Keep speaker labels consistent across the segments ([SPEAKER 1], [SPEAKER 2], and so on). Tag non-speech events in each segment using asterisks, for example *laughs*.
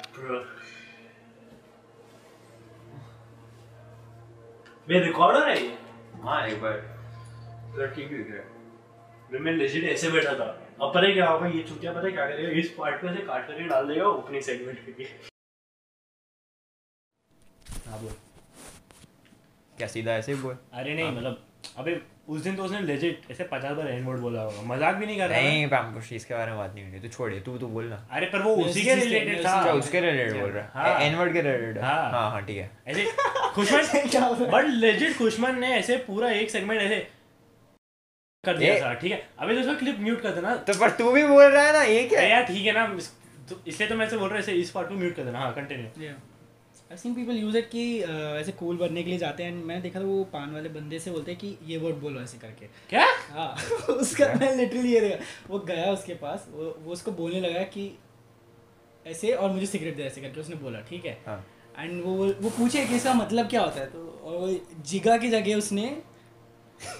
[SPEAKER 1] Bro. मेरे record हो रहा है ये
[SPEAKER 2] हाँ एक बार तेरा ठीक दिख रहा है
[SPEAKER 1] मैं- मैं लेजिट ऐसे बैठा था अब पता है क्या होगा ये चूतिया पता है क्या करेगा इस पार्ट में से काट करके डाल देगा ओपनिंग सेगमेंट के लिए
[SPEAKER 3] हाँ बोल
[SPEAKER 2] क्या सीधा ऐसे ही बोल
[SPEAKER 3] अरे नहीं मतलब अबे उस दिन तो उसने लेजिट ऐसे पचास बार एन वर्ड बोला होगा मजाक भी नहीं कर रहा
[SPEAKER 2] *laughs* नहीं पर हमको इसके बारे में बात नहीं होनी तो छोड़िए तू तो बोलना
[SPEAKER 3] ना। अरे पर वो उसी के रिलेटेड था
[SPEAKER 2] अच्छा उसके रिलेटेड बोल रहा
[SPEAKER 3] हाँ।
[SPEAKER 2] है एनवर्ड के रिलेटेड
[SPEAKER 3] हाँ।
[SPEAKER 2] हाँ हाँ ठीक है
[SPEAKER 3] ऐसे
[SPEAKER 2] *laughs*
[SPEAKER 3] खुशमन बट लेजिट खुशमन ने ऐसे पूरा एक सेगमेंट ऐसे कर दिया
[SPEAKER 2] ये-
[SPEAKER 3] था ठीक है अबे तो उसका क्लिप म्यूट कर देना
[SPEAKER 2] तो पर तू भी बोल रहा है ना ये क्या
[SPEAKER 3] अरे यार ठीक है ना इस- तो इसलिए तो मैं ऐसे बोल रहा हूँ ऐसे इस पार्ट को म्यूट कर देना हाँ continue
[SPEAKER 4] I seen people use it कि uh, ऐसे कूल बनने के लिए जाते हैं एंड मैंने देखा था वो पान वाले बंदे से बोलते हैं कि ये वर्ड बोलो ऐसे करके
[SPEAKER 3] क्या
[SPEAKER 4] हाँ *laughs* उसका मैं लिटरली ये देखा वो गया उसके पास वो वो उसको बोलने लगा कि ऐसे और मुझे सिगरेट दे ऐसे करके उसने बोला ठीक है
[SPEAKER 2] हाँ।
[SPEAKER 4] एंड वो वो पूछे कि इसका मतलब क्या होता है तो और वो जिगा की जगह उसने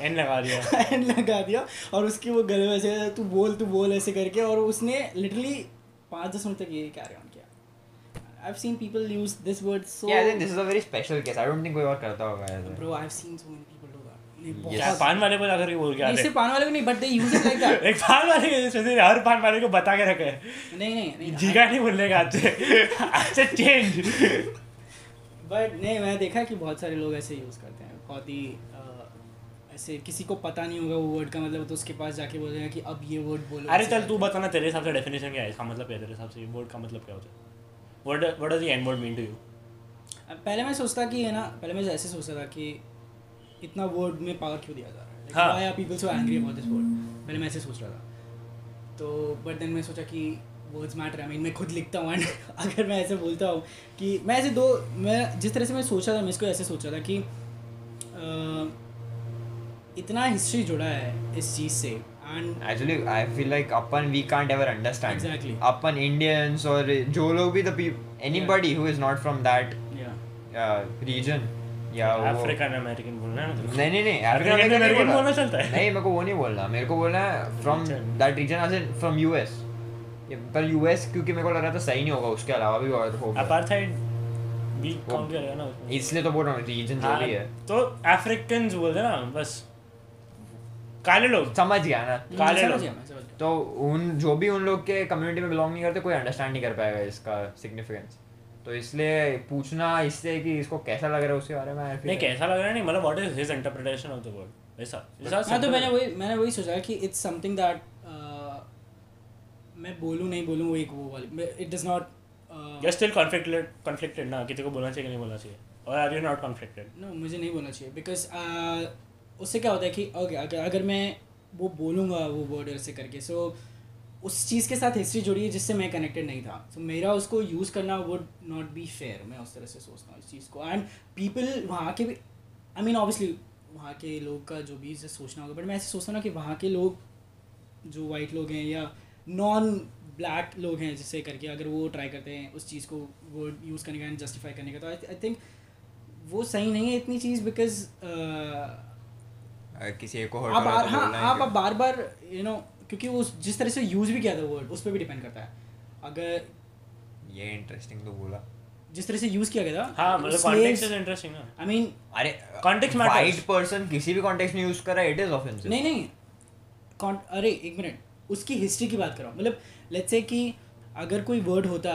[SPEAKER 3] एन लगा
[SPEAKER 2] *laughs*
[SPEAKER 3] दिया
[SPEAKER 4] एंड *laughs* लगा दिया और उसकी वो गले में ऐसे तू बोल तू बोल ऐसे करके और उसने लिटरली पाँच दस मिनट तक ये कैरी ऑन किया I have seen people use this word so
[SPEAKER 2] Yeah, I think this is a very special case. I don't think कोई और करता होगा ऐसा
[SPEAKER 4] Bro, I've seen so many people do that. नहीं,
[SPEAKER 2] Yes.
[SPEAKER 4] बहुत-
[SPEAKER 3] यार पान वाले को जाकर के बोल के
[SPEAKER 4] नहीं,
[SPEAKER 3] आते
[SPEAKER 4] सिर्फ पान वाले को नहीं but they use it like that
[SPEAKER 3] एक पान वाले के जैसे हर पान वाले को बता के रखे
[SPEAKER 4] *laughs* नहीं नहीं नहीं
[SPEAKER 3] जीगा नहीं बोलने का आज से आज से चेंज
[SPEAKER 4] बट नहीं मैंने देखा है कि बहुत सारे लोग ऐसे यूज करते हैं बहुत ही अ, ऐसे किसी को पता नहीं होगा वो वर्ड का मतलब तो उसके पास जाके बोलेगा कि अब ये वर्ड बोलो
[SPEAKER 3] अरे
[SPEAKER 4] ऐसे
[SPEAKER 3] चल तू
[SPEAKER 4] करके।
[SPEAKER 3] बताना तेरे हिसाब से डेफिनेशन क्या है इसका मतलब क्या है तेरे हिसाब से वर्ड का मतलब क्या होता है what what does the N word mean to you
[SPEAKER 4] अब पहले मैं सोचता कि है ना पहले मैं ऐसे सोचता था कि इतना वर्ड में पावर क्यों दिया जा रहा है Like,
[SPEAKER 3] हाँ।
[SPEAKER 4] why are people so angry about this word पहले मैं ऐसे सोच रहा था तो बट देन मैं सोचा कि वर्ड्स मैटर आई मीन मैं खुद लिखता हूँ एंड *laughs* अगर मैं ऐसे बोलता हूँ कि मैं ऐसे दो मैं जिस तरह से मैं सोचा था मैं इसको ऐसे सोचा था कि अ, इतना हिस्ट्री जुड़ा है इस चीज़ से and
[SPEAKER 2] Actually, I feel like अपन we can't ever understand.
[SPEAKER 4] Exactly.
[SPEAKER 2] अपन Indians और जो लोग भी the people anybody who is not from that uh, region या वो
[SPEAKER 3] अफ्रीकन अमेरिकन तो बोलना है ना तुमको?
[SPEAKER 2] नहीं नहीं नहीं
[SPEAKER 3] African
[SPEAKER 2] African American नहीं
[SPEAKER 3] American
[SPEAKER 2] बोला।
[SPEAKER 3] बोलना चलता है। अच्छा।
[SPEAKER 2] नहीं मेरे को वो नहीं बोलना मेरे को बोलना है from
[SPEAKER 3] Region.
[SPEAKER 2] That region as in from US पर यूएस क्योंकि मेरे को लग रहा था सही नहीं होगा उसके अलावा भी और होगा
[SPEAKER 3] अपार्थाइड भी काउंट करेगा ना उसमें।
[SPEAKER 2] इसलिए तो बोल रहा हूँ रीजन जो
[SPEAKER 3] हाँ,
[SPEAKER 2] भी है
[SPEAKER 3] तो अफ्रीकन बोलते हैं ना बस काले लोग
[SPEAKER 2] समझ गया ना
[SPEAKER 3] काले
[SPEAKER 4] समझ
[SPEAKER 3] लोग।
[SPEAKER 4] गया मैं समझ गया
[SPEAKER 2] तो उन जो भी उन लोग के कम्युनिटी में बिलोंग नहीं करते कोई अंडरस्टैंड नहीं कर पाएगा इसका सिग्निफिकेंस तो इसलिए पूछना इससे कि इसको कैसा लग रहा है उसके बारे में I feel
[SPEAKER 3] नहीं
[SPEAKER 2] like-
[SPEAKER 3] कैसा लग रहा है नहीं मतलब what is his interpretation of the word ऐसा ऐसा
[SPEAKER 4] हाँ तो
[SPEAKER 3] simple
[SPEAKER 4] मैंने
[SPEAKER 3] है।
[SPEAKER 4] वही मैंने वही सोचा कि इट्स समथिंग दैट uh, मैं बोलूँ नहीं बोलूँ वो एक वो वाली it does not
[SPEAKER 3] You're still conflicted conflicted ना किसी को बोलना चाहिए कि नहीं बोलना चाहिए और are you not conflicted
[SPEAKER 4] no मुझे नहीं बोलना चाहिए बिकॉज उससे क्या होता है कि ओके अगर अगर मैं वो बोलूँगा वो वर्ड ऐसे करके सो उस चीज़ के साथ हिस्ट्री जुड़ी है जिससे मैं कनेक्टेड नहीं था सो so, मेरा उसको यूज़ करना वुड नॉट बी फेयर मैं उस तरह से सोचता हूँ इस चीज़ को एंड पीपल वहाँ के भी आई मीन ऑब्वियसली वहाँ के लोग का जो भी इसे सोचना होगा बट मैं ऐसे सोचता हूँ ना कि वहाँ के लोग जो वाइट लोग हैं या नॉन ब्लैक लोग हैं जिससे करके अगर वो ट्राई करते हैं उस चीज़ को वर्ड यूज़ करने का एंड जस्टिफाई करने का तो आई थिंक वो सही नहीं है इतनी चीज बिकॉज
[SPEAKER 2] अगर किसी एक को hurt
[SPEAKER 4] आप
[SPEAKER 2] हो रहा है
[SPEAKER 4] आप
[SPEAKER 2] तो
[SPEAKER 4] हाँ
[SPEAKER 2] बोलना है
[SPEAKER 4] आप
[SPEAKER 2] कि-
[SPEAKER 4] आप बार बार यू नो क्योंकि उस जिस तरह से यूज भी किया था वर्ड उस पर भी डिपेंड करता है अगर
[SPEAKER 2] ये इंटरेस्टिंग तो बोला
[SPEAKER 4] जिस तरह से यूज किया गया था
[SPEAKER 3] हाँ मतलब कॉन्टेक्स्ट इज इंटरेस्टिंग ना
[SPEAKER 4] आई मीन
[SPEAKER 2] अरे
[SPEAKER 3] Context matters.
[SPEAKER 2] वाइट पर्सन किसी भी कॉन्टेक्स्ट में यूज कर रहा है इट इज ऑफेंसिव
[SPEAKER 4] नहीं नहीं कौन अरे एक मिनट उसकी हिस्ट्री की बात कर रहा हूँ मतलब लेट्स से कि अगर कोई वर्ड होता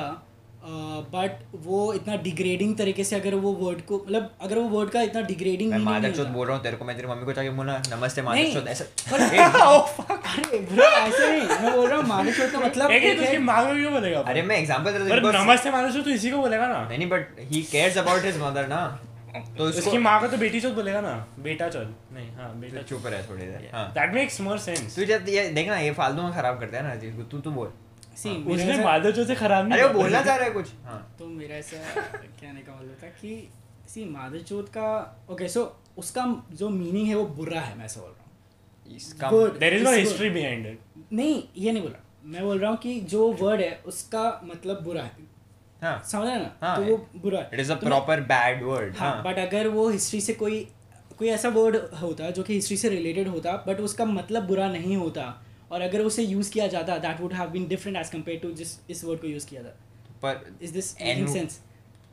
[SPEAKER 4] बट वो इतना डिग्रेडिंग तरीके से अगर वो वर्ड को मतलब अगर वो वर्ड का इतना डिग्रेडिंग
[SPEAKER 2] मैं मादर बोल रहा हूँ तेरे को मैं तेरी मम्मी को जाके बोला नमस्ते मादर
[SPEAKER 4] नहीं,
[SPEAKER 2] चौथ ऐसा *laughs*
[SPEAKER 4] पर- *laughs* अरे bro, ऐसे नहीं मैं बोल रहा हूँ मालिक का मतलब
[SPEAKER 3] एक तो उसकी
[SPEAKER 4] एक है।
[SPEAKER 3] माँ को क्यों बोलेगा अपन?
[SPEAKER 2] अरे मैं एग्जांपल दे
[SPEAKER 3] पर
[SPEAKER 2] रहा हूँ
[SPEAKER 3] नमस्ते मानो तो इसी को बोलेगा ना
[SPEAKER 2] नहीं but he cares about his mother ना तो
[SPEAKER 3] उसकी
[SPEAKER 2] इसको तो
[SPEAKER 3] माँ को तो बेटी चोल बोलेगा ना बेटा चोल नहीं हाँ
[SPEAKER 4] तो-
[SPEAKER 3] बेटा
[SPEAKER 2] चुप रह थोड़ी देर हाँ
[SPEAKER 3] दैट मेक्स मोर सेंस
[SPEAKER 2] तू जब तो ये देखना ये फालतू में खराब करता है ना चीज को तू तू बोल हाँ।
[SPEAKER 4] See, मेरा
[SPEAKER 3] उसने
[SPEAKER 4] ऐसा-
[SPEAKER 3] माधव चोल से खराब नहीं
[SPEAKER 2] अरे वो
[SPEAKER 3] बोला।
[SPEAKER 2] बोलना चाह रहा है कुछ हाँ
[SPEAKER 4] तो मेरा ऐसा कहने का मतलब था कि सी माधवचोद का ओके सो उसका जो मीनिंग है वो बुरा है मैं ऐसा बोल रहा हूँ
[SPEAKER 2] इसका
[SPEAKER 4] Good.
[SPEAKER 3] there is no
[SPEAKER 4] इसको-
[SPEAKER 3] history behind it
[SPEAKER 4] नहीं ये नहीं बोला मैं बोल रहा हूँ कि जो वर्ड है उसका मतलब बुरा है
[SPEAKER 2] हाँ
[SPEAKER 4] समझ रहे हैं ना
[SPEAKER 2] हाँ,
[SPEAKER 4] तो वो बुरा है
[SPEAKER 2] इट इज अ
[SPEAKER 4] तो मैं-
[SPEAKER 2] प्रॉपर बैड वर्ड
[SPEAKER 4] हाँ बट अगर वो हिस्ट्री से कोई कोई ऐसा वर्ड होता जो कि हिस्ट्री से रिलेटेड होता बट उसका मतलब बुरा नहीं होता और अगर उसे यूज़ किया जाता that would have been different as compare to जिस इस वर्ड को यूज़ किया जाता
[SPEAKER 2] पर
[SPEAKER 4] Is this making sense?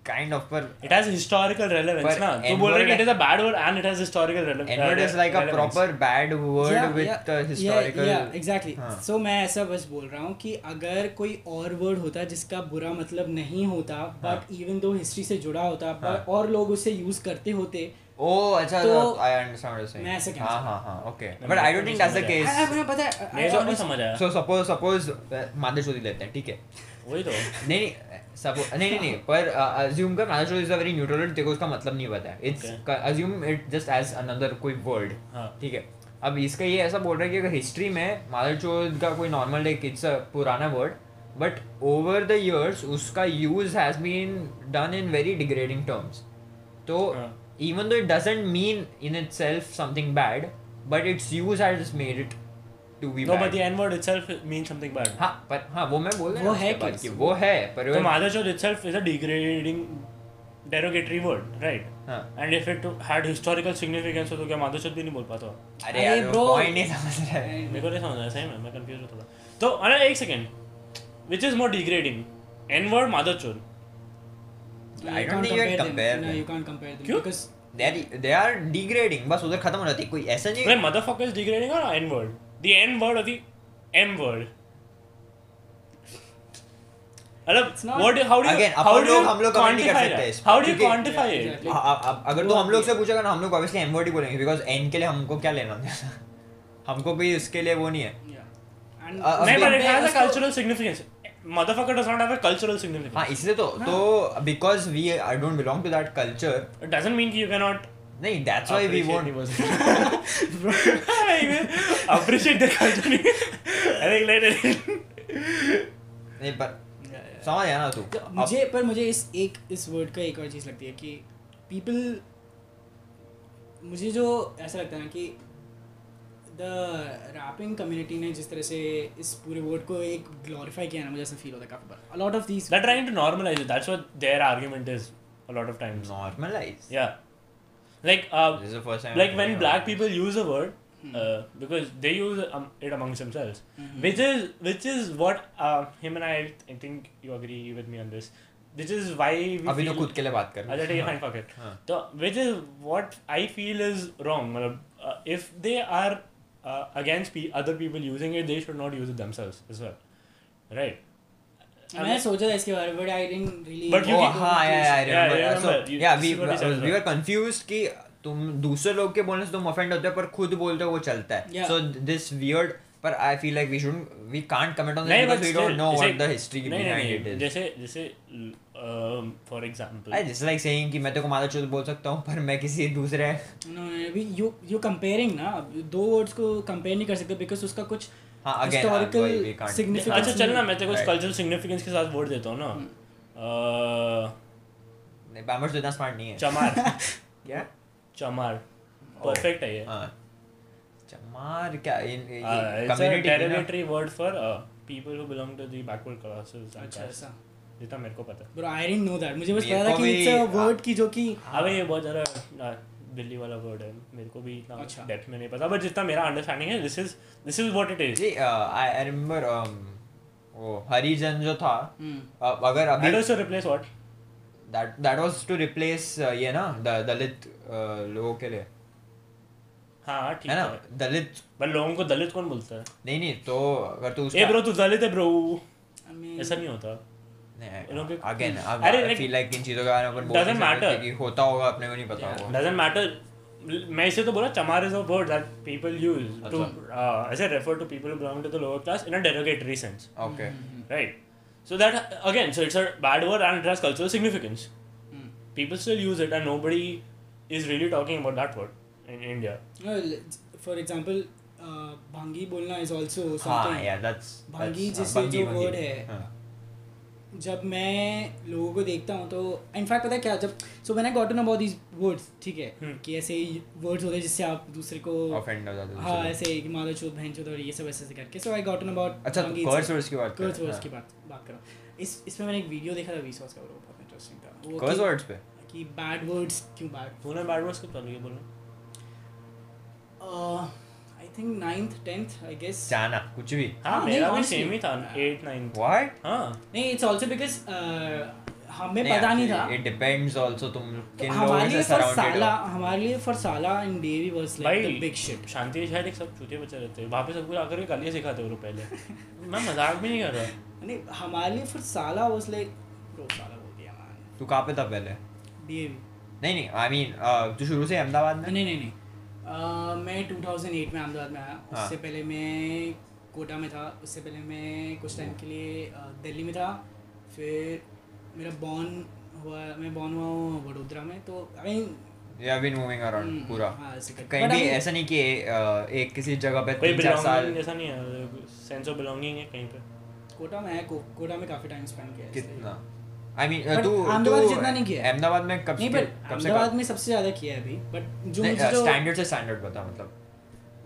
[SPEAKER 2] Kind of पर
[SPEAKER 3] It has historical relevance
[SPEAKER 2] But
[SPEAKER 3] ना तो
[SPEAKER 2] N
[SPEAKER 3] बोल रहे
[SPEAKER 2] word-
[SPEAKER 3] कि it is a bad word and it has historical rele- uh, relevance.
[SPEAKER 2] N word is like a proper bad word
[SPEAKER 4] Yeah,
[SPEAKER 2] with
[SPEAKER 4] yeah,
[SPEAKER 2] the
[SPEAKER 4] yeah,
[SPEAKER 2] historical
[SPEAKER 4] yeah, exactly.
[SPEAKER 2] हाँ।
[SPEAKER 4] So, मैं ऐसा बस बोल रहा हूँ कि अगर कोई और वर्ड होता जिसका बुरा मतलब नहीं होता बट इवन दो हिस्ट्री से जुड़ा होता
[SPEAKER 2] हाँ।
[SPEAKER 4] but और लोग उसे यूज करते होते
[SPEAKER 2] ओ अच्छा
[SPEAKER 4] तो
[SPEAKER 2] आई अंडरस्टैंड व्हाट यू
[SPEAKER 4] मैं ऐसे
[SPEAKER 2] सेइंग
[SPEAKER 4] कहना
[SPEAKER 2] हां
[SPEAKER 4] चाहता
[SPEAKER 2] हां हां ओके
[SPEAKER 3] मैं
[SPEAKER 2] बट आई
[SPEAKER 3] बिल्कुल
[SPEAKER 2] डोंट
[SPEAKER 3] नहीं समझ
[SPEAKER 2] think that's the
[SPEAKER 4] I- I-
[SPEAKER 2] case
[SPEAKER 4] मैं पता है I- I-
[SPEAKER 3] मेरे को नहीं समझ आया
[SPEAKER 2] सो सपोज सपोज मादा चोरी uh, लेते हैं
[SPEAKER 4] *laughs*
[SPEAKER 2] ठीक है
[SPEAKER 3] वही तो
[SPEAKER 2] नहीं नहीं सपो नहीं नहीं नहीं पर uh, अज्यूम कर मादा चोरी is a very neutral word देखो उसका मतलब नहीं पता है it's
[SPEAKER 3] Okay.
[SPEAKER 2] Assume it just as another कोई वर्ड
[SPEAKER 3] हाँ।
[SPEAKER 2] ठीक है अब इसका ये ऐसा बोल रहा है कि अगर हिस्ट्री में मादा चोरी का कोई नॉर्मल एक इट्स अ पुराना word but over the years उसका use has been done in very degrading terms तो
[SPEAKER 3] हाँ।
[SPEAKER 2] Even though it doesn't mean in itself something bad but it's use has made it to be
[SPEAKER 3] no but the N word itself means something bad
[SPEAKER 2] हाँ पर हाँ वो मैं बोल रहा
[SPEAKER 4] वो
[SPEAKER 2] हूँ
[SPEAKER 4] है
[SPEAKER 2] उसके बाद
[SPEAKER 4] किस-
[SPEAKER 2] कि वो है पर
[SPEAKER 3] तो mothership itself is a degrading derogatory word right
[SPEAKER 2] हाँ।
[SPEAKER 3] and if it had historical significance हो तो क्या mothership भी नहीं बोल पाता
[SPEAKER 2] अरे यार
[SPEAKER 4] अरे
[SPEAKER 2] वो
[SPEAKER 4] bro।
[SPEAKER 2] point नहीं समझ रहा है
[SPEAKER 3] मेरे को नहीं समझ आया सही में मैं कंफ्यूज होता था तो अरे एक second which is more degrading N word mothership
[SPEAKER 4] No,
[SPEAKER 2] I
[SPEAKER 4] you
[SPEAKER 2] don't
[SPEAKER 4] can't
[SPEAKER 2] think you can
[SPEAKER 4] compare
[SPEAKER 2] compare
[SPEAKER 4] them. No,
[SPEAKER 2] them.
[SPEAKER 4] you can't compare them
[SPEAKER 3] क्यों?
[SPEAKER 4] because
[SPEAKER 2] They're- they are degrading बस उधर खत्म हो जाती है कोई ऐसा नहीं
[SPEAKER 3] नहीं motherfucker is degrading or n word the n word or the m word
[SPEAKER 4] It's not-
[SPEAKER 3] मतलब what do- how do you
[SPEAKER 2] Again,
[SPEAKER 3] how
[SPEAKER 2] upon
[SPEAKER 3] do you
[SPEAKER 2] लोग- हम लोग comment नहीं कर
[SPEAKER 3] quantify
[SPEAKER 2] सकते
[SPEAKER 3] that?
[SPEAKER 2] इस पर,
[SPEAKER 3] how do you
[SPEAKER 2] क्योंकि-
[SPEAKER 3] quantify
[SPEAKER 4] Yeah,
[SPEAKER 3] it
[SPEAKER 4] exactly.
[SPEAKER 2] हाँ, अब- अब अगर तो
[SPEAKER 4] वो
[SPEAKER 2] हम लोग
[SPEAKER 4] अपनी-
[SPEAKER 2] से पूछेगा ना हम लोग ऑब्वियसली एम वर्ड ही बोलेंगे बिकॉज एन के लिए हमको क्या लेना देना? *laughs* हमको कोई उसके लिए वो नहीं है
[SPEAKER 4] yeah.
[SPEAKER 2] Uh,
[SPEAKER 4] And
[SPEAKER 3] नहीं
[SPEAKER 2] अभी-
[SPEAKER 3] but it has a
[SPEAKER 4] उसको-
[SPEAKER 3] cultural significance motherfucker does not have a cultural significance
[SPEAKER 2] हाँ इसलिए तो तो because we I don't belong to that culture
[SPEAKER 3] It doesn't mean you cannot
[SPEAKER 2] नहीं that's why we
[SPEAKER 3] appreciate
[SPEAKER 2] won't
[SPEAKER 4] *laughs*
[SPEAKER 3] *laughs* the person. appreciate the culture. I think later.
[SPEAKER 2] *laughs* नहीं पर समझ आया ना तू
[SPEAKER 4] तो
[SPEAKER 2] अब-
[SPEAKER 4] मुझे पर मुझे इस एक इस वर्ड का एक और चीज़ लगती है कि पीपल मुझे जो ऐसा लगता है ना कि द रैपिंग कम्युनिटी ने जिस तरह से इस पूरे वर्ड को एक ग्लोरीफाई किया ना मुझे ऐसा फील होता है काफ़ी बार a lot of these
[SPEAKER 3] They're trying to normalize it. That's what their argument is a lot of times.
[SPEAKER 2] normalize
[SPEAKER 3] Yeah. Like uh,
[SPEAKER 2] this is the first time
[SPEAKER 3] like
[SPEAKER 2] I'm
[SPEAKER 3] when
[SPEAKER 2] hearing
[SPEAKER 3] black
[SPEAKER 2] about it.
[SPEAKER 3] people use a word
[SPEAKER 4] Hmm.
[SPEAKER 3] uh, because they use um, it amongst themselves which is which is what uh, him and I I think you agree with me on this which is why we
[SPEAKER 2] अभी तो
[SPEAKER 3] feel-
[SPEAKER 2] खुद के लिए बात कर
[SPEAKER 3] अच्छा ठीक है फाइन फक इट
[SPEAKER 2] हाँ।
[SPEAKER 3] तो which is what I feel is wrong मतलब if they are uh, against other people using it they should not use it themselves as well right
[SPEAKER 4] मैं सोचा था इसके बारे में but I didn't really
[SPEAKER 3] But you
[SPEAKER 2] oh,
[SPEAKER 3] can
[SPEAKER 2] हाँ yeah, yeah, I
[SPEAKER 3] Yeah,
[SPEAKER 2] remember.
[SPEAKER 3] yeah,
[SPEAKER 2] So,
[SPEAKER 3] remember. You-
[SPEAKER 2] yeah,
[SPEAKER 3] this
[SPEAKER 2] we
[SPEAKER 3] is what he said as
[SPEAKER 2] we
[SPEAKER 3] well.
[SPEAKER 2] were confused कि तुम दूसरे लोग के बोलने से तुम offend होते हो पर खुद बोलते हो वो चलता है
[SPEAKER 4] Yeah.
[SPEAKER 2] सो दिस वियर्ड पर I feel like we should we can't comment on this
[SPEAKER 3] नहीं
[SPEAKER 2] because
[SPEAKER 3] but
[SPEAKER 2] we don't know what the history behind it is
[SPEAKER 3] जैसे जैसे for example
[SPEAKER 2] I just like saying कि मैं तेरे को मादा चोद बोल सकता हूँ पर मैं किसी दूसरे
[SPEAKER 4] नो अभी यू यू कंपेयरिंग ना दो वर्ड्स को कंपेयर नहीं कर सकते बिकॉज उसका कुछ
[SPEAKER 2] हाँ, again,
[SPEAKER 4] historical
[SPEAKER 2] I'm- we can't-
[SPEAKER 4] significance
[SPEAKER 3] अच्छा चल ना मैं तेरे को
[SPEAKER 2] Right. Hmm.
[SPEAKER 3] कल्चरल सिग्निफिकेंस के साथ वोट देता हूँ ना Uh,
[SPEAKER 2] बैमर्स इतना स्मार्ट नहीं है
[SPEAKER 3] चमार
[SPEAKER 2] *laughs* क्या
[SPEAKER 3] चमार परफेक्ट है ये Ah,
[SPEAKER 2] हाँ चमार क्या इन
[SPEAKER 3] it's a derogatory word for people who belong to the backward classes
[SPEAKER 4] अच्छा ऐसा
[SPEAKER 3] जितना मेरे को पता है
[SPEAKER 4] bro I didn't know that मुझे बस
[SPEAKER 2] मेरे
[SPEAKER 4] पता
[SPEAKER 2] को
[SPEAKER 4] था कि
[SPEAKER 2] भी-
[SPEAKER 4] इट्स अ
[SPEAKER 2] हाँ।
[SPEAKER 4] वर्ड की जो कि
[SPEAKER 3] अबे ये बहुत ज़्यादा आ, दिल्ली वाला वर्ड है मेरे को भी इतना
[SPEAKER 4] अच्छा।
[SPEAKER 3] डेप्थ में नहीं पता बट जितना मेरा अंडरस्टैंडिंग है this is this is what it is
[SPEAKER 2] जी आई रिमेंबर um, वो हरिजन जो था
[SPEAKER 3] Hmm.
[SPEAKER 4] हम्म।
[SPEAKER 2] अ, अगर
[SPEAKER 3] आई
[SPEAKER 2] अभी
[SPEAKER 3] don't replace what
[SPEAKER 2] that that was to replace uh, ये ना द- दलित uh, लोगों के लिए
[SPEAKER 3] हाँ ठीक
[SPEAKER 2] है ना
[SPEAKER 3] है
[SPEAKER 2] दलित
[SPEAKER 3] पर लोगों को दलित कौन बोलता है
[SPEAKER 2] नहीं नहीं तो अगर तू
[SPEAKER 3] ए ब्रो तू दलित है ब्रो
[SPEAKER 4] I mean,
[SPEAKER 3] ऐसा नहीं होता उन लोगों
[SPEAKER 2] नहीं
[SPEAKER 3] के-
[SPEAKER 2] अगेन
[SPEAKER 3] अरे,
[SPEAKER 2] आई
[SPEAKER 3] like,
[SPEAKER 2] फील लाइक इन चीजों के बारे में अपन बोल
[SPEAKER 3] doesn't
[SPEAKER 2] नहीं सकते
[SPEAKER 3] matter.
[SPEAKER 2] कि होता होगा अपने को नहीं पता
[SPEAKER 4] Yeah.
[SPEAKER 2] होगा
[SPEAKER 3] डजंट मैटर मैं इसे तो बोला चमार is a word that people use
[SPEAKER 4] अच्छा।
[SPEAKER 3] To as a refer to people who belong to the lower class in a derogatory sense
[SPEAKER 2] okay
[SPEAKER 4] Hmm.
[SPEAKER 3] right so that again so it's a bad word and it has cultural significance
[SPEAKER 4] Hmm.
[SPEAKER 3] people still use it and nobody is really talking about that word in india
[SPEAKER 4] well, for example, uh, भांगी बोलना is also
[SPEAKER 2] हां
[SPEAKER 4] something
[SPEAKER 2] या that's
[SPEAKER 4] भांगी
[SPEAKER 2] हाँ,
[SPEAKER 4] जिससे जो word है, जब मैं लोगों को देखता हूँ तो इनफैक्ट पता है क्या जब so when I got to know about these words ठीक है
[SPEAKER 3] हम्म।
[SPEAKER 4] कि ऐसे वर्ड्स होते हैं जिससे आप दूसरे को
[SPEAKER 2] ऑफेंड हो जाते हैं
[SPEAKER 4] हाँ
[SPEAKER 2] दूसरे
[SPEAKER 4] ऐसे कि मादर चोद बहन चोद और ये सब ऐसे ऐसे करके so I got to about
[SPEAKER 2] लोग। अच्छा कर्स वर्ड्स की बात कर
[SPEAKER 4] कर्स वर्ड्स की बात बात कर रहा हूँ इस इसमें मैंने एक वीडियो देखा था वीसॉस का वो बहुत इंटरेस्टिंग था वो
[SPEAKER 2] कर्स
[SPEAKER 4] कि-
[SPEAKER 2] वर्ड्स पे
[SPEAKER 4] कि बैड वर्ड्स क्यों बैड Uh,
[SPEAKER 3] तूने bad words कब चालू किया बोलना
[SPEAKER 4] अह, I think ninth tenth I guess
[SPEAKER 2] जाना कुछ भी
[SPEAKER 3] हाँ
[SPEAKER 4] हाँ,
[SPEAKER 3] मेरा
[SPEAKER 4] नहीं,
[SPEAKER 3] भी
[SPEAKER 4] honestly.
[SPEAKER 3] सेम ही था एट नाइन
[SPEAKER 2] व्हाट
[SPEAKER 3] हाँ
[SPEAKER 4] नहीं इट्स ऑल्सो बिकॉज uh, हमें पता नहीं था तो
[SPEAKER 2] इट डिपेंड्स आल्सो तुम किन लोगों
[SPEAKER 4] हमारे लिए
[SPEAKER 2] से
[SPEAKER 4] फॉर
[SPEAKER 2] सराउंडेड
[SPEAKER 4] साला
[SPEAKER 2] हो
[SPEAKER 4] हमारे लिए फॉर साला and Devi was like the
[SPEAKER 3] भाई
[SPEAKER 4] बिग शिट
[SPEAKER 3] शांति शायद एक सब चूतिया बच्चे रहते हैं वहाँ पे सबको आकर के गालियाँ सिखाते हैं वो लोग
[SPEAKER 4] *laughs*
[SPEAKER 3] पहले मैं मजाक भी नहीं कर रहा
[SPEAKER 4] नहीं हमारे लिए फॉर साला वाज लाइक ब्रो साला बोल दिया मैन
[SPEAKER 2] तू कहाँ पे था पहले
[SPEAKER 4] डीएवी
[SPEAKER 2] नहीं नहीं आई मीन तू शुरू से अहमदाबाद में
[SPEAKER 4] नहीं नहीं नहीं अह, मैं 2008 में अहमदाबाद में आया उससे पहले मैं कोटा में था उससे पहले मैं कुछ टाइम के लिए अह, दिल्ली में था फिर मेरा बॉर्न हुआ मैं बॉर्न हुआ हूँ वडोदरा में तो I mean
[SPEAKER 2] you have been moving around
[SPEAKER 4] हम्म,
[SPEAKER 2] पूरा
[SPEAKER 4] हाँ, ऐसे करके।
[SPEAKER 2] कहीं
[SPEAKER 4] But
[SPEAKER 2] भी
[SPEAKER 4] I mean-
[SPEAKER 2] ऐसा नहीं कि अ, एक किसी जगह पे
[SPEAKER 3] कोई
[SPEAKER 2] तीन चार साल
[SPEAKER 3] बिलोंगिंग जैसा नहीं है मतलब सेंस ऑफ बिलोंगिंग है कहीं पे
[SPEAKER 4] कोटा में आया को, कोटा में काफ़ी टाइम स्पेंड किया है, इसलिए।
[SPEAKER 2] कितना आई मीन
[SPEAKER 4] But
[SPEAKER 2] तू
[SPEAKER 4] अहमदाबाद
[SPEAKER 2] तू
[SPEAKER 4] जितना नहीं किया है।
[SPEAKER 2] अहमदाबाद में कब
[SPEAKER 4] नहीं
[SPEAKER 2] से-
[SPEAKER 4] बट
[SPEAKER 2] कब uh, से कब
[SPEAKER 4] अहमदाबाद में सबसे ज़्यादा किया है अभी बट जो मुझे जो
[SPEAKER 2] स्टैंडर्ड से स्टैंडर्ड बता मतलब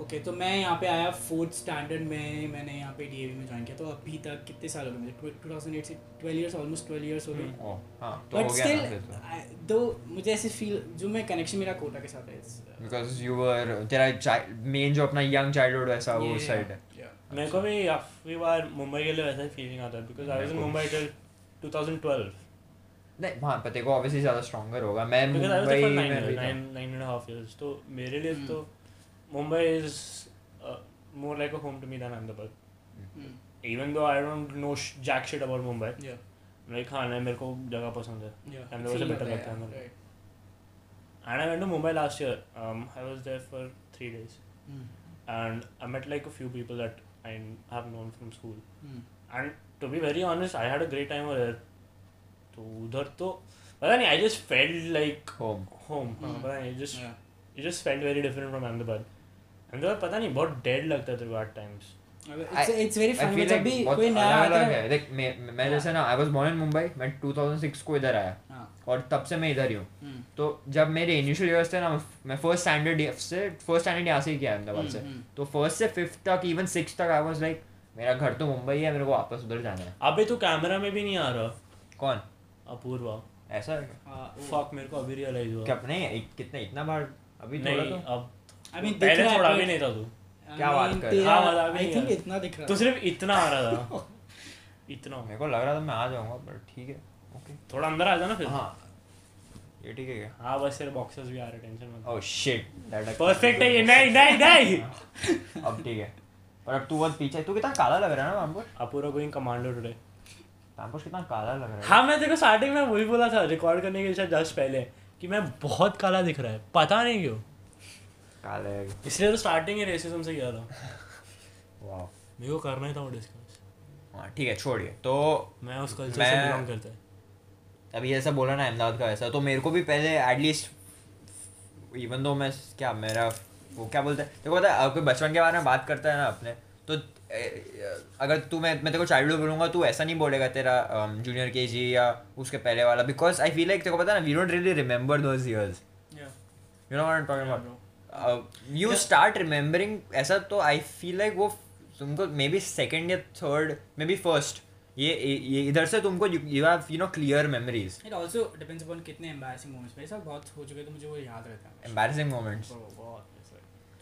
[SPEAKER 4] ओके तो मैं यहाँ पे आया फोर्थ स्टैंडर्ड में मैंने यहाँ पे डीएवी में ज्वाइन किया तो अभी तक कितने साल हो गए मुझे 2008 से 12 इयर्स ऑलमोस्ट 12 इयर्स हो गए
[SPEAKER 2] ओ हां तो
[SPEAKER 4] बट
[SPEAKER 2] हो गया ना फिर तो।
[SPEAKER 4] स्टिल दो तो मुझे ऐसे फील जो मैं कनेक्शन मेरा कोटा के साथ है it's- uh,
[SPEAKER 2] because you were तेरा मेन जो अपना यंग चाइल्डहुड वैसा वो
[SPEAKER 4] Yeah.
[SPEAKER 2] साइड है
[SPEAKER 4] Yeah.
[SPEAKER 3] मेरे को भी काफ़ी बार मुंबई के लिए वैसा ही फीलिंग आता है बिकॉज आई वाज इन
[SPEAKER 2] मेरे को
[SPEAKER 3] मुंबई टिल 2012
[SPEAKER 2] नहीं वहाँ पे तेरे को ऑब्वियसली ज़्यादा स्ट्रॉन्गर होगा मैं
[SPEAKER 3] because I was
[SPEAKER 2] Mumbai
[SPEAKER 3] there for 9
[SPEAKER 2] में भी था।
[SPEAKER 3] नाइन एंड हाफ इयर्स तो मेरे लिए
[SPEAKER 4] Hmm.
[SPEAKER 3] तो Mumbai uh, is more like a home to me then Ahmedabad
[SPEAKER 4] Hmm.
[SPEAKER 3] Even though I don't know jack shit about Mumbai
[SPEAKER 4] Yeah.
[SPEAKER 3] मेरे खाना है हाँ, मेरे को जगह पसंद है
[SPEAKER 4] Yeah.
[SPEAKER 3] अहमदाबाद से
[SPEAKER 4] Feel
[SPEAKER 3] better
[SPEAKER 4] होता है,
[SPEAKER 3] लगता है मेरे को।
[SPEAKER 4] right.
[SPEAKER 3] And I went to Mumbai last year. Um, I was there for three days,
[SPEAKER 4] Hmm.
[SPEAKER 3] and I met like a few people that I have known from school.
[SPEAKER 4] Hmm.
[SPEAKER 3] And to be very honest, I had a great time over there. तो उधर तो पता नहीं I just felt like
[SPEAKER 2] Home.
[SPEAKER 3] Home
[SPEAKER 4] Hmm.
[SPEAKER 3] हाँ, पता नहीं just
[SPEAKER 4] Yeah.
[SPEAKER 3] You just felt very different from Ahmedabad Ahmedabad पता नहीं बहुत डेड लगता था at times
[SPEAKER 4] It's,
[SPEAKER 2] I-
[SPEAKER 4] it's very
[SPEAKER 2] I
[SPEAKER 4] fun
[SPEAKER 2] feel
[SPEAKER 4] जब
[SPEAKER 2] like
[SPEAKER 4] भी
[SPEAKER 2] बहुत
[SPEAKER 4] कोई नया आता
[SPEAKER 2] अलग-अलग
[SPEAKER 4] है
[SPEAKER 2] है। Like, मैं मैं
[SPEAKER 4] हाँ।
[SPEAKER 2] जैसे ना I was born in Mumbai मैं 2006 को इधर आया
[SPEAKER 4] हाँ,
[SPEAKER 2] और तब से मैं इधर ही हूँ
[SPEAKER 4] हम्म,
[SPEAKER 2] तो जब मेरे इनिशियल इयर्स थे ना मैं फर्स्ट स्टैंडर्ड से फर्स्ट स्टैंडर्ड यहाँ से ही किया अहमदाबाद से
[SPEAKER 4] हम्म,
[SPEAKER 2] तो फर्स्ट से फिफ्थ तक इवन सिक्स तक आई वाज लाइक मेरा घर तो मुंबई है मेरे को वापस उधर जाना है
[SPEAKER 3] अबे तो कैमरा में भी नहीं आ रहा
[SPEAKER 2] कौन
[SPEAKER 3] अपूर्वा
[SPEAKER 2] ऐसा है क्या?
[SPEAKER 4] हाँ, वो-
[SPEAKER 3] फक मेरे को अभी रियलाइज हुआ
[SPEAKER 2] क्या नहीं इत- कितना इतना बार अभी थोड़ा
[SPEAKER 3] नहीं
[SPEAKER 2] तो
[SPEAKER 3] अब
[SPEAKER 4] I mean, दिख
[SPEAKER 3] पहले
[SPEAKER 4] रहा है,
[SPEAKER 3] थोड़ा
[SPEAKER 4] but-
[SPEAKER 3] भी नहीं था तू
[SPEAKER 4] I
[SPEAKER 2] क्या बात
[SPEAKER 4] mean,
[SPEAKER 2] कर-
[SPEAKER 4] तेरा-
[SPEAKER 3] हाँ, मजा भी
[SPEAKER 4] I
[SPEAKER 3] नहीं
[SPEAKER 4] think
[SPEAKER 3] आया।
[SPEAKER 4] इतना दिख रहा
[SPEAKER 3] तो
[SPEAKER 4] था।
[SPEAKER 3] सिर्फ इतना आ रहा
[SPEAKER 4] *laughs*
[SPEAKER 3] था इतना
[SPEAKER 2] मेरे को लग रहा था मैं आ जाऊंगा पर ठीक है ओके
[SPEAKER 3] थोड़ा अंदर आ जाना फिर
[SPEAKER 2] हाँ ये ठीक है क्या Oh
[SPEAKER 3] हाँ बस तेरे बॉक्सेस भी आ रहे टेंशन मत
[SPEAKER 2] ओह शिट दैट
[SPEAKER 3] परफेक्ट है ये नहीं नहीं
[SPEAKER 2] *laughs*
[SPEAKER 3] नहीं
[SPEAKER 2] अब ठीक है पर अब तू बहुत पीछे तू कितना काला लग रहा है ना पामपुर
[SPEAKER 3] अपूरा गोइंग कमांडो टुडे
[SPEAKER 2] पामपुर कितना काला लग रहा है
[SPEAKER 3] हाँ मैं तेरे को स्टार्टिंग में वही बोला था रिकॉर्ड करने के शायद जस्ट पहले कि मैं बहुत काला दिख रहा है पता नहीं क्यों
[SPEAKER 2] काले
[SPEAKER 3] इसलिए तो स्टार्टिंग ही रेसिज्म से किया था
[SPEAKER 2] वाओ
[SPEAKER 3] मेरे को करना ही था वो डिस्कस
[SPEAKER 2] हाँ ठीक है छोड़िए तो
[SPEAKER 3] मैं उस कल्चर से
[SPEAKER 2] मैं-
[SPEAKER 3] बिलोंग करता है
[SPEAKER 2] अभी जैसा बोला ना अहमदाबाद का वैसा तो मेरे को भी पहले एटलीस्ट इवन दो मैं क्या मेरा वो क्या बोलते हैं देखो पता है अब कोई बचपन के बारे में बात करता है ना अपने तो ए, अगर तू मैं मैं तेरे को चाइल्डहुड बोलूंगा तू ऐसा नहीं बोलेगा तेरा um, जूनियर के जी या उसके पहले वाला बिकॉज आई फील लाइक तेरे को पता है ना we don't really remember those years
[SPEAKER 4] Yeah.
[SPEAKER 2] You know what I am talking you start remembering ऐसा तो आई फील लाइक वो तुमको मे बी सेकेंड या थर्ड मे बी फर्स्ट ये ये इधर से तुमको you have you know clear memories
[SPEAKER 4] It also depends upon कितने embarrassing moments मेरे साथ बहुत हो चुके हैं, तो मुझे वो याद रहता है
[SPEAKER 2] embarrassing moments.
[SPEAKER 4] Oh,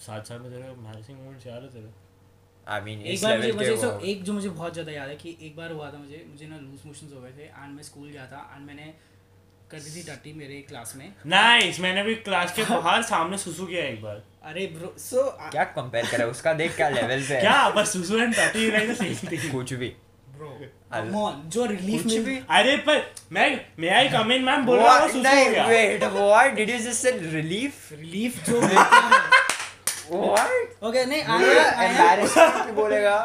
[SPEAKER 3] साथ साथ में तेरे एम्बैरेसिंग मोमेंट्स याद है तेरे
[SPEAKER 2] I mean,
[SPEAKER 4] हाँ। एक
[SPEAKER 2] इस
[SPEAKER 4] बार मुझे
[SPEAKER 2] level के
[SPEAKER 4] मुझे सो
[SPEAKER 2] वो-
[SPEAKER 4] एक जो मुझे बहुत ज़्यादा याद है कि एक बार हुआ था मुझे मुझे ना लूज मोशंस हो गए थे एंड मैं स्कूल गया था एंड मैंने कर दी थी टट्टी मेरे क्लास में
[SPEAKER 3] नाइस मैंने भी क्लास के बाहर सामने सुसु किया एक बार
[SPEAKER 4] अरे ब्रो सो
[SPEAKER 2] क्या कंपेयर करे उसका देख क्या लेवल पे है।
[SPEAKER 3] क्या बस सुसु एंड टटी लाइक द सेम थिंग
[SPEAKER 2] कुछ भी
[SPEAKER 4] ब्रो
[SPEAKER 2] अरे-
[SPEAKER 4] कम ऑन जो रिलीफ
[SPEAKER 2] कुछ
[SPEAKER 4] मिल
[SPEAKER 2] भी
[SPEAKER 3] अरे पर मैं मे आई कम इन मैम बोल रहा हूँ
[SPEAKER 2] What?
[SPEAKER 3] सुसु हो
[SPEAKER 2] नहीं
[SPEAKER 3] गया
[SPEAKER 2] wait what did you just say relief
[SPEAKER 4] relief जो मिलता है
[SPEAKER 2] व्हाट
[SPEAKER 4] ओके नहीं आया आया
[SPEAKER 2] एम्बैरेसिंग बोलेगा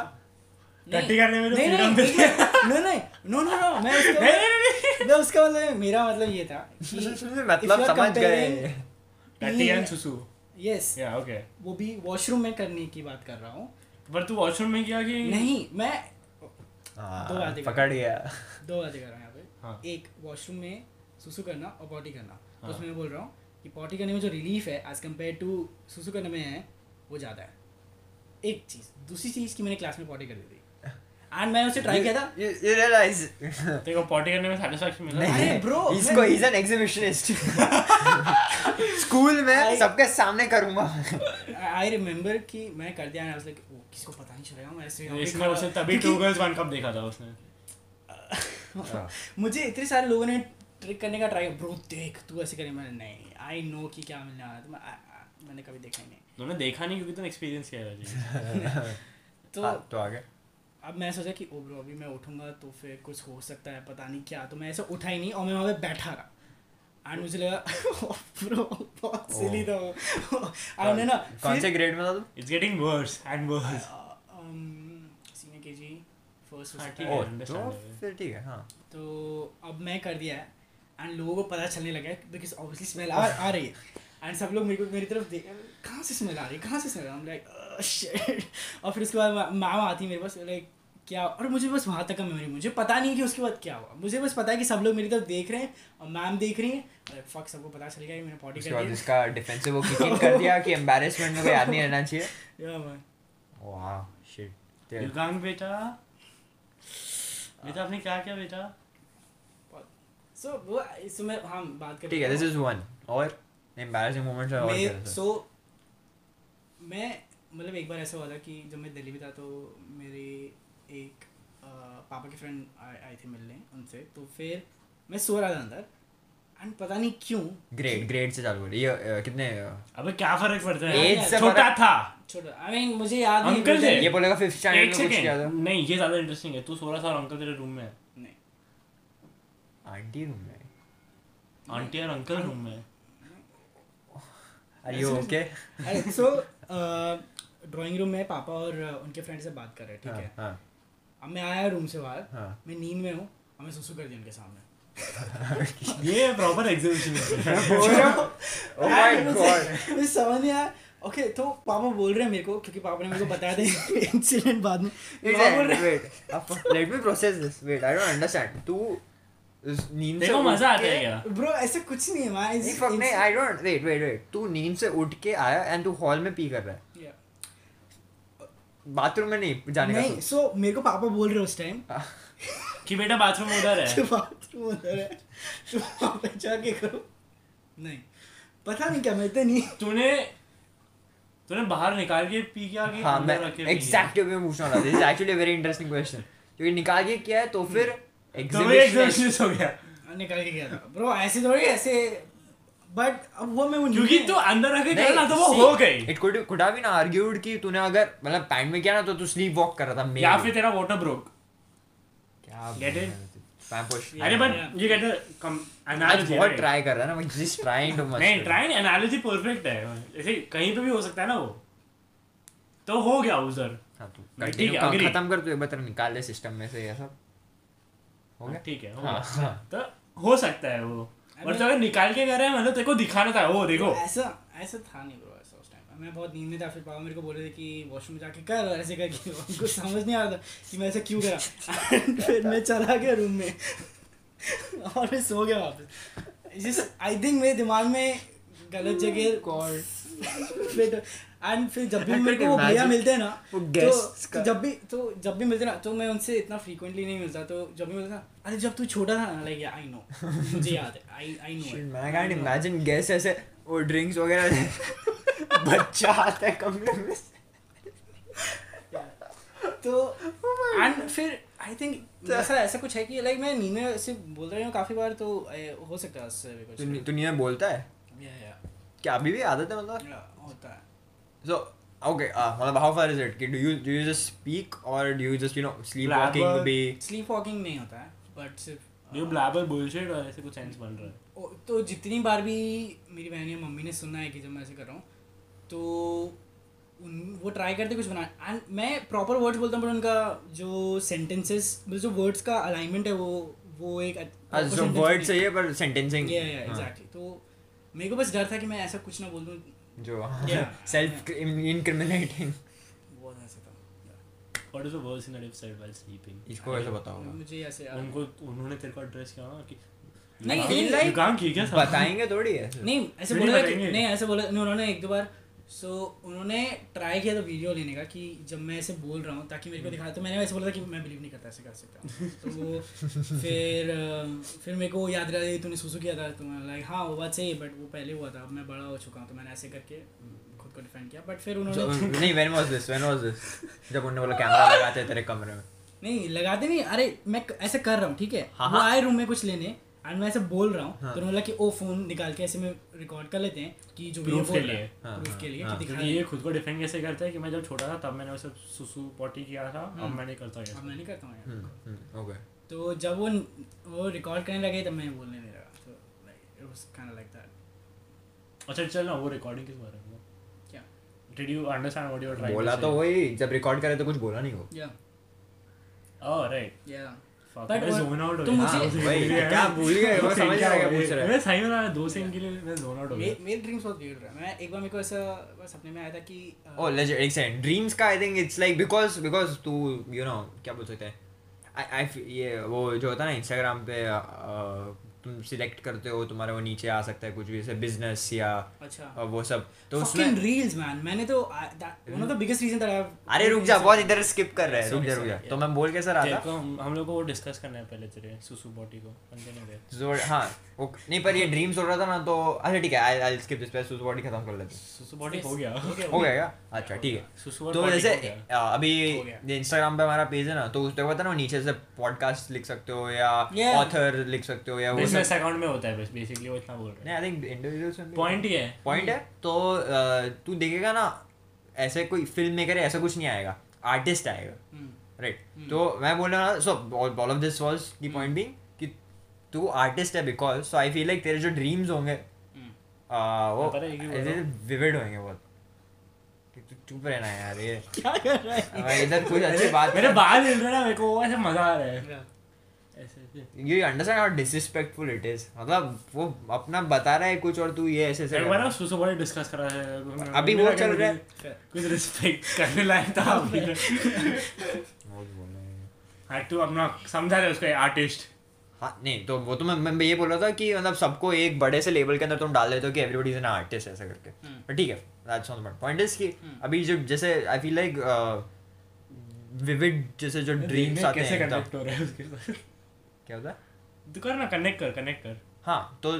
[SPEAKER 3] टट्टी करने में तो
[SPEAKER 4] नहीं
[SPEAKER 3] freedom
[SPEAKER 4] नहीं
[SPEAKER 3] देते हैं।
[SPEAKER 4] नो नहीं नो नो नो मैं उसका
[SPEAKER 3] नहीं, नहीं, नहीं,
[SPEAKER 4] मैं उसका मतलब मेरा मतलब ये था
[SPEAKER 2] *laughs* मतलब समझ गए
[SPEAKER 3] टट्टी एंड सुसु
[SPEAKER 4] यस
[SPEAKER 3] या ओके
[SPEAKER 4] वो भी वॉशरूम में करने की बात कर रहा हूँ
[SPEAKER 3] पर तू वॉशरूम में किया कि
[SPEAKER 4] नहीं मैं दो
[SPEAKER 2] हाँ,
[SPEAKER 4] आदमी।
[SPEAKER 2] पकड़ गया
[SPEAKER 4] दो बातें कर रहा हूँ यहाँ पे
[SPEAKER 3] हाँ।
[SPEAKER 4] एक वॉशरूम में सुसु करना और पॉटी करना तो
[SPEAKER 3] हाँ।
[SPEAKER 4] उसमें मैं बोल रहा हूँ कि पॉटी करने में जो रिलीफ है एज कम्पेयर टू सुसु करने में है वो ज़्यादा है एक चीज़ दूसरी चीज़ कि मैंने क्लास में पॉटी कर दी थी एंड मैंने उसे ट्राई किया था
[SPEAKER 2] You, you realize
[SPEAKER 3] तेरे को पॉटी करने में सेटिस्फेक्शन मिला
[SPEAKER 4] नहीं। अरे bro,
[SPEAKER 2] इसको
[SPEAKER 4] मैं-
[SPEAKER 2] he's an exhibitionist स्कूल में
[SPEAKER 4] I-
[SPEAKER 2] सबके सामने करूंगा
[SPEAKER 4] आई रिमेम्बर कि मैं कर दिया एंड लाइक ओ किसको पता नहीं चलेगा मैं ऐसे यहाँ पे
[SPEAKER 3] इसने
[SPEAKER 4] खड़ा-
[SPEAKER 3] उसे तभी टू
[SPEAKER 4] क्योंकि हाँ।
[SPEAKER 3] गर्ल्स वन कप देखा था उसने
[SPEAKER 4] मुझे इतने सारे लोगों ने ट्रिक करने का ट्राई ब्रो देख तू ऐसे करे मैंने नहीं आई नो कि क्या मिलने वाला है तो मैं- I- I- मैंने कभी देखा ही नहीं
[SPEAKER 3] तूने देखा नहीं क्योंकि तूने एक्सपीरियंस किया था
[SPEAKER 4] तो
[SPEAKER 2] हाँ, तो आगे
[SPEAKER 4] अब मैं सोचा कि ओ ब्रो अभी मैं उठूंगा तो फिर कुछ हो सकता है पता नहीं क्या तो मैं ऐसे उठा ही नहीं और मैं वहाँ पे बैठा रहा एंड मुझे लगा *laughs* ब्रो बहुत सिली था वो And मैंने ना
[SPEAKER 2] कौन
[SPEAKER 4] फिर-
[SPEAKER 2] से ग्रेड में था तुम
[SPEAKER 3] it's getting worse and worse
[SPEAKER 4] senior K G first
[SPEAKER 3] हाँ,
[SPEAKER 4] सोसाइटी
[SPEAKER 3] ठीक है,
[SPEAKER 2] ओ, तो
[SPEAKER 3] understandable.
[SPEAKER 2] फिर ठीक है हाँ
[SPEAKER 4] तो अब मैं कर दिया है एंड लोगों को पता चलने लगा है बिकॉज ऑब्वियसली स्मेल आ आ रही है एंड सब लोग मेरे को मेरी तरफ देख कहाँ से स्मेल आ रही है कहाँ से स्मेल आ रही लाइक *laughs* और फिर उसके बाद मा- मैम आती है मेरे पास लाइक क्या और मुझे बस वहाँ तक का मेमोरी मुझे पता नहीं कि उसके बाद क्या हुआ मुझे बस पता है कि सब लोग मेरी तरफ देख रहे हैं और मैम देख रही है फक सबको पता चल गया कि मैंने पॉटी
[SPEAKER 2] उसके
[SPEAKER 4] कर
[SPEAKER 2] बाद इसका डिफेंसिव वो kick in कर दिया कि एम्बैरेसमेंट में कोई याद नहीं रहना चाहिए
[SPEAKER 4] दिया Yeah, man.
[SPEAKER 2] वाह शिट
[SPEAKER 3] युगांग बेटा बेटा आपने क्या किया बेटा
[SPEAKER 4] So, वो इसमें हम बात करते
[SPEAKER 2] ठीक है दिस इज वन और एम्बैरेसिंग मोमेंट्स आर ऑल
[SPEAKER 4] मैं सो मैं मतलब एक बार ऐसा हुआ था कि जब मैं दिल्ली में था तो मेरे एक अ, पापा के फ्रेंड आए आए थे मिलने उनसे तो फिर मैं सो रहा था अंदर एंड पता नहीं क्यों
[SPEAKER 2] ग्रेड ग्रेड से चालू हो रही है ये, अ, कितने अ,
[SPEAKER 3] अबे क्या फर्क पड़ता है
[SPEAKER 2] Age से
[SPEAKER 3] छोटा
[SPEAKER 2] फर्क-
[SPEAKER 3] था
[SPEAKER 4] छोटा आई मीन मुझे याद नहीं
[SPEAKER 3] Uncle
[SPEAKER 4] मुझे-
[SPEAKER 3] थे?
[SPEAKER 2] ये बोलेगा फिफ्थ
[SPEAKER 3] एक
[SPEAKER 2] स्टैंडर्ड में कुछ किया
[SPEAKER 3] सेकेंड नहीं ये ज्यादा इंटरेस्टिंग है तू सोलह साल अंकल तेरे रूम में है
[SPEAKER 4] नहीं
[SPEAKER 2] था आंटी रूम में
[SPEAKER 3] आंटी और अंकल रूम में है
[SPEAKER 2] *laughs* आर यू ओके
[SPEAKER 4] अरे सो ड्राइंग रूम में पापा और अ, उनके फ्रेंड से बात कर रहे हैं
[SPEAKER 3] हाँ।
[SPEAKER 4] ठीक है
[SPEAKER 2] हां
[SPEAKER 4] अब मैं आया रूम से बाहर
[SPEAKER 2] हां
[SPEAKER 4] मैं नींद में हूँ और मैं सुसु कर दी उनके सामने
[SPEAKER 3] ये प्रॉपर
[SPEAKER 2] हाँ। Oh,
[SPEAKER 4] *laughs*
[SPEAKER 3] एग्जीबिशन
[SPEAKER 2] ओ माय
[SPEAKER 4] मुझे-
[SPEAKER 2] गॉड
[SPEAKER 4] *laughs* मुझे समझ नहीं आया ओके तो पापा बोल रहे हैं मेरे को क्योंकि पापा ने मेरे को बताया था *laughs* इंसिडेंट बाद में पापा बोल रहे हैं,
[SPEAKER 2] wait अब- let me process this wait I don't understand तू उस नींद
[SPEAKER 3] *laughs*
[SPEAKER 2] से
[SPEAKER 3] देखो
[SPEAKER 2] उठ
[SPEAKER 3] मजा आता
[SPEAKER 2] के-
[SPEAKER 3] है क्या
[SPEAKER 4] ब्रो ऐसा कुछ नहीं है माँ
[SPEAKER 2] नहीं fuck, नहीं I don't wait wait wait तू नींद से उठ के आया एंड तू हॉल में पी कर रहा है बाथरूम में नहीं जाने का
[SPEAKER 4] नहीं
[SPEAKER 2] सोच।
[SPEAKER 4] सो मेरे को पापा बोल रहे हैं उस तो टाइम
[SPEAKER 3] कि बेटा बाथरूम उधर
[SPEAKER 2] *laughs*
[SPEAKER 4] कि
[SPEAKER 3] है
[SPEAKER 4] बाथरूम उधर है तो पापा जाके करो नहीं पता नहीं क्या मैं इतने नहीं
[SPEAKER 3] तूने तूने बाहर निकाल के पी के आके
[SPEAKER 2] हाँ मैं
[SPEAKER 3] अंदर रख के पी लिया।
[SPEAKER 2] एग्जैक्ट वे पूछना रहा था this is actually very interesting question क्योंकि निकाल के किया है तो फिर
[SPEAKER 3] तो ये
[SPEAKER 2] एग्जीबिशन
[SPEAKER 3] एग्जीबिशन हो
[SPEAKER 2] *laughs*
[SPEAKER 3] गया
[SPEAKER 4] *laughs* निकाल के गया था ब्रो ऐसे थोड़ी ऐसे बट अब वो मैं वो नहीं-
[SPEAKER 3] क्योंकि तू अंदर रख के गया ना तो वो हो गई
[SPEAKER 2] it could could have been argued कि तूने अगर मतलब पैंट में किया ना तो तू स्लीप वॉक कर रहा था
[SPEAKER 3] या
[SPEAKER 2] maybe।
[SPEAKER 3] फिर तेरा वाटर ब्रोक
[SPEAKER 2] क्या
[SPEAKER 3] Get it?
[SPEAKER 2] पैंपोश
[SPEAKER 3] अरे
[SPEAKER 4] Yeah.
[SPEAKER 3] But you get a
[SPEAKER 2] आज
[SPEAKER 3] एनालॉजी
[SPEAKER 2] बहुत ट्राई कर रहा है ना मैं जस्ट ट्राइंग टू मच
[SPEAKER 3] नहीं ट्राई नहीं एनालॉजी परफेक्ट है ऐसे कहीं पे भी हो सकता है ना वो तो हो गया उधर
[SPEAKER 2] हां तू
[SPEAKER 3] नहीं, ठीक
[SPEAKER 2] continue
[SPEAKER 3] है,
[SPEAKER 2] कर
[SPEAKER 3] agree.
[SPEAKER 2] तो खत्म कर तू एक बार तेरा निकाल दे सिस्टम में से ये सब हो गया
[SPEAKER 3] ठीक है हो
[SPEAKER 2] हाँ,
[SPEAKER 3] गया।
[SPEAKER 2] हाँ।
[SPEAKER 3] तो हो सकता है वो
[SPEAKER 4] अबे-
[SPEAKER 3] और तो अगर निकाल के कर रहे हैं मतलब तेरे को दिखाना था वो देखो
[SPEAKER 4] ऐसा ऐसा था नहीं ब्रो ऐसा उस टाइम मैं बहुत नींद में था फिर पापा मेरे को बोल रहे थे कि वॉशरूम जाके कर और ऐसे करके *laughs* उनको समझ नहीं आ रहा था कि मैं ऐसा क्यों करा And *laughs* फिर मैं चला गया रूम में *laughs* और मैं सो गया वापस जिस आई थिंक मेरे दिमाग में गलत
[SPEAKER 2] Hmm.
[SPEAKER 4] जगह कॉल फिर एंड फिर जब भी
[SPEAKER 2] I
[SPEAKER 4] मेरे
[SPEAKER 2] could
[SPEAKER 4] को वो भैया
[SPEAKER 2] imagine
[SPEAKER 4] मिलते हैं ना
[SPEAKER 2] वो guests
[SPEAKER 4] तो
[SPEAKER 2] का-
[SPEAKER 4] जब भी तो जब भी मिलते ना तो मैं उनसे इतना फ्रीक्वेंटली नहीं मिलता तो जब भी मिलता ना अरे जब तू छोटा था ना लाइक आई नो *laughs* मुझे याद है I I know
[SPEAKER 2] Shit, man, I
[SPEAKER 4] तो-
[SPEAKER 2] can't imagine guess ऐसे वो ड्रिंक्स वगैरह *laughs* बच्चा आता है कमरे में
[SPEAKER 4] तो एंड फिर आई थिंक ऐसा ऐसा कुछ है कि लाइक मैं नींद में सिर्फ बोल रही हूँ काफी बार तो ए, हो सकता है उससे भी
[SPEAKER 2] तू
[SPEAKER 4] कुछ
[SPEAKER 2] तू नहीं बोलता है
[SPEAKER 4] Yeah, yeah.
[SPEAKER 2] क्या अभी भी आदत है मतलब
[SPEAKER 4] Yeah, होता है
[SPEAKER 2] सो ओके मतलब हाउ फार इज इट कि do you do you just speak और do you just you know sleep walking
[SPEAKER 3] Blabber.
[SPEAKER 2] भी
[SPEAKER 4] स्लीप वॉकिंग नहीं होता है बट सिर्फ
[SPEAKER 3] यू ब्लैबर बुलशिट और ऐसे कुछ सेंस बन रहा है
[SPEAKER 4] ओ, तो जितनी बार भी मेरी बहन या मम्मी ने सुना है कि जब मैं ऐसे कर रहा हूँ तो उन वो ट्राई करते कुछ बना एंड मैं प्रॉपर वर्ड्स बोलता हूँ पर उनका जो सेंटेंसेस जो वर्ड्स का अलाइनमेंट है वो वो एक अच्छ- proper
[SPEAKER 2] सो
[SPEAKER 4] sentence
[SPEAKER 2] वर्ड
[SPEAKER 4] नहीं-
[SPEAKER 2] हाँ, चाहिए पर हाँ, सेंटेंसिंग
[SPEAKER 4] Yeah, yeah, exactly. तो मेरे को बस डर था कि मैं ऐसा कुछ ना बोल दूं
[SPEAKER 2] जो *laughs*
[SPEAKER 4] Yeah.
[SPEAKER 2] सेल्फ
[SPEAKER 4] *laughs*
[SPEAKER 2] इनक्रिमिनेटिंग
[SPEAKER 4] बहुत ऐसा था
[SPEAKER 3] what is the worst in life said while sleeping
[SPEAKER 2] इसको ऐसे
[SPEAKER 4] *laughs*
[SPEAKER 2] बताओ
[SPEAKER 4] मतलब मुझे ऐसे याद-
[SPEAKER 3] उनको उन्होंने तेरे को एड्रेस किया ना कि
[SPEAKER 4] नहीं,
[SPEAKER 3] "You
[SPEAKER 4] in
[SPEAKER 3] can't- you
[SPEAKER 4] life-
[SPEAKER 3] can't किया क्या सब?"
[SPEAKER 2] बताएंगे थोड़ी है
[SPEAKER 4] नहीं ऐसे
[SPEAKER 3] नहीं
[SPEAKER 4] बोला कि-
[SPEAKER 3] बताएंगे।
[SPEAKER 4] नहीं ऐसे बोला नहीं उन्होंने एक दो बार सो उन्होंने ट्राई किया था वीडियो लेने का कि जब मैं ऐसे बोल रहा हूँ ताकि मेरे
[SPEAKER 3] हम्म।
[SPEAKER 4] को दिखा तो मैंने वैसे बोला था कि मैं बिलीव नहीं करता ऐसे कर सकता हूँ तो फिर अ, फिर मेरे को याद रहा तूने सुसु किया था तो मैं लाइक हाँ वो बात सही है बट वो पहले हुआ था अब मैं बड़ा हो चुका हूँ तो मैंने ऐसे करके अम, खुद को डिफेंड किया बट फिर
[SPEAKER 2] So, uh,
[SPEAKER 4] उन्होंने
[SPEAKER 2] नहीं when was this when was this जब उन्होंने बोला कैमरा लगाते हैं तेरे कमरे में
[SPEAKER 4] नहीं लगाते नहीं अरे मैं क- ऐसे कर रहा हूँ ठीक है
[SPEAKER 2] हाँ,
[SPEAKER 4] वो
[SPEAKER 2] हाँ।
[SPEAKER 4] आए रूम में कुछ लेने एंड मैं ऐसे बोल रहा हूँ
[SPEAKER 2] हाँ।
[SPEAKER 4] तो उन्होंने बोला कि ओ फोन निकाल के ऐसे में रिकॉर्ड कर लेते हैं कि जो भी ये
[SPEAKER 3] Proof के
[SPEAKER 4] बोल रहा
[SPEAKER 3] लिए।
[SPEAKER 4] है
[SPEAKER 2] हाँ,
[SPEAKER 4] प्रूफ के लिए
[SPEAKER 2] हाँ,
[SPEAKER 4] कि दिखा
[SPEAKER 3] क्योंकि ये खुद को डिफेंड कैसे करता है कि मैं जब छोटा था तब मैंने उसे सुसु पॉटी किया था अब
[SPEAKER 4] हम्म।
[SPEAKER 3] मैं नहीं करता
[SPEAKER 4] अब
[SPEAKER 3] ये
[SPEAKER 4] मैं नहीं करता हूँ यार।
[SPEAKER 2] हम्म, ओके
[SPEAKER 4] तो जब वो वो रिकॉर्ड करने लगे तब मैं बोलने लगा तो like it was kind of like that
[SPEAKER 3] अच्छा चल ना वो रिकॉर्डिंग किस बारे में
[SPEAKER 4] क्या
[SPEAKER 3] did you understand what you are trying
[SPEAKER 2] बोला तो वही जब रिकॉर्ड करे तो कुछ बोला नहीं वो
[SPEAKER 4] या
[SPEAKER 3] ओह राइट
[SPEAKER 4] या
[SPEAKER 3] फक
[SPEAKER 4] But
[SPEAKER 3] Oh, मैं
[SPEAKER 4] what-
[SPEAKER 3] जोन आउट हो
[SPEAKER 4] तो
[SPEAKER 3] गया
[SPEAKER 4] मुझे-
[SPEAKER 3] हाँ,
[SPEAKER 2] वही,
[SPEAKER 3] गया।
[SPEAKER 2] क्या भूल गए? वो
[SPEAKER 3] दो
[SPEAKER 2] समझ
[SPEAKER 3] scene क्या
[SPEAKER 2] नहीं आया,
[SPEAKER 3] हो गए?
[SPEAKER 2] पूछ रहा है।
[SPEAKER 3] मैं सही में ना, दो सीन के लिए मैं जोन आउट हो गया
[SPEAKER 4] मेरे ड्रीम्स बहुत weird रहा मैं एक बार मेरे को ऐसा बस सपने में आया था कि अ,
[SPEAKER 2] Oh, legit. Like said, dreams का I think it's like because because तू you know क्या बोल सकते हैं I I feel- ये वो जो होता है ना Instagram पे अ, अ, तुम सिलेक्ट करते हो तुम्हारे वो नीचे आ सकता है कुछ भी जैसे बिजनेस या
[SPEAKER 4] अच्छा
[SPEAKER 2] अ, वो सब तो
[SPEAKER 4] फकिंग
[SPEAKER 2] उसमें
[SPEAKER 4] रील्स मैन मैंने तो one of the biggest reason that I
[SPEAKER 2] अरे रुक जा बहुत इधर स्किप कर रहे हैं रुक
[SPEAKER 3] Sorry,
[SPEAKER 2] जा रुक जा
[SPEAKER 3] sorry,
[SPEAKER 2] तो मैं बोल के सर
[SPEAKER 3] तेरे
[SPEAKER 2] आता
[SPEAKER 3] को हम हम लोग को वो डिस्कस करना है पहले तेरे सुसु बॉडी को कंटिन्यू कर
[SPEAKER 2] जोर हाँ वो नहीं पर ये ड्रीम्स हो रहा था ना तो अच्छा ठीक है आई आई स्किप दिस पे सुस बॉडी खत्म कर लेते हैं
[SPEAKER 3] सुसु बॉडी हो गया
[SPEAKER 2] हो गया क्या? अच्छा ठीक है
[SPEAKER 3] सुसु
[SPEAKER 2] तो जैसे अ, अभी
[SPEAKER 4] हो गया।
[SPEAKER 2] इंस्टाग्राम पे हमारा पेज है ना तो उस पे पता ना नीचे से पॉडकास्ट लिख सकते हो या
[SPEAKER 4] Yeah.
[SPEAKER 2] ऑथर लिख सकते हो या वो सब
[SPEAKER 3] बिजनेस अकाउंट में होता है बस बेसिकली वो इतना बोल रहा
[SPEAKER 2] नहीं आई थिंक इंडिविजुअल
[SPEAKER 3] है पॉइंट ये है
[SPEAKER 2] पॉइंट है तो अ, तू देखेगा ना ऐसे कोई फिल्म मेकर ऐसा कुछ नहीं आएगा आर्टिस्ट आएगा
[SPEAKER 4] Hmm,
[SPEAKER 2] राइट तो मैं बोल रहा so all of this was key point
[SPEAKER 4] Hmm.
[SPEAKER 2] Being कि तू आर्टिस्ट है because so I feel like तेरे जो ड्रीम्स होंगे
[SPEAKER 4] hmm.
[SPEAKER 2] अ, वो
[SPEAKER 3] पता है कि वो-
[SPEAKER 2] विविड होंगे बहुत तू- तू चुप रहना यार ये
[SPEAKER 4] *laughs* क्या कर रहा है
[SPEAKER 2] हमारे इधर कुछ अच्छी बात
[SPEAKER 3] मेरे बाल हिल रहे हैं ना मेरे को वो ऐसे मजा आ रहा है ऐसे ऐसे
[SPEAKER 2] you understand how disrespectful it is मतलब वो अपना बता रहा है कुछ और तू ये ऐसे ऐसे
[SPEAKER 3] एक
[SPEAKER 2] कर
[SPEAKER 3] बार
[SPEAKER 2] रहा
[SPEAKER 3] ना
[SPEAKER 2] है।
[SPEAKER 3] सुसु बॉडी डिस्कस करा है
[SPEAKER 2] अभी
[SPEAKER 3] मेरा
[SPEAKER 2] वो
[SPEAKER 3] क्या
[SPEAKER 2] चल रहा है।
[SPEAKER 3] मुझे कुछ रिस्पेक्ट करने लायक था *laughs* अभी
[SPEAKER 2] बहुत बोलना है।
[SPEAKER 3] हाँ तू अपना समझा रहे उसको आर्टिस्ट
[SPEAKER 2] हाँ नहीं तो वो तो मैं मैं ये बोल रहा था कि मतलब सबको एक बड़े से लेवल के अंदर तुम डाल देते हो कि एवरीबॉडी इज एन आर्टिस्ट ऐसा करके
[SPEAKER 4] हम्म।
[SPEAKER 2] पर ठीक है that's not my point is कि
[SPEAKER 4] हम्म।
[SPEAKER 2] अभी जो जैसे I feel like vivid uh, जैसे जो ड्रीम्स आते
[SPEAKER 3] कैसे
[SPEAKER 2] तो हैं एकदम-
[SPEAKER 3] कनेक्ट हो रहा है उसके साथ
[SPEAKER 2] क्या होता है
[SPEAKER 3] तू कर ना कनेक्ट कर कनेक्ट कर
[SPEAKER 2] हाँ तो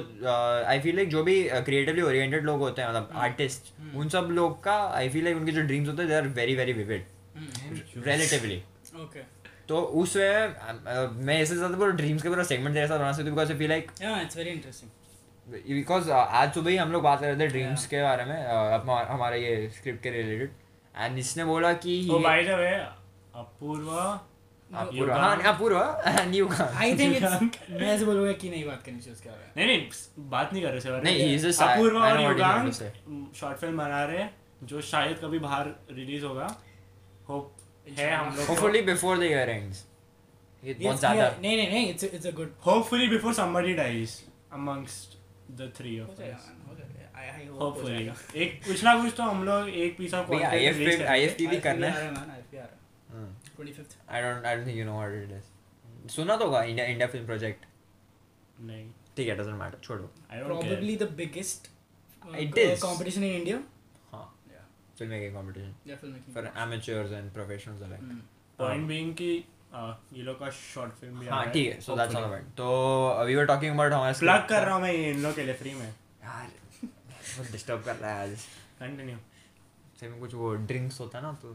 [SPEAKER 2] आई फील लाइक जो भी क्रिएटिवली ओरिएंटेड लोग होते हैं मतलब आर्टिस्ट उन सब लोग का आई फील लाइक उनके जो ड्रीम्स होते हैं they are very very vivid
[SPEAKER 4] Hmm,
[SPEAKER 2] relatively
[SPEAKER 4] okay
[SPEAKER 2] तो उस वे अ, मैं ऐसे ज्यादा पूरा ड्रीम्स का पूरा सेगमेंट तेरे साथ बना सकती हूँ बिकॉज आई फील लाइक
[SPEAKER 4] या इट्स वेरी
[SPEAKER 2] *laughs*
[SPEAKER 4] इंटरेस्टिंग
[SPEAKER 2] बिकॉज आज सुबह ही हम लोग बात कर रहे थे ड्रीम्स के बारे में अ, अपना हमारा ये स्क्रिप्ट के रिलेटेड एंड इसने बोला कि
[SPEAKER 3] oh by the way Apoorva
[SPEAKER 2] Apoorv हाँ अपूर्व *laughs* एंड यू का
[SPEAKER 4] आई थिंक इट्स *laughs* मैं ऐसे बोलूंगा कि नहीं बात करनी चाहिए उसके बारे में
[SPEAKER 3] नहीं नहीं स- बात नहीं कर रहे सर
[SPEAKER 2] नहीं, he is just-
[SPEAKER 3] Apoorva
[SPEAKER 2] I- I
[SPEAKER 3] और
[SPEAKER 2] know what he
[SPEAKER 3] Yugang
[SPEAKER 2] wants to
[SPEAKER 3] short film बना रहे हैं जो शायद कभी बाहर रिलीज होगा होप है हम लोग
[SPEAKER 2] hopefully before the year ends ये बहुत
[SPEAKER 4] Yes,
[SPEAKER 2] ज्यादा
[SPEAKER 4] yeah, नहीं नहीं नहीं it's it's a good
[SPEAKER 3] hopefully before somebody dies amongst the three
[SPEAKER 4] हो
[SPEAKER 3] ऑफ अस
[SPEAKER 4] जाएगा हो जाएगा आई आई होप हो
[SPEAKER 3] होपफुली
[SPEAKER 2] *laughs*
[SPEAKER 4] जाएगा
[SPEAKER 3] एक कुछ ना कुछ तो हम लोग एक पीस ऑफ
[SPEAKER 2] भैया
[SPEAKER 3] कंटेंट रिलीज
[SPEAKER 2] आईएफपी
[SPEAKER 3] करेंगे
[SPEAKER 2] आईएफपी भी करना है
[SPEAKER 4] है मैन आईपी आ रहा
[SPEAKER 2] हम्म।
[SPEAKER 4] है 25th
[SPEAKER 2] I don't I don't think you know what it is. सुना तो होगा इंडिया इंडिया फिल्म प्रोजेक्ट
[SPEAKER 3] नहीं
[SPEAKER 2] ठीक है डजंट मैटर छोड़ो
[SPEAKER 3] I don't care
[SPEAKER 4] probably the biggest uh,
[SPEAKER 2] It
[SPEAKER 4] co-
[SPEAKER 2] is.
[SPEAKER 4] competition in India.
[SPEAKER 2] हाँ
[SPEAKER 4] Yeah,
[SPEAKER 2] film making competition
[SPEAKER 4] yeah, filmmaking.
[SPEAKER 2] For amateurs and professionals अलग
[SPEAKER 4] Mm.
[SPEAKER 3] Point being कि आ, ये लोग का शॉर्ट फिल्म भी आ
[SPEAKER 2] हाँ
[SPEAKER 3] रहा
[SPEAKER 2] ठीक है so that's all
[SPEAKER 3] hopefully।
[SPEAKER 2] About तो वी वर टॉकिंग अबाउट हमारा
[SPEAKER 3] प्लग कर रहा हूँ मैं ये इन लोग के लिए फ्री में
[SPEAKER 2] यार बहुत डिस्टर्ब कर रहा है आज
[SPEAKER 3] कंटिन्यू
[SPEAKER 2] से में कुछ वो ड्रिंक्स होता है ना तो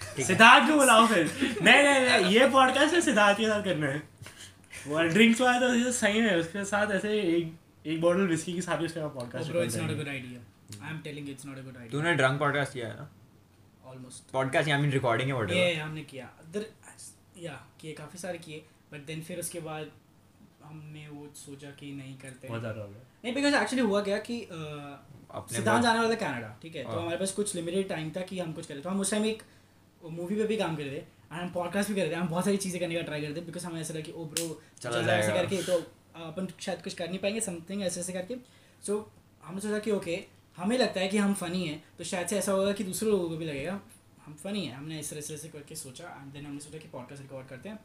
[SPEAKER 2] ठीक है
[SPEAKER 3] सिद्धार्थ को बुलाओ फिर नहीं नहीं नहीं ये पॉडकास्ट है सिद्धार्थ के साथ करना है वो ड्रिंक्स वाला तो ये सही है उसके साथ ऐसे एक एक बॉटल विस्की के साथ ही उसका
[SPEAKER 4] Oh,
[SPEAKER 3] podcast
[SPEAKER 4] bro, it's not a good idea.
[SPEAKER 3] Hmm.
[SPEAKER 4] I'm telling you, it's not a good idea.
[SPEAKER 2] तूने ड्रंक पॉडकास्ट किया है ना
[SPEAKER 4] Almost.
[SPEAKER 2] Podcast I mean recording है
[SPEAKER 4] ये
[SPEAKER 2] व्हाटएवर
[SPEAKER 4] हमने किया अदर या किए काफी सारे किए बट देन फिर उसके बाद हमने वो सोचा कि नहीं करते
[SPEAKER 3] बहुत ज्यादा हो गया
[SPEAKER 4] नहीं बिकॉज एक्चुअली हुआ क्या कि uh,
[SPEAKER 2] अपने
[SPEAKER 4] सिद्धांत
[SPEAKER 2] बहुत-
[SPEAKER 4] जाने वाला था कनाडा ठीक है तो
[SPEAKER 2] हाँ।
[SPEAKER 4] हमारे पास कुछ लिमिटेड टाइम था कि हम कुछ करें तो हम उस टाइम एक मूवी पे भी काम कर रहे थे एंड हम पॉडकास्ट भी कर रहे थे हम बहुत सारी चीज़ें करने का ट्राई करते बिकॉज हमें ऐसा लगा कि ओ ब्रो
[SPEAKER 2] चला
[SPEAKER 4] ऐसे
[SPEAKER 2] जाएगा।
[SPEAKER 4] करके तो आ, अपन शायद कुछ कर नहीं पाएंगे समथिंग ऐसे ऐसे करके सो हमने सोचा कि ओके हमें लगता है कि हम फनी हैं तो शायद से ऐसा होगा कि दूसरे लोगों को भी लगेगा हम फनी हैं हमने इस तरह से ऐसे करके सोचा एंड देन हमने सोचा कि पॉडकास्ट रिकॉर्ड करते हैं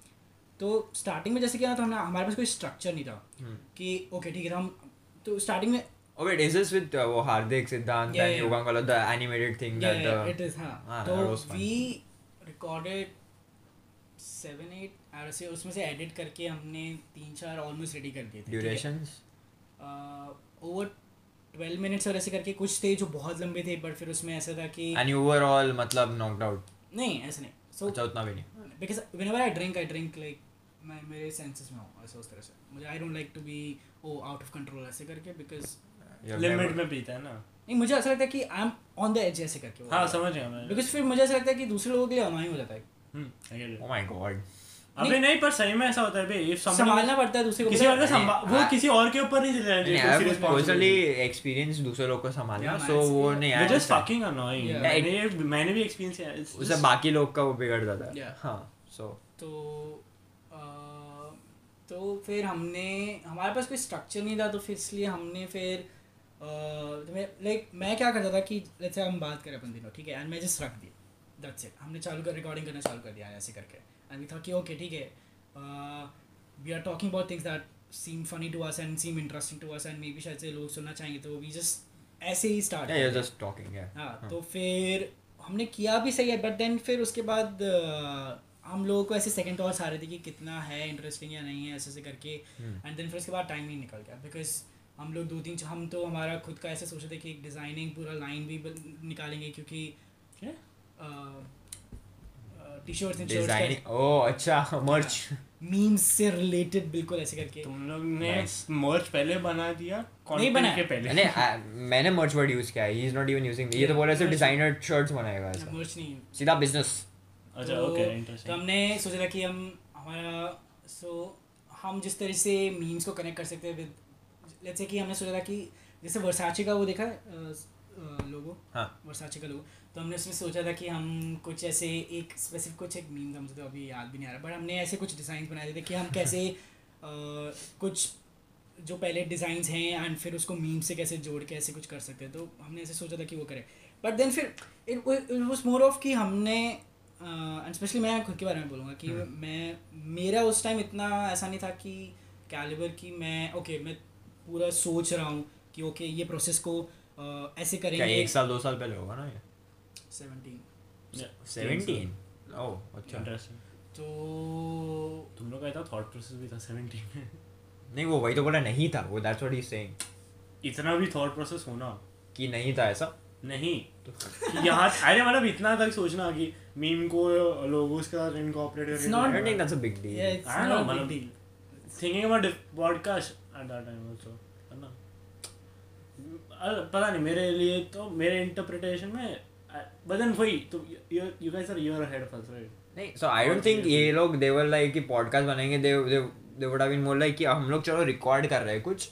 [SPEAKER 4] तो स्टार्टिंग में जैसे क्या था हमने हमारे पास कोई स्ट्रक्चर नहीं था
[SPEAKER 2] हम्म।
[SPEAKER 4] कि ओके ठीक है तो हम तो स्टार्टिंग में
[SPEAKER 2] Oh wait, is this with uh, वो Hardik, Siddhant,
[SPEAKER 4] Yeah,
[SPEAKER 2] and
[SPEAKER 4] yeah.
[SPEAKER 2] Yogang Wala, the animated thing
[SPEAKER 4] yeah,
[SPEAKER 2] that
[SPEAKER 4] yeah,
[SPEAKER 2] the
[SPEAKER 4] it is हाँ
[SPEAKER 2] हाँ,
[SPEAKER 4] तो
[SPEAKER 2] that was fun.
[SPEAKER 4] we recorded seven eight are से उसमें से edit करके हमने तीन चार ऑलमोस्ट रेडी कर दिए थे ठीक है?
[SPEAKER 2] durations?
[SPEAKER 4] Uh, over twelve minutes और ऐसे करके कुछ थे जो बहुत लंबे थे बट फिर उसमें ऐसा था कि
[SPEAKER 2] And you were all मतलब knocked out.
[SPEAKER 4] नहीं ऐसा नहीं सो
[SPEAKER 2] अच्छा उतना भी नहीं.
[SPEAKER 4] Because whenever I drink I drink like मैं मेरे सेंसेस में हूँ ऐसा उस तरह से मुझे I don't like to be O out of control ऐसे करके because
[SPEAKER 2] You have
[SPEAKER 3] limit
[SPEAKER 2] never-
[SPEAKER 3] में पीता है ना
[SPEAKER 4] नहीं मुझे ऐसा लगता है कि I am on the edge ऐसे करके
[SPEAKER 3] हाँ समझ गया मैं
[SPEAKER 4] बिकॉज फिर मुझे ऐसा लगता है कि दूसरे लोगों के लिए हमारे हो जाता है
[SPEAKER 3] हम्म, I get it.
[SPEAKER 2] Oh my god.
[SPEAKER 3] अबे नहीं पर सही में ऐसा होता है भाई if someone-
[SPEAKER 4] संभालना पड़ता है दूसरे को
[SPEAKER 3] किसी और का संभा-
[SPEAKER 2] नहीं,
[SPEAKER 3] वो
[SPEAKER 2] I-
[SPEAKER 3] किसी और के ऊपर नहीं
[SPEAKER 2] नहीं, I have personally experienced दूसरे लोग को संभालना,
[SPEAKER 4] Yeah,
[SPEAKER 2] so
[SPEAKER 4] man,
[SPEAKER 2] वो
[SPEAKER 4] it's-
[SPEAKER 2] नहीं
[SPEAKER 3] They're
[SPEAKER 2] I
[SPEAKER 3] just
[SPEAKER 2] understand.
[SPEAKER 3] fucking annoying.
[SPEAKER 4] Yeah.
[SPEAKER 3] मैंने मैंने भी एक्सपीरियंस किया it's
[SPEAKER 2] उससे
[SPEAKER 3] just-
[SPEAKER 2] बाकी लोग का वो बिगड़ जाता है.
[SPEAKER 4] Yeah.
[SPEAKER 2] हाँ. So
[SPEAKER 4] तो अह, तो फिर हमने हमारे पास कोई स्ट्रक्चर नहीं था तो फिर इसलिए हमने फिर लाइक मैं क्या करता था कि जैसे हम बात करें अपन दिनों ठीक है एंड मैं जस्ट रख दी दैट्स इट हमने चालू कर रिकॉर्डिंग करना चालू कर दिया ऐसे करके एंड वी था कि ओके ठीक है we are talking about things that seem funny to us and seem interesting to us and maybe शायद से लोग सुनना चाहेंगे तो वी जस्ट ऐसे ही start
[SPEAKER 2] yeah, you're just talking. Yeah.
[SPEAKER 4] हाँ तो फिर हमने किया भी सही है बट देन फिर उसके बाद अ, हम लोगों को ऐसे सेकंड थॉट्स आ रहे थे कि कितना है इंटरेस्टिंग या नहीं है ऐसे ऐसे करके एंड देन फिर उसके बाद टाइम ही निकल गया बिकॉज हम लोग दो तीन हम तो हमारा खुद का ऐसे सोचे थे कि एक डिज़ाइनिंग पूरा लाइन भी बन- निकालेंगे क्योंकि
[SPEAKER 3] क्या?
[SPEAKER 4] T shirts and
[SPEAKER 2] Designing.
[SPEAKER 4] Shirts
[SPEAKER 2] Oh अच्छा merch.
[SPEAKER 4] मीम्स से रिलेटेड बिल्कुल ऐसे करके
[SPEAKER 3] तुम लोग ने
[SPEAKER 2] Nice.
[SPEAKER 3] merch पहले बना दिया content
[SPEAKER 4] बनाया।
[SPEAKER 3] के पहले
[SPEAKER 2] नहीं I- मैंने merch word use किया है. He is not even using. ये तो बोल रहा है सिर्फ designer shirts बनाएगा ऐसा.
[SPEAKER 4] मर्च नहीं
[SPEAKER 2] सीधा business.
[SPEAKER 3] अच्छा
[SPEAKER 4] तो-
[SPEAKER 3] okay
[SPEAKER 4] तो
[SPEAKER 3] interesting
[SPEAKER 4] हमने सोचा था कि हम हमारा सो हम जिस तरह से मीम्स को कनेक्ट कर सकते हैं विद लेट्स से कि हमने सोचा था कि जैसे वर्साची का वो देखा लोगो
[SPEAKER 2] हाँ.
[SPEAKER 4] वर्साची का लोगो तो हमने उसमें सोचा था कि हम कुछ ऐसे एक स्पेसिफिक कुछ एक मीम था मुझे तो अभी याद भी नहीं आ रहा बट हमने ऐसे कुछ डिज़ाइन बनाए थे कि हम कैसे अ, कुछ जो पहले डिज़ाइंस हैं एंड फिर उसको मीम से कैसे जोड़ के ऐसे कुछ कर सकते हैं तो हमने ऐसे सोचा था कि वो करें बट देन फिर इट वॉज मोर ऑफ कि हमने स्पेशली मैं खुद के बारे में बोलूँगा कि मैं मेरा उस टाइम इतना ऐसा नहीं था कि कैलिबर की मैं ओके मैं पूरा सोच रहा हूँ कि ओके ये प्रोसेस को अ, ऐसे
[SPEAKER 2] क्या
[SPEAKER 4] करेंगे
[SPEAKER 2] एक साल दो साल पहले होगा ना ये?
[SPEAKER 4] 17
[SPEAKER 3] Yeah,
[SPEAKER 2] सेवेंटीन ओ अच्छा
[SPEAKER 3] interesting
[SPEAKER 4] तो
[SPEAKER 3] तुम लोग का इतना thought process भी था 17 में
[SPEAKER 2] नहीं वो वही तो बोला नहीं था वो दैट्स व्हाट ही सेइंग
[SPEAKER 3] इतना भी थॉट प्रोसेस होना
[SPEAKER 2] कि नहीं था ऐसा
[SPEAKER 3] नहीं
[SPEAKER 2] तो-
[SPEAKER 3] यहाँ अरे मतलब इतना तक सोचना कि मीम को लोगों के साथ incorporate
[SPEAKER 4] It's not-
[SPEAKER 2] I don't think that's a big
[SPEAKER 4] yeah,
[SPEAKER 2] deal
[SPEAKER 4] it's
[SPEAKER 3] I don't
[SPEAKER 4] not a
[SPEAKER 3] know,
[SPEAKER 4] big
[SPEAKER 3] मतलब-
[SPEAKER 4] deal.
[SPEAKER 3] Thinking about podcast at that time also है ना अरे पता नहीं मेरे लिए तो मेरे इंटरप्रिटेशन में बट देन वही तो you guys are your head first right
[SPEAKER 2] नहीं सो आई डोंट थिंक ये लोग दे वर लाइक कि पॉडकास्ट बनाएंगे they they would have been more like कि हम लोग चलो रिकॉर्ड कर रहे हैं कुछ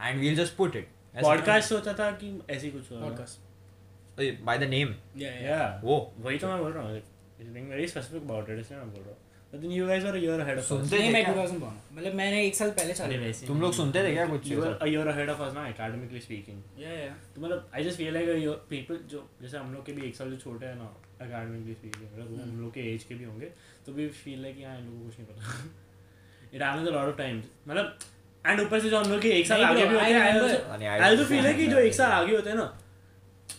[SPEAKER 2] and we'll just put it
[SPEAKER 3] podcast सोचा था कि ऐसे ही कुछ
[SPEAKER 2] Uh,
[SPEAKER 3] होगा
[SPEAKER 4] podcast
[SPEAKER 2] by the name
[SPEAKER 4] yeah yeah,
[SPEAKER 3] या
[SPEAKER 2] वो
[SPEAKER 3] वही तो मैं बोल रहा हूँ is being very specific about it इसलिए मैं बोल रहा हूँ but then you guys are your head
[SPEAKER 2] सुनते
[SPEAKER 4] नहीं
[SPEAKER 2] थे
[SPEAKER 4] मैं
[SPEAKER 2] क्या?
[SPEAKER 4] 2000 born. मतलब मैंने एक साल पहले चालू किया।
[SPEAKER 2] तुम लोग सुनते थे क्या कुछ
[SPEAKER 3] यू
[SPEAKER 2] ये सब?
[SPEAKER 3] Are your head of us ना एकेडमिकली स्पीकिंग
[SPEAKER 4] yeah yeah
[SPEAKER 3] तो मतलब I just feel like people जो जैसे हम लोग के भी एक साल जो छोटे हैं ना अकेडमिकली स्पीकिंग मतलब वो हम लोग के एज के भी होंगे तो भी फील लाइक हाँ इन लोगों को कुछ नहीं पता *laughs* it happens a lot of times मतलब एंड ऊपर से जो हम लोग के एक साल
[SPEAKER 4] नहीं
[SPEAKER 3] आगे
[SPEAKER 4] bro,
[SPEAKER 3] भी होते
[SPEAKER 4] I
[SPEAKER 3] हैं आई
[SPEAKER 4] remember-
[SPEAKER 3] also-
[SPEAKER 2] नहीं, I
[SPEAKER 3] आई तो
[SPEAKER 2] don't
[SPEAKER 3] फील है कि
[SPEAKER 2] know.
[SPEAKER 3] जो एक साल आगे होते हैं ना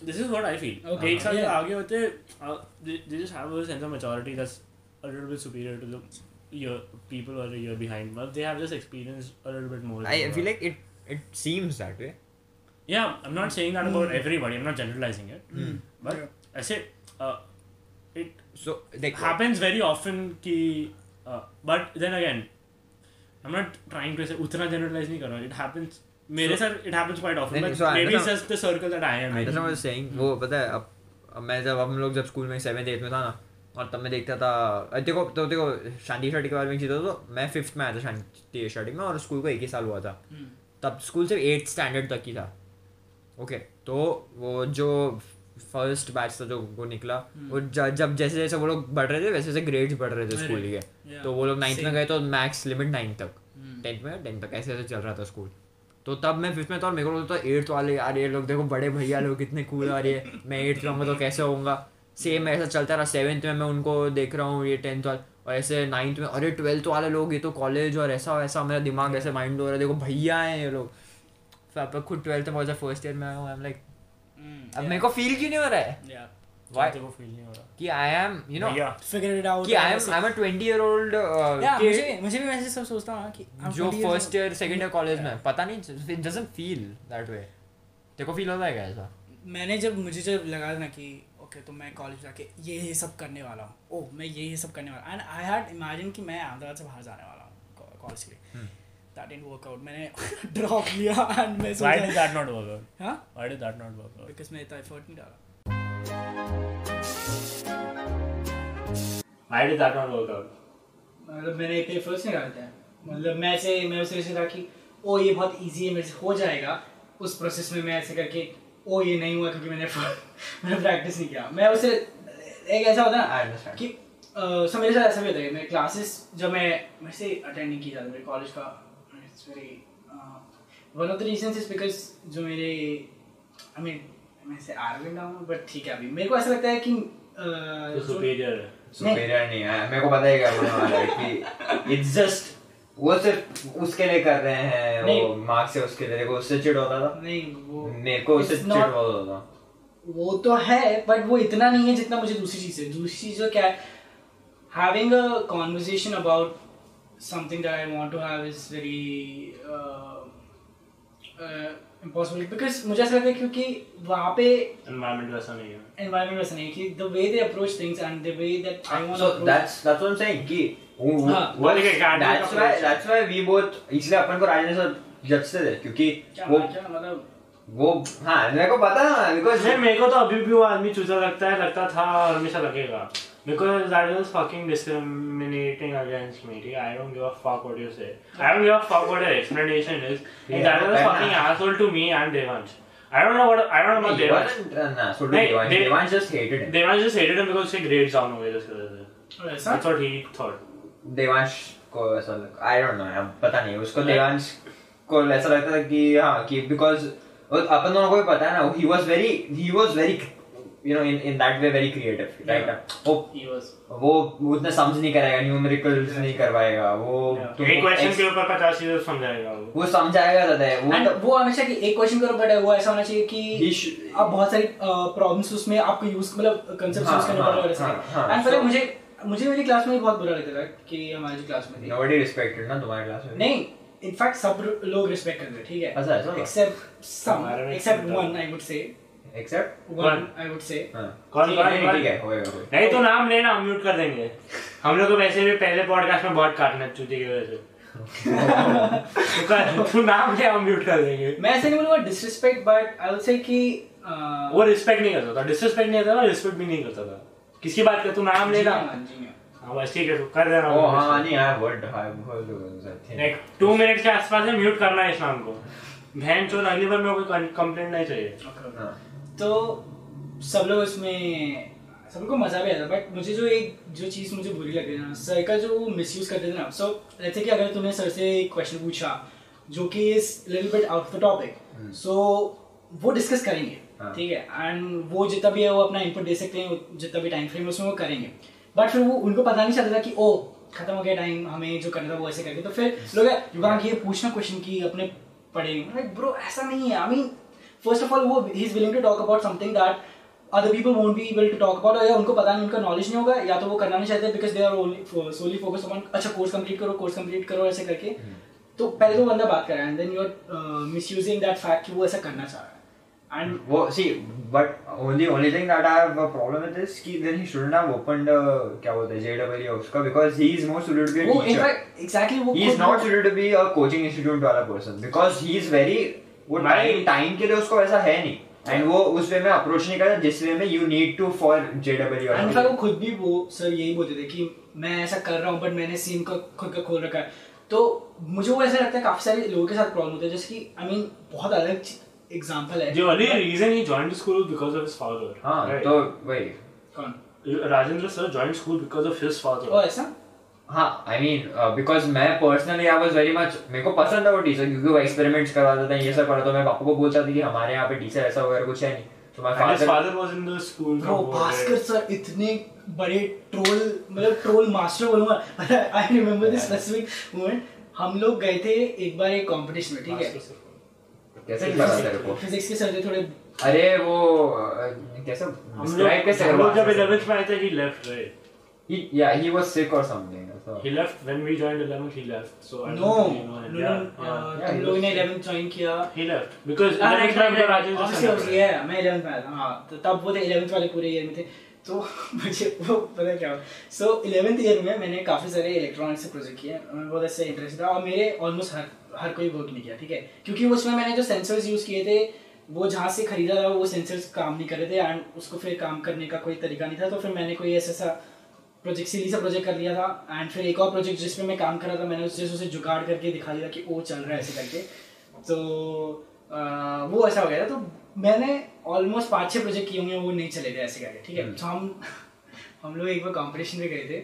[SPEAKER 3] this is what I feel
[SPEAKER 4] Okay.
[SPEAKER 3] एक साल जो
[SPEAKER 4] Yeah.
[SPEAKER 3] आगे होते हैं uh, they just have a sense of maturity that's a little bit superior to the your people who are a year behind but they have just experienced a little bit more
[SPEAKER 2] I
[SPEAKER 3] than
[SPEAKER 2] feel
[SPEAKER 3] us.
[SPEAKER 2] Like it it seems that way
[SPEAKER 3] yeah i'm not saying that
[SPEAKER 4] Hmm.
[SPEAKER 3] about everybody i'm not generalizing it
[SPEAKER 2] Hmm.
[SPEAKER 3] but I say uh, it
[SPEAKER 2] so देख
[SPEAKER 3] happens very often कि uh, but then again I'm not trying to say उतना generalize नहीं कर रहा हूँ. it happens मेरे
[SPEAKER 2] So-
[SPEAKER 3] साथ it happens quite often
[SPEAKER 2] नहीं,
[SPEAKER 3] but
[SPEAKER 2] so I
[SPEAKER 3] maybe it's
[SPEAKER 2] understand-
[SPEAKER 3] just the circle that I am
[SPEAKER 2] I
[SPEAKER 3] in
[SPEAKER 2] don't know saying वो
[SPEAKER 4] hmm.
[SPEAKER 2] पता है अब अब मैं जब हम लोग जब स्कूल में सेवेंथ एथ में था ना और तब मैं देखता था अ, देखो तो देखो शांति शर्ट के बारे में चीज़ तो मैं फिफ्थ में आया था शांति शर्ट में और स्कूल को एक ही साल हुआ था
[SPEAKER 4] हम्म।
[SPEAKER 2] तब स्कूल सिर्फ एट्थ स्टैंडर्ड तक ही था ओके तो वो जो फर्स्ट बैच था जो वो निकला वो ज- जब जैसे जैसे वो लोग बढ़ रहे थे वैसे वैसे ग्रेड्स बढ़ रहे थे स्कूल
[SPEAKER 4] हम्म। अरे,
[SPEAKER 2] के
[SPEAKER 4] yeah.
[SPEAKER 2] तो वो लोग नाइन्थ में
[SPEAKER 4] Same.
[SPEAKER 2] गए तो मैक्स लिमिट नाइन्थ तक
[SPEAKER 4] हम्म।
[SPEAKER 2] टेंथ में टेंथ तक ऐसे ऐसे चल रहा था स्कूल तो तब मैं फिफ्थ में था और मेरे को लगता था एट्थ वाले यार ये लोग देखो बड़े भैया लोग कितने कूल आ रही है मैं एट्थ में होऊंगा तो कैसे होऊंगा सेम ऐसा चलता रहा सेवन्थ में मैं उनको देख रहा हूँ ये टेंथ वाले और ऐसे नाइन्थ में अरे ट्वेल्थ वाले लोग ये तो कॉलेज और ऐसा वैसा मेरा दिमाग ऐसे माइंड हो रहा है देखो भैया हैं ये लोग तो आपका खुद ट्वेल्थ में फर्स्ट ईयर में आया हूँ आई एम लाइक अब
[SPEAKER 4] Hmm. yeah.
[SPEAKER 2] मेरे को फील क्यों नहीं हो रहा है
[SPEAKER 4] yeah
[SPEAKER 2] Why?
[SPEAKER 5] तो फील नहीं हो रहा
[SPEAKER 2] कि आई एम यू नो
[SPEAKER 5] भैया
[SPEAKER 4] figure it out
[SPEAKER 2] कि आई एम
[SPEAKER 4] ऐसे-
[SPEAKER 2] I am a 20 year old
[SPEAKER 4] Yeah, मुझे मुझे भी वैसे सब सोचता हूँ कि I'm
[SPEAKER 2] जो
[SPEAKER 4] 20 years
[SPEAKER 2] first
[SPEAKER 4] old.
[SPEAKER 2] Year second year college में पता नहीं it doesn't feel that way तेरे को फील होता है क्या ऐसा
[SPEAKER 4] मैंने जब मुझे जब लगा ना कि ओके तो मैं कॉलेज जाके ये ये सब करने वाला हूँ ओह मैं ये ये सब करने वाला एंड आई हैड इमेजिन कि मैं अहमदाबाद से बाहर जाने वाला हूँ कॉलेज के
[SPEAKER 2] Hmm.
[SPEAKER 4] लिए दैट डिडंट वर्क आउट मैंने *laughs* ड्रॉप लिया एंड मैं
[SPEAKER 5] व्हाई डिड
[SPEAKER 4] सोचा
[SPEAKER 5] दैट नॉट वर्क आउट
[SPEAKER 4] हाँ
[SPEAKER 5] why did that not work out
[SPEAKER 4] because मैं इतना एफर्ट नहीं डाला
[SPEAKER 3] I did that not work out
[SPEAKER 4] मतलब मैंने इतने एफर्ट्स नहीं डाले थे मतलब मैं ऐसे मैं उसे ऐसे था कि ओ ये बहुत ईजी है मेरे से हो जाएगा उस प्रोसेस में मैं ऐसे करके ओ ये नहीं हुआ क्योंकि मैंने *laughs* मैंने प्रैक्टिस नहीं किया मैं उसे एक ऐसा होता है ना
[SPEAKER 3] आई अंडरस्टैंड
[SPEAKER 4] कि अह, सो मेरे साथ ऐसा भी होता है कि मैं क्लासेस जब मैं मेरे से अटेंड नहीं की जाती मेरे कॉलेज का it's very one of the reasons is because जो मेरे आई मीन मैं से आर्गेंट हूँ बट ठीक है अभी मेरे को ऐसा लगता है कि अह,
[SPEAKER 3] तो
[SPEAKER 4] जो-
[SPEAKER 3] सुपीरियर है
[SPEAKER 6] सुपेरियर नहीं है मेरे को पता ही क्या बोलने वाला है कि इट्स जस्ट वो सिर्फ उसके लिए कर रहे हैं वो
[SPEAKER 4] नहीं।
[SPEAKER 6] मार्क्स से उसके लिए देखो उससे चिढ़ होता था
[SPEAKER 4] नहीं वो
[SPEAKER 6] मेरे को उससे
[SPEAKER 4] it's
[SPEAKER 6] चिढ़
[SPEAKER 4] not-
[SPEAKER 6] बहुत होता था
[SPEAKER 4] वो तो है बट वो इतना नहीं है जितना मुझे दूसरी चीज है दूसरी चीज क्या है having a conversation about something that I want to have is very uh, uh, impossible because मुझे ऐसा लगता है क्योंकि वहाँ पे
[SPEAKER 3] एनवायरमेंट वैसा नहीं है
[SPEAKER 4] environment वैसा नहीं है कि the way they approach things and the way that I want
[SPEAKER 6] Ah, So
[SPEAKER 4] to approach
[SPEAKER 6] that's that's what I'm saying कि वो-
[SPEAKER 4] हाँ,
[SPEAKER 6] वो-
[SPEAKER 3] बोलने के कारण
[SPEAKER 6] that's
[SPEAKER 3] का
[SPEAKER 6] why
[SPEAKER 3] approach है।
[SPEAKER 6] that's why we both इसलिए अपन को राजेंद्र सर जचते थे क्योंकि
[SPEAKER 4] क्या
[SPEAKER 6] वो
[SPEAKER 4] क्या मतलब
[SPEAKER 6] वो हाँ मेरे को पता है बिकॉज
[SPEAKER 3] नहीं मेरे को तो अभी भी वो आदमी चूजा लगता है लगता था और हमेशा लगेगा because that was fucking discriminating against me ठीक है? I don't give a fuck what you say I don't give a fuck what your explanation is
[SPEAKER 6] Yeah,
[SPEAKER 3] that was a
[SPEAKER 6] but-
[SPEAKER 3] fucking asshole to me and Devansh I don't know what I don't know about Devansh
[SPEAKER 6] so
[SPEAKER 3] नहीं,
[SPEAKER 6] uh, Devansh
[SPEAKER 3] they-
[SPEAKER 6] Devansh just hated him
[SPEAKER 3] Devansh just hated him because उसके grades down हो गए थे उसकी वजह से
[SPEAKER 4] ऐसा
[SPEAKER 3] that's what he thought
[SPEAKER 6] Devansh को ऐसा आई डोंट नो अब पता नहीं उसको देवांश को ऐसा लगता था कि हाँ कि बिकॉज अपन दोनों को भी पता है ना he was very he was very you know in in that way very creative right वो
[SPEAKER 4] he was
[SPEAKER 6] वो उतने सम्स नहीं कराएगा न्यूमेरिकल्स नहीं करवाएगा वो
[SPEAKER 3] एक
[SPEAKER 6] तुमको
[SPEAKER 3] क्वेश्चन
[SPEAKER 6] Oh, ex-
[SPEAKER 3] के ऊपर पचास चीजें समझाएगा वो
[SPEAKER 6] वो समझाएगा ज्यादा है
[SPEAKER 4] And
[SPEAKER 6] वो तो-
[SPEAKER 4] वो हमेशा कि एक क्वेश्चन करो बट वो ऐसा होना चाहिए
[SPEAKER 6] He
[SPEAKER 4] कि
[SPEAKER 6] should-
[SPEAKER 4] आप बहुत सारी प्रॉब्लम्स उसमें आपको यूज मतलब कंसेप्ट
[SPEAKER 6] हाँ,
[SPEAKER 4] यूज करने
[SPEAKER 6] हाँ,
[SPEAKER 4] पड़े और ऐसा
[SPEAKER 6] हाँ, हाँ,
[SPEAKER 4] एंड पता है
[SPEAKER 6] so-
[SPEAKER 4] मुझे मुझे मेरी क्लास में बहुत बुरा लगता था कि हमारी जो क्लास में थी
[SPEAKER 6] नोबडी रिस्पेक्टेड ना तुम्हारे क्लास में
[SPEAKER 4] नहीं इनफैक्ट सब लोग रिस्पेक्ट करते हैं ठीक है
[SPEAKER 6] अच्छा, ऐसा होगा।
[SPEAKER 4] एक्सेप्ट सम
[SPEAKER 3] हमारे में
[SPEAKER 4] except
[SPEAKER 3] except
[SPEAKER 4] one I would say
[SPEAKER 6] except
[SPEAKER 4] one I would say
[SPEAKER 6] हां
[SPEAKER 3] कौन
[SPEAKER 6] हाँ। ठीक
[SPEAKER 3] कौन
[SPEAKER 6] है
[SPEAKER 3] कौन?
[SPEAKER 6] ठीक है होएगा होएगा।
[SPEAKER 3] नहीं तो नाम लेना म्यूट कर देंगे हम लोग को वैसे भी पहले पॉडकास्ट में बहुत काटना है चूती की वजह से तू कर- तू तो नाम ले हम म्यूट कर देंगे
[SPEAKER 4] मैं ऐसे नहीं बोलूंगा disrespect but I would say कि uh,
[SPEAKER 3] वो रिस्पेक्ट नहीं करता था डिसरिस्पेक्ट नहीं करता था रिस्पेक्ट भी नहीं करता था किसकी बात कर तू नाम
[SPEAKER 4] जी
[SPEAKER 3] लेना
[SPEAKER 4] हाँ, जी हाँ।
[SPEAKER 3] हाँ बस ठीक है तू कर देना
[SPEAKER 6] ओ हाँ, हां Oh, नहीं यार वर्ड हां word I think
[SPEAKER 3] next two minute के आसपास में म्यूट करना है इस नाम को बहन चोद अगली बार मेरे को कंप्लेंट नहीं चाहिए
[SPEAKER 4] Okay, okay.
[SPEAKER 6] हां
[SPEAKER 4] तो सब लोग उसमें सब को मजा भी आता बट मुझे जो एक जो चीज मुझे बुरी लग रही है ना सर का जो मिस यूज करते थे ना सो जैसे कि अगर तुमने सर से एक क्वेश्चन पूछा जो कि is little bit out of the topic so वो डिस्कस करेंगे
[SPEAKER 6] हाँ।
[SPEAKER 4] ठीक है एंड वो जितना भी है वो अपना इनपुट दे सकते हैं जितना भी टाइम फ्रेम है उसमें वो करेंगे बट फिर वो उनको पता नहीं चलता था कि ओ खत्म हो गया टाइम हमें जो करना था वो ऐसे करके तो फिर लोग युवांग ये पूछना क्वेश्चन की अपने पढ़ेंगे ब्रो ऐसा नहीं है I mean first of all वो he is willing to talk about something that other people won't be able to talk about या उनको पता नहीं उनका नॉलेज नहीं होगा या तो वो करना नहीं चाहते because they are only solely focus on अच्छा कोर्स कंप्लीट करो कोर्स कंप्लीट करो ऐसे करके तो पहले तो बंदा बात कर रहा है and then you are misusing that fact कि वो ऐसा करना चाह रहा है and
[SPEAKER 6] Well, see, but only only thing that I have a problem with is कि then he shouldn't have opened uh, क्या बोलते हैं JEE or उसका because he is more suited to be a
[SPEAKER 4] वो
[SPEAKER 6] teacher.
[SPEAKER 4] इनफैक्ट एग्जैक्टली वो
[SPEAKER 6] he is
[SPEAKER 4] खुद-
[SPEAKER 6] not suited to be a coaching institute वाला person because he is very वो
[SPEAKER 3] मैं-
[SPEAKER 6] टाइम टाइम के लिए उसको ऐसा है नहीं and वो उस वे में approach नहीं करता जिस वे में you need to for JEE or
[SPEAKER 4] And
[SPEAKER 6] something.
[SPEAKER 4] In fact वो खुद भी वो सर यही बोलते थे कि मैं ऐसा कर रहा हूँ बट मैंने सीन का खुद का खोल रखा है तो मुझे वो ऐसा लगता है काफी सारे लोगों के साथ प्रॉब्लम होता है जैसे कि आई मीन बहुत अलग एग्जांपल है
[SPEAKER 3] The only reason he joined the school was because of his father.
[SPEAKER 6] हाँ
[SPEAKER 3] Right.
[SPEAKER 6] तो वही
[SPEAKER 4] कौन
[SPEAKER 3] Rajendra sir joined school because of his father.
[SPEAKER 4] Oh ऐसा
[SPEAKER 6] हाँ आई मीन बिकॉज मैं personally I was very much मेरे को पसंद था वो टीचर क्योंकि वो एक्सपेरिमेंट्स करवाता था ये सब करता था तो मैं पापा को बोलता था कि हमारे यहाँ पे टीचर ऐसा वगैरह कुछ है नहीं तो
[SPEAKER 3] And
[SPEAKER 6] मैं
[SPEAKER 3] his father was in the school.
[SPEAKER 4] Bro
[SPEAKER 3] from what I-
[SPEAKER 4] Bhaskar sir इतने बड़े ट्रोल मतलब ट्रोल मास्टर *laughs* बोलूंगा I remember this specific moment हम लोग गए थे एक बार एक कंपटीशन में ठीक है
[SPEAKER 3] भास्कर sir.
[SPEAKER 6] कैसे नहीं पता तेरे को
[SPEAKER 4] फिजिक्स के सर थे थोड़े
[SPEAKER 6] अरे वो अ, कैसे
[SPEAKER 1] हम लोग
[SPEAKER 6] describe कैसे
[SPEAKER 1] हम लोग जब
[SPEAKER 6] करवा
[SPEAKER 1] 11th में आए थे he left right
[SPEAKER 6] he yeah he was sick or something so
[SPEAKER 1] he left when we joined 11th he left so I
[SPEAKER 4] no
[SPEAKER 1] don't really know him. yeah, yeah.
[SPEAKER 4] uh, तुम लोगों ने 11th ज्वाइन किया
[SPEAKER 1] he left because
[SPEAKER 3] तो
[SPEAKER 4] हाँ,
[SPEAKER 1] 11th में हमको
[SPEAKER 4] right,
[SPEAKER 1] Rajendra
[SPEAKER 4] right,
[SPEAKER 1] से
[SPEAKER 4] obviously, yeah, मैं 11th में आया था हाँ तो तब वो थे 11th वाले पूरे ईयर में थे तो *laughs* मुझे वो पता है क्या हुआ सो इलेवेंथ ईयर में मैंने काफ़ी सारे इलेक्ट्रॉनिक्स से प्रोजेक्ट किए और मैं बहुत अच्छे इंटरेस्ट था और मेरे ऑलमोस्ट हर हर कोई वर्क नहीं किया ठीक है क्योंकि उसमें मैंने जो सेंसर्स यूज़ किए थे वो जहाँ से खरीदा था वो सेंसर्स काम नहीं कर रहे थे एंड उसको फिर काम करने का कोई तरीका नहीं था तो फिर मैंने कोई ऐसा ऐसा प्रोजेक्ट सीरीज से प्रोजेक्ट कर लिया था एंड फिर एक और प्रोजेक्ट जिसमें मैं काम कर रहा था मैंने उससे उसे जुगाड़ करके दिखा दिया कि वो चल रहा है ऐसे करके तो अ, वो ऐसा हो गया था तो मैंने ऑलमोस्ट पाँच छः प्रोजेक्ट किए होंगे वो नहीं चले थे ऐसे करके ठीक है तो हम *laughs* हम लोग एक बार कॉम्पिटिशन में गए थे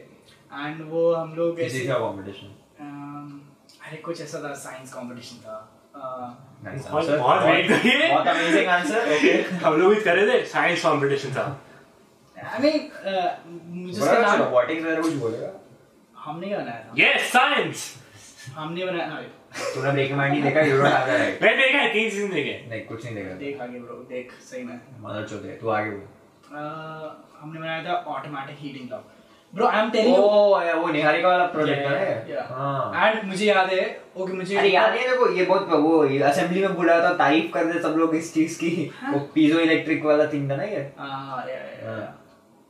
[SPEAKER 4] एंड वो हम लोग
[SPEAKER 6] this
[SPEAKER 4] ऐसे
[SPEAKER 6] is a competition
[SPEAKER 4] अम, अरे कुछ ऐसा था साइंस कॉम्पिटिशन था अ,
[SPEAKER 6] nice
[SPEAKER 1] बहुत-
[SPEAKER 6] answer
[SPEAKER 1] बहुत wait करी है।
[SPEAKER 6] बहुत amazing answer okay
[SPEAKER 1] हम लोग भी करे थे साइंस कॉम्पिटिशन था
[SPEAKER 4] I mean, अ, मुझे उसका
[SPEAKER 6] बड़ा अच्छा
[SPEAKER 4] नाम
[SPEAKER 6] robotics वगैरह कुछ बोलेगा
[SPEAKER 4] हमने ही बनाया था
[SPEAKER 1] यस साइंस
[SPEAKER 4] हमने बनाया हाँ,
[SPEAKER 6] तूने ब्रेक माइंड नहीं देखा you don't have that right
[SPEAKER 1] मैं देखा है तीन सीजन देखे हैं।
[SPEAKER 6] नहीं कुछ नहीं देखा
[SPEAKER 4] देख आगे ब्रो देख सही में
[SPEAKER 6] मदर चोद है तू आगे बोल
[SPEAKER 4] अह, हमने बनाया था automatic heating lock bro I am telling you
[SPEAKER 6] oh वो निहारिका वाला प्रोजेक्ट है हाँ
[SPEAKER 4] एंड मुझे याद है ओके मुझे
[SPEAKER 6] अरे याद है देखो ये बहुत वो असेंबली में बुला था तारीफ कर रहे सब लोग इस चीज की वो पीजो इलेक्ट्रिक वाला थिंग था ना ये
[SPEAKER 4] हाँ, yeah, yeah, yeah.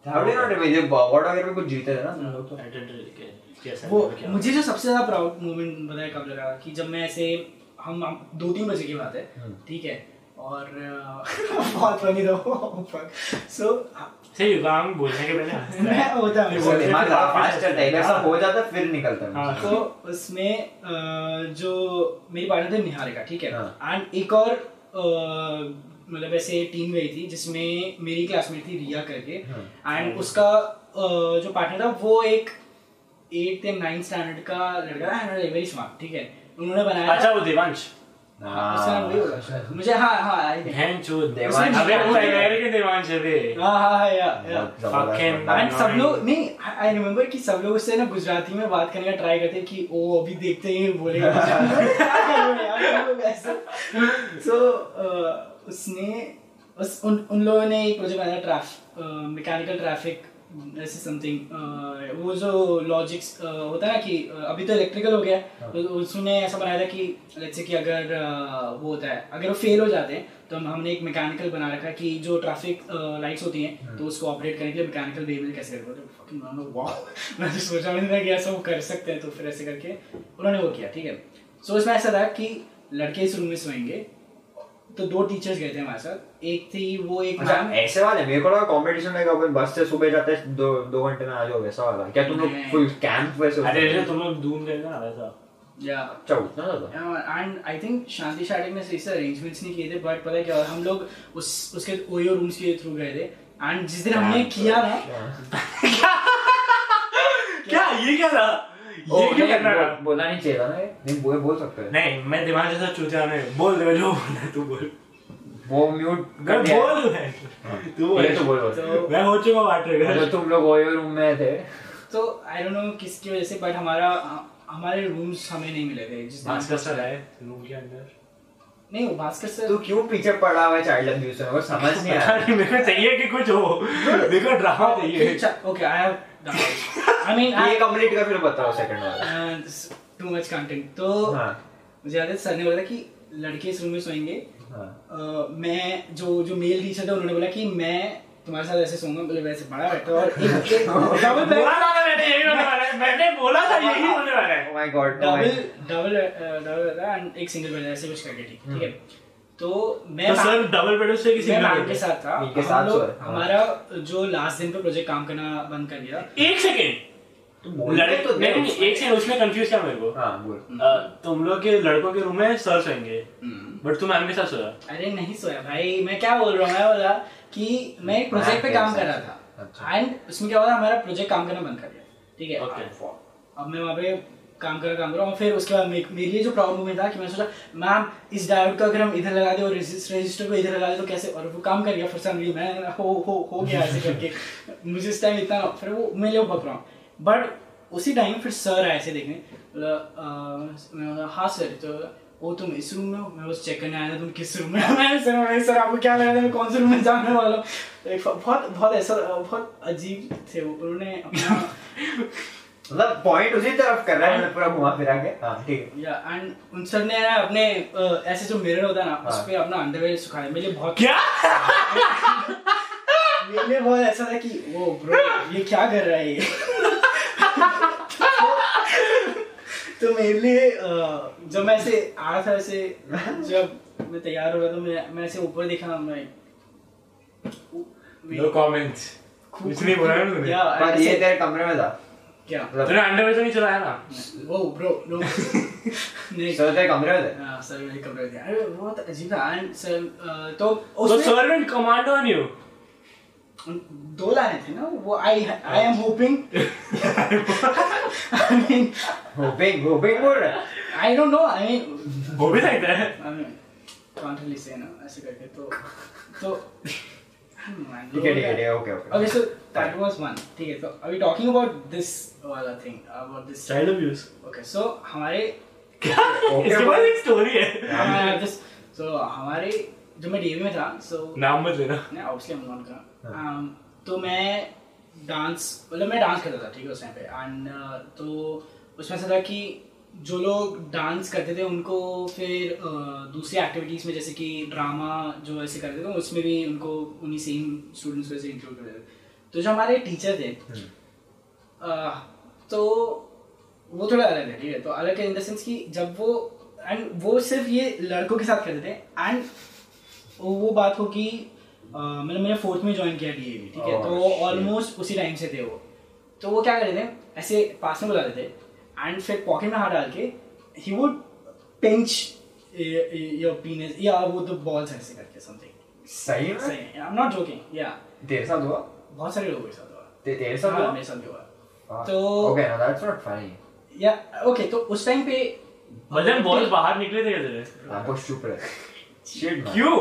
[SPEAKER 6] How do not ये अवार्ड वगैरह में कुछ जीते थे ना तुम लोग तो
[SPEAKER 1] I didn't really care. कैसा
[SPEAKER 4] वो
[SPEAKER 1] है, क्या है।
[SPEAKER 4] मुझे जो सबसे ज्यादा प्राउड मोमेंट बताया कब लगा कि जब मैं ऐसे हम, हम दो तीन बजे की बात
[SPEAKER 6] हाँ।
[SPEAKER 4] है ठीक है और अह, *laughs* बहुत फनी था सो
[SPEAKER 1] सही युगांग बोलने के पहले हंसता है।
[SPEAKER 4] *laughs* मैं होता हूँ
[SPEAKER 6] वो दिमाग
[SPEAKER 1] काफी
[SPEAKER 6] फास्ट चलता है ऐसा हो जाता फिर निकलता है
[SPEAKER 1] हाँ।
[SPEAKER 4] तो उसमें अ, जो मेरी पार्टनर थे निहारिका ठीक है
[SPEAKER 6] हाँ।
[SPEAKER 4] एंड एक और अ, मतलब ऐसे टीम गई थी जिसमें मेरी क्लासमेट थी रिया करके
[SPEAKER 6] हाँ।
[SPEAKER 4] एंड उसका अ, जो पार्टनर था वो एक एट्थ या नाइन्थ स्टैंडर्ड का लड़का था वेरी स्मार्ट ठीक है उन्होंने बनाया
[SPEAKER 1] अच्छा वो देवांश
[SPEAKER 4] हाँ, उसका नाम वही होगा शायद। मुझे हाँ हाँ आई थिंक
[SPEAKER 1] बहन चोद
[SPEAKER 6] देवांश।
[SPEAKER 1] अबे वो अमेरिकन देवांश है बे
[SPEAKER 4] हाँ हाँ हाँ या या
[SPEAKER 6] बहुत जबरदस्त
[SPEAKER 1] Fucking
[SPEAKER 6] बंदा है।
[SPEAKER 4] एंड सब लोग नहीं आई रिमेम्बर कि सब लोग उससे ना गुजराती में बात करने का ट्राई करते हैं कि ओ अभी देखते हैं बोलेगा
[SPEAKER 6] *laughs*
[SPEAKER 4] *laughs* सो uh, उसने उस उन उन लोगों ने एक प्रोजेक्ट बनाया uh, ट्रैफ मैकेनिकल ट्रैफिक ऐसे समथिंग uh, वो जो लॉजिक्स होता है ना कि अ, अभी तो इलेक्ट्रिकल हो गया तो उसने ऐसा बनाया था कि लेट्स से कि अगर अ, वो होता है अगर वो फेल हो जाते हैं तो हम- हमने एक मैकेनिकल बना रखा है कि जो ट्रैफिक लाइट्स होती हैं तो उसको ऑपरेट करने के लिए मैकेनिकल वे में कैसे करते हैं फकिंग मैंने वाह *laughs* मैं तो सोचा भी नहीं था कि ऐसा वो कर सकते हैं तो फिर ऐसे करके उन्होंने वो किया ठीक है सो इसमें ऐसा था कि लड़के इस रूम में सोएंगे तो दो टीचर्स गए थे हमारे साथ एक थी वो एक
[SPEAKER 6] अच्छा
[SPEAKER 4] मैम
[SPEAKER 6] ऐसे वाले मेरे को लगा कंपटीशन में अपन बस से सुबह जाते हैं, दो दो घंटे में आ जाओ वैसा वाला क्या तुम लोग
[SPEAKER 4] नहीं।
[SPEAKER 6] कोई कैंप
[SPEAKER 4] हाँ।
[SPEAKER 6] वैसे
[SPEAKER 1] अरे
[SPEAKER 6] होता
[SPEAKER 1] अरे
[SPEAKER 6] है?
[SPEAKER 1] तुम लोग धूम गए ना ऐसा
[SPEAKER 4] या
[SPEAKER 6] अच्छा उतना ज्यादा
[SPEAKER 4] एंड आई थिंक शांति शाटिक ने सही से अरेंजमेंट्स नहीं किए थे बट पता है क्या हुआ? हम लोग उस उसके ओयो रूम्स के थ्रू गए थे एंड जिस दिन हमने किया ना
[SPEAKER 6] हाँ।
[SPEAKER 1] क्या ये क्या था
[SPEAKER 6] ओ,
[SPEAKER 1] ये क्यों
[SPEAKER 6] नहीं,
[SPEAKER 1] करना
[SPEAKER 6] बो-
[SPEAKER 1] था
[SPEAKER 6] बोलना नहीं चाहिए था ना ये? नहीं बोल बोल सकते हैं
[SPEAKER 1] नहीं मैं दिमाग जैसा चूतिया नहीं बोल दे जो बोलना है, तू बोल
[SPEAKER 6] वो म्यूट
[SPEAKER 1] मैं
[SPEAKER 6] कर दिया
[SPEAKER 1] बोल तू बोल
[SPEAKER 6] ये तो बोल बोल।
[SPEAKER 4] तो
[SPEAKER 1] मैं हो चुका वाटर
[SPEAKER 6] मतलब तुम लोग ओयो रूम में थे
[SPEAKER 4] तो आई डोंट नो किसकी वजह से बट हमारा हमारे रूम्स हमें नहीं मिले थे
[SPEAKER 6] तो-
[SPEAKER 4] जिस दिन
[SPEAKER 1] भास्कर सर तो- आए रूम के अंदर
[SPEAKER 4] नहीं वो भास्कर
[SPEAKER 6] तू
[SPEAKER 4] सर
[SPEAKER 6] क्यों पीछे पड़ा हुआ चाइल्ड अब्यूज में वो समझ नहीं आ
[SPEAKER 1] पता
[SPEAKER 6] रहा
[SPEAKER 1] नहीं, मेरे को चाहिए कि कुछ हो देखो ड्रामा
[SPEAKER 6] *laughs*
[SPEAKER 1] चाहिए
[SPEAKER 4] okay I have I mean
[SPEAKER 6] ये कंप्लीट कर फिर बताओ सेकंड वाला
[SPEAKER 4] टू मच कंटेंट तो
[SPEAKER 6] हाँ
[SPEAKER 4] मुझे याद है सर ने बोला था कि लड़के इस रूम में सोएंगे
[SPEAKER 6] हाँ
[SPEAKER 4] अह, मैं जो जो मेल टीचर थे उन्होंने बोला कि मैं तुम्हारे साथ ऐसे सोऊंगा बोले वैसे बड़ा बैठा और एक एक डबल बेड
[SPEAKER 1] बोला था ना मैंने यही होने वाला है मैंने बोला था यही होने वाला है
[SPEAKER 6] oh my God
[SPEAKER 4] double double uh, double bed था and एक सिंगल बेड था, ऐसे कुछ करके ठीक ठीक है तो मैं
[SPEAKER 1] तो सर डबल बेड से किसी
[SPEAKER 4] मैं
[SPEAKER 1] का
[SPEAKER 4] मैम के साथ था
[SPEAKER 6] इनके
[SPEAKER 4] हम
[SPEAKER 6] साथ
[SPEAKER 4] लोग-
[SPEAKER 6] सोए, हाँ।
[SPEAKER 4] हमारा जो लास्ट दिन पे प्रोजेक्ट काम करना बंद कर दिया
[SPEAKER 1] एक सेकेंड लड़के
[SPEAKER 6] लड़के
[SPEAKER 1] तो नहीं नहीं, एक सेकंड उसमें कंफ्यूज क्या मेरे को
[SPEAKER 6] हाँ बोल
[SPEAKER 1] अ, तुम लोग के लड़कों के रूम में सर सोएंगे
[SPEAKER 4] हम्म।
[SPEAKER 1] बट तुम मैम के साथ सोया
[SPEAKER 4] अरे नहीं सोया भाई मैं क्या बोल रहा हूँ मैं बोला कि मैं एक प्रोजेक्ट पे
[SPEAKER 6] हाँ,
[SPEAKER 4] काम
[SPEAKER 6] अच्छा,
[SPEAKER 4] कर रहा था एंड उसमें क्या हुआ था, हमारा प्रोजेक्ट काम करना बंद कर दिया ठीक है
[SPEAKER 1] Okay.
[SPEAKER 4] अब मैं वहाँ पे काम कर रहा काम कर रहा हूँ फिर उसके बाद मे- मेरे लिए जो प्रॉब्लम मोमेंट था कि मैंने सोचा मैम इस डायोड को अगर हम इधर लगा दें और रजिस्टर को इधर लगा दें तो कैसे और वो काम कर गया फॉर सम मैं हो हो हो गया ऐसे करके मुझे उस टाइम इतना फिर वो मैं लिए भग रहा हूँ बट उसी टाइम फिर सर आए ऐसे देखने बोला, "अह, मैं बोला, हाँ सर तो ओ तुम इस रूम में हो मैं बस चेक करने आया था तुम किस रूम में हो?" मैंने सर मैंने सर आपको क्या लगा था मैं कौन से रूम में जाने वाला हूँ?" एक बहुत बहुत ऐसा बहुत अजीब थे वो उन्होंने अपना
[SPEAKER 6] मतलब पॉइंट उसी तरफ कर रहा है मतलब पूरा घुमा फिरा के हाँ ठीक है
[SPEAKER 4] या एंड उन सर ने ना अपने अ, ऐसे जो मिरर होता है ना उस
[SPEAKER 6] हाँ।
[SPEAKER 4] पे अपना अंडरवेयर सुखाया मेरे लिए बहुत क्या मेरे लिए बहुत ऐसा था कि वो ब्रो ये क्या कर रहा है ये तो मेरे लिए अ, जब मैं ऐसे आ रहा था ऐसे जब मैं तैयार हो रहा था मैं मैं ऐसे ऊपर देखा मैं
[SPEAKER 1] नो कमेंट्स कुछ नहीं बोला ना तूने।
[SPEAKER 4] या,
[SPEAKER 6] पर ये
[SPEAKER 4] ऐसे-
[SPEAKER 6] तेरे कमरे में था
[SPEAKER 4] क्या
[SPEAKER 6] मतलब
[SPEAKER 1] तूने अंडरवेयर तो नहीं चलाया ना
[SPEAKER 4] वो ब्रो नो नहीं
[SPEAKER 6] सर तेरे कमरे में था
[SPEAKER 4] हाँ, सर मेरे कमरे में थे। अरे बहुत अजीब था एंड सर अ, तो
[SPEAKER 3] Oh,
[SPEAKER 1] तो
[SPEAKER 4] उसमें
[SPEAKER 1] सर्वेंट कमांड ऑन यू
[SPEAKER 4] दो लाने थे ना वो I I am hoping I mean
[SPEAKER 6] hoping hoping बोल रहा है
[SPEAKER 4] I don't know I mean
[SPEAKER 1] वो भी लगता है
[SPEAKER 4] आई मीन कांट रियली से ना ऐसे करके तो तो
[SPEAKER 6] ठीक है ठीक है ठीक है okay okay
[SPEAKER 4] oh Okay, so that was one. ठीक है, so are we talking about this वाला thing about this?
[SPEAKER 1] Child abuse
[SPEAKER 4] Okay, so हमारे
[SPEAKER 1] इसके बाद एक स्टोरी है
[SPEAKER 4] हमारे हाँ, just so हमारे जो मैं डीवी में था, so
[SPEAKER 1] नाम मत लेना
[SPEAKER 4] ना obviously I'm not gonna. Um, तो मैं डांस मतलब मैं डांस करता था ठीक है उस टाइम पे एंड तो उसमें ऐसा था कि जो लोग डांस करते थे उनको फिर uh, दूसरी एक्टिविटीज़ में जैसे कि ड्रामा जो ऐसे करते थे उसमें भी उनको उन्हीं सेम स्टूडेंट्स को ऐसे इंक्लूड करते थे तो जो हमारे टीचर थे uh, तो वो थोड़ा अलग है ठीक है तो अलग है इन द सेंस कि जब वो एंड वो सिर्फ ये लड़कों के साथ करते थे एंड वो बात हो कि अ, मतलब मैंने फोर्थ में ज्वाइन किया डीएवी ठीक है
[SPEAKER 6] Oh,
[SPEAKER 4] तो
[SPEAKER 6] shit.
[SPEAKER 4] ऑलमोस्ट उसी टाइम से थे वो तो वो क्या करते थे ऐसे पास में बुला लेते एंड फिर पॉकेट में हाथ डाल के he would pinch your penis या वो द बॉल्स ऐसे करके समथिंग
[SPEAKER 6] सही में
[SPEAKER 4] सही आई एम नॉट जोकिंग या
[SPEAKER 6] तेरे साथ हुआ
[SPEAKER 4] बहुत सारे लोगों के साथ हुआ
[SPEAKER 6] ते- तेरे साथ
[SPEAKER 4] हाँ,
[SPEAKER 6] हुआ
[SPEAKER 4] मेरे साथ भी हुआ
[SPEAKER 6] हाँ।
[SPEAKER 4] तो-
[SPEAKER 6] okay now that's not funny
[SPEAKER 4] या ओके तो उस टाइम पे
[SPEAKER 1] मतलब बॉल बाहर निकले थे तेरे
[SPEAKER 6] आपको चुप रहे
[SPEAKER 4] *laughs*
[SPEAKER 6] shit man
[SPEAKER 1] क्यों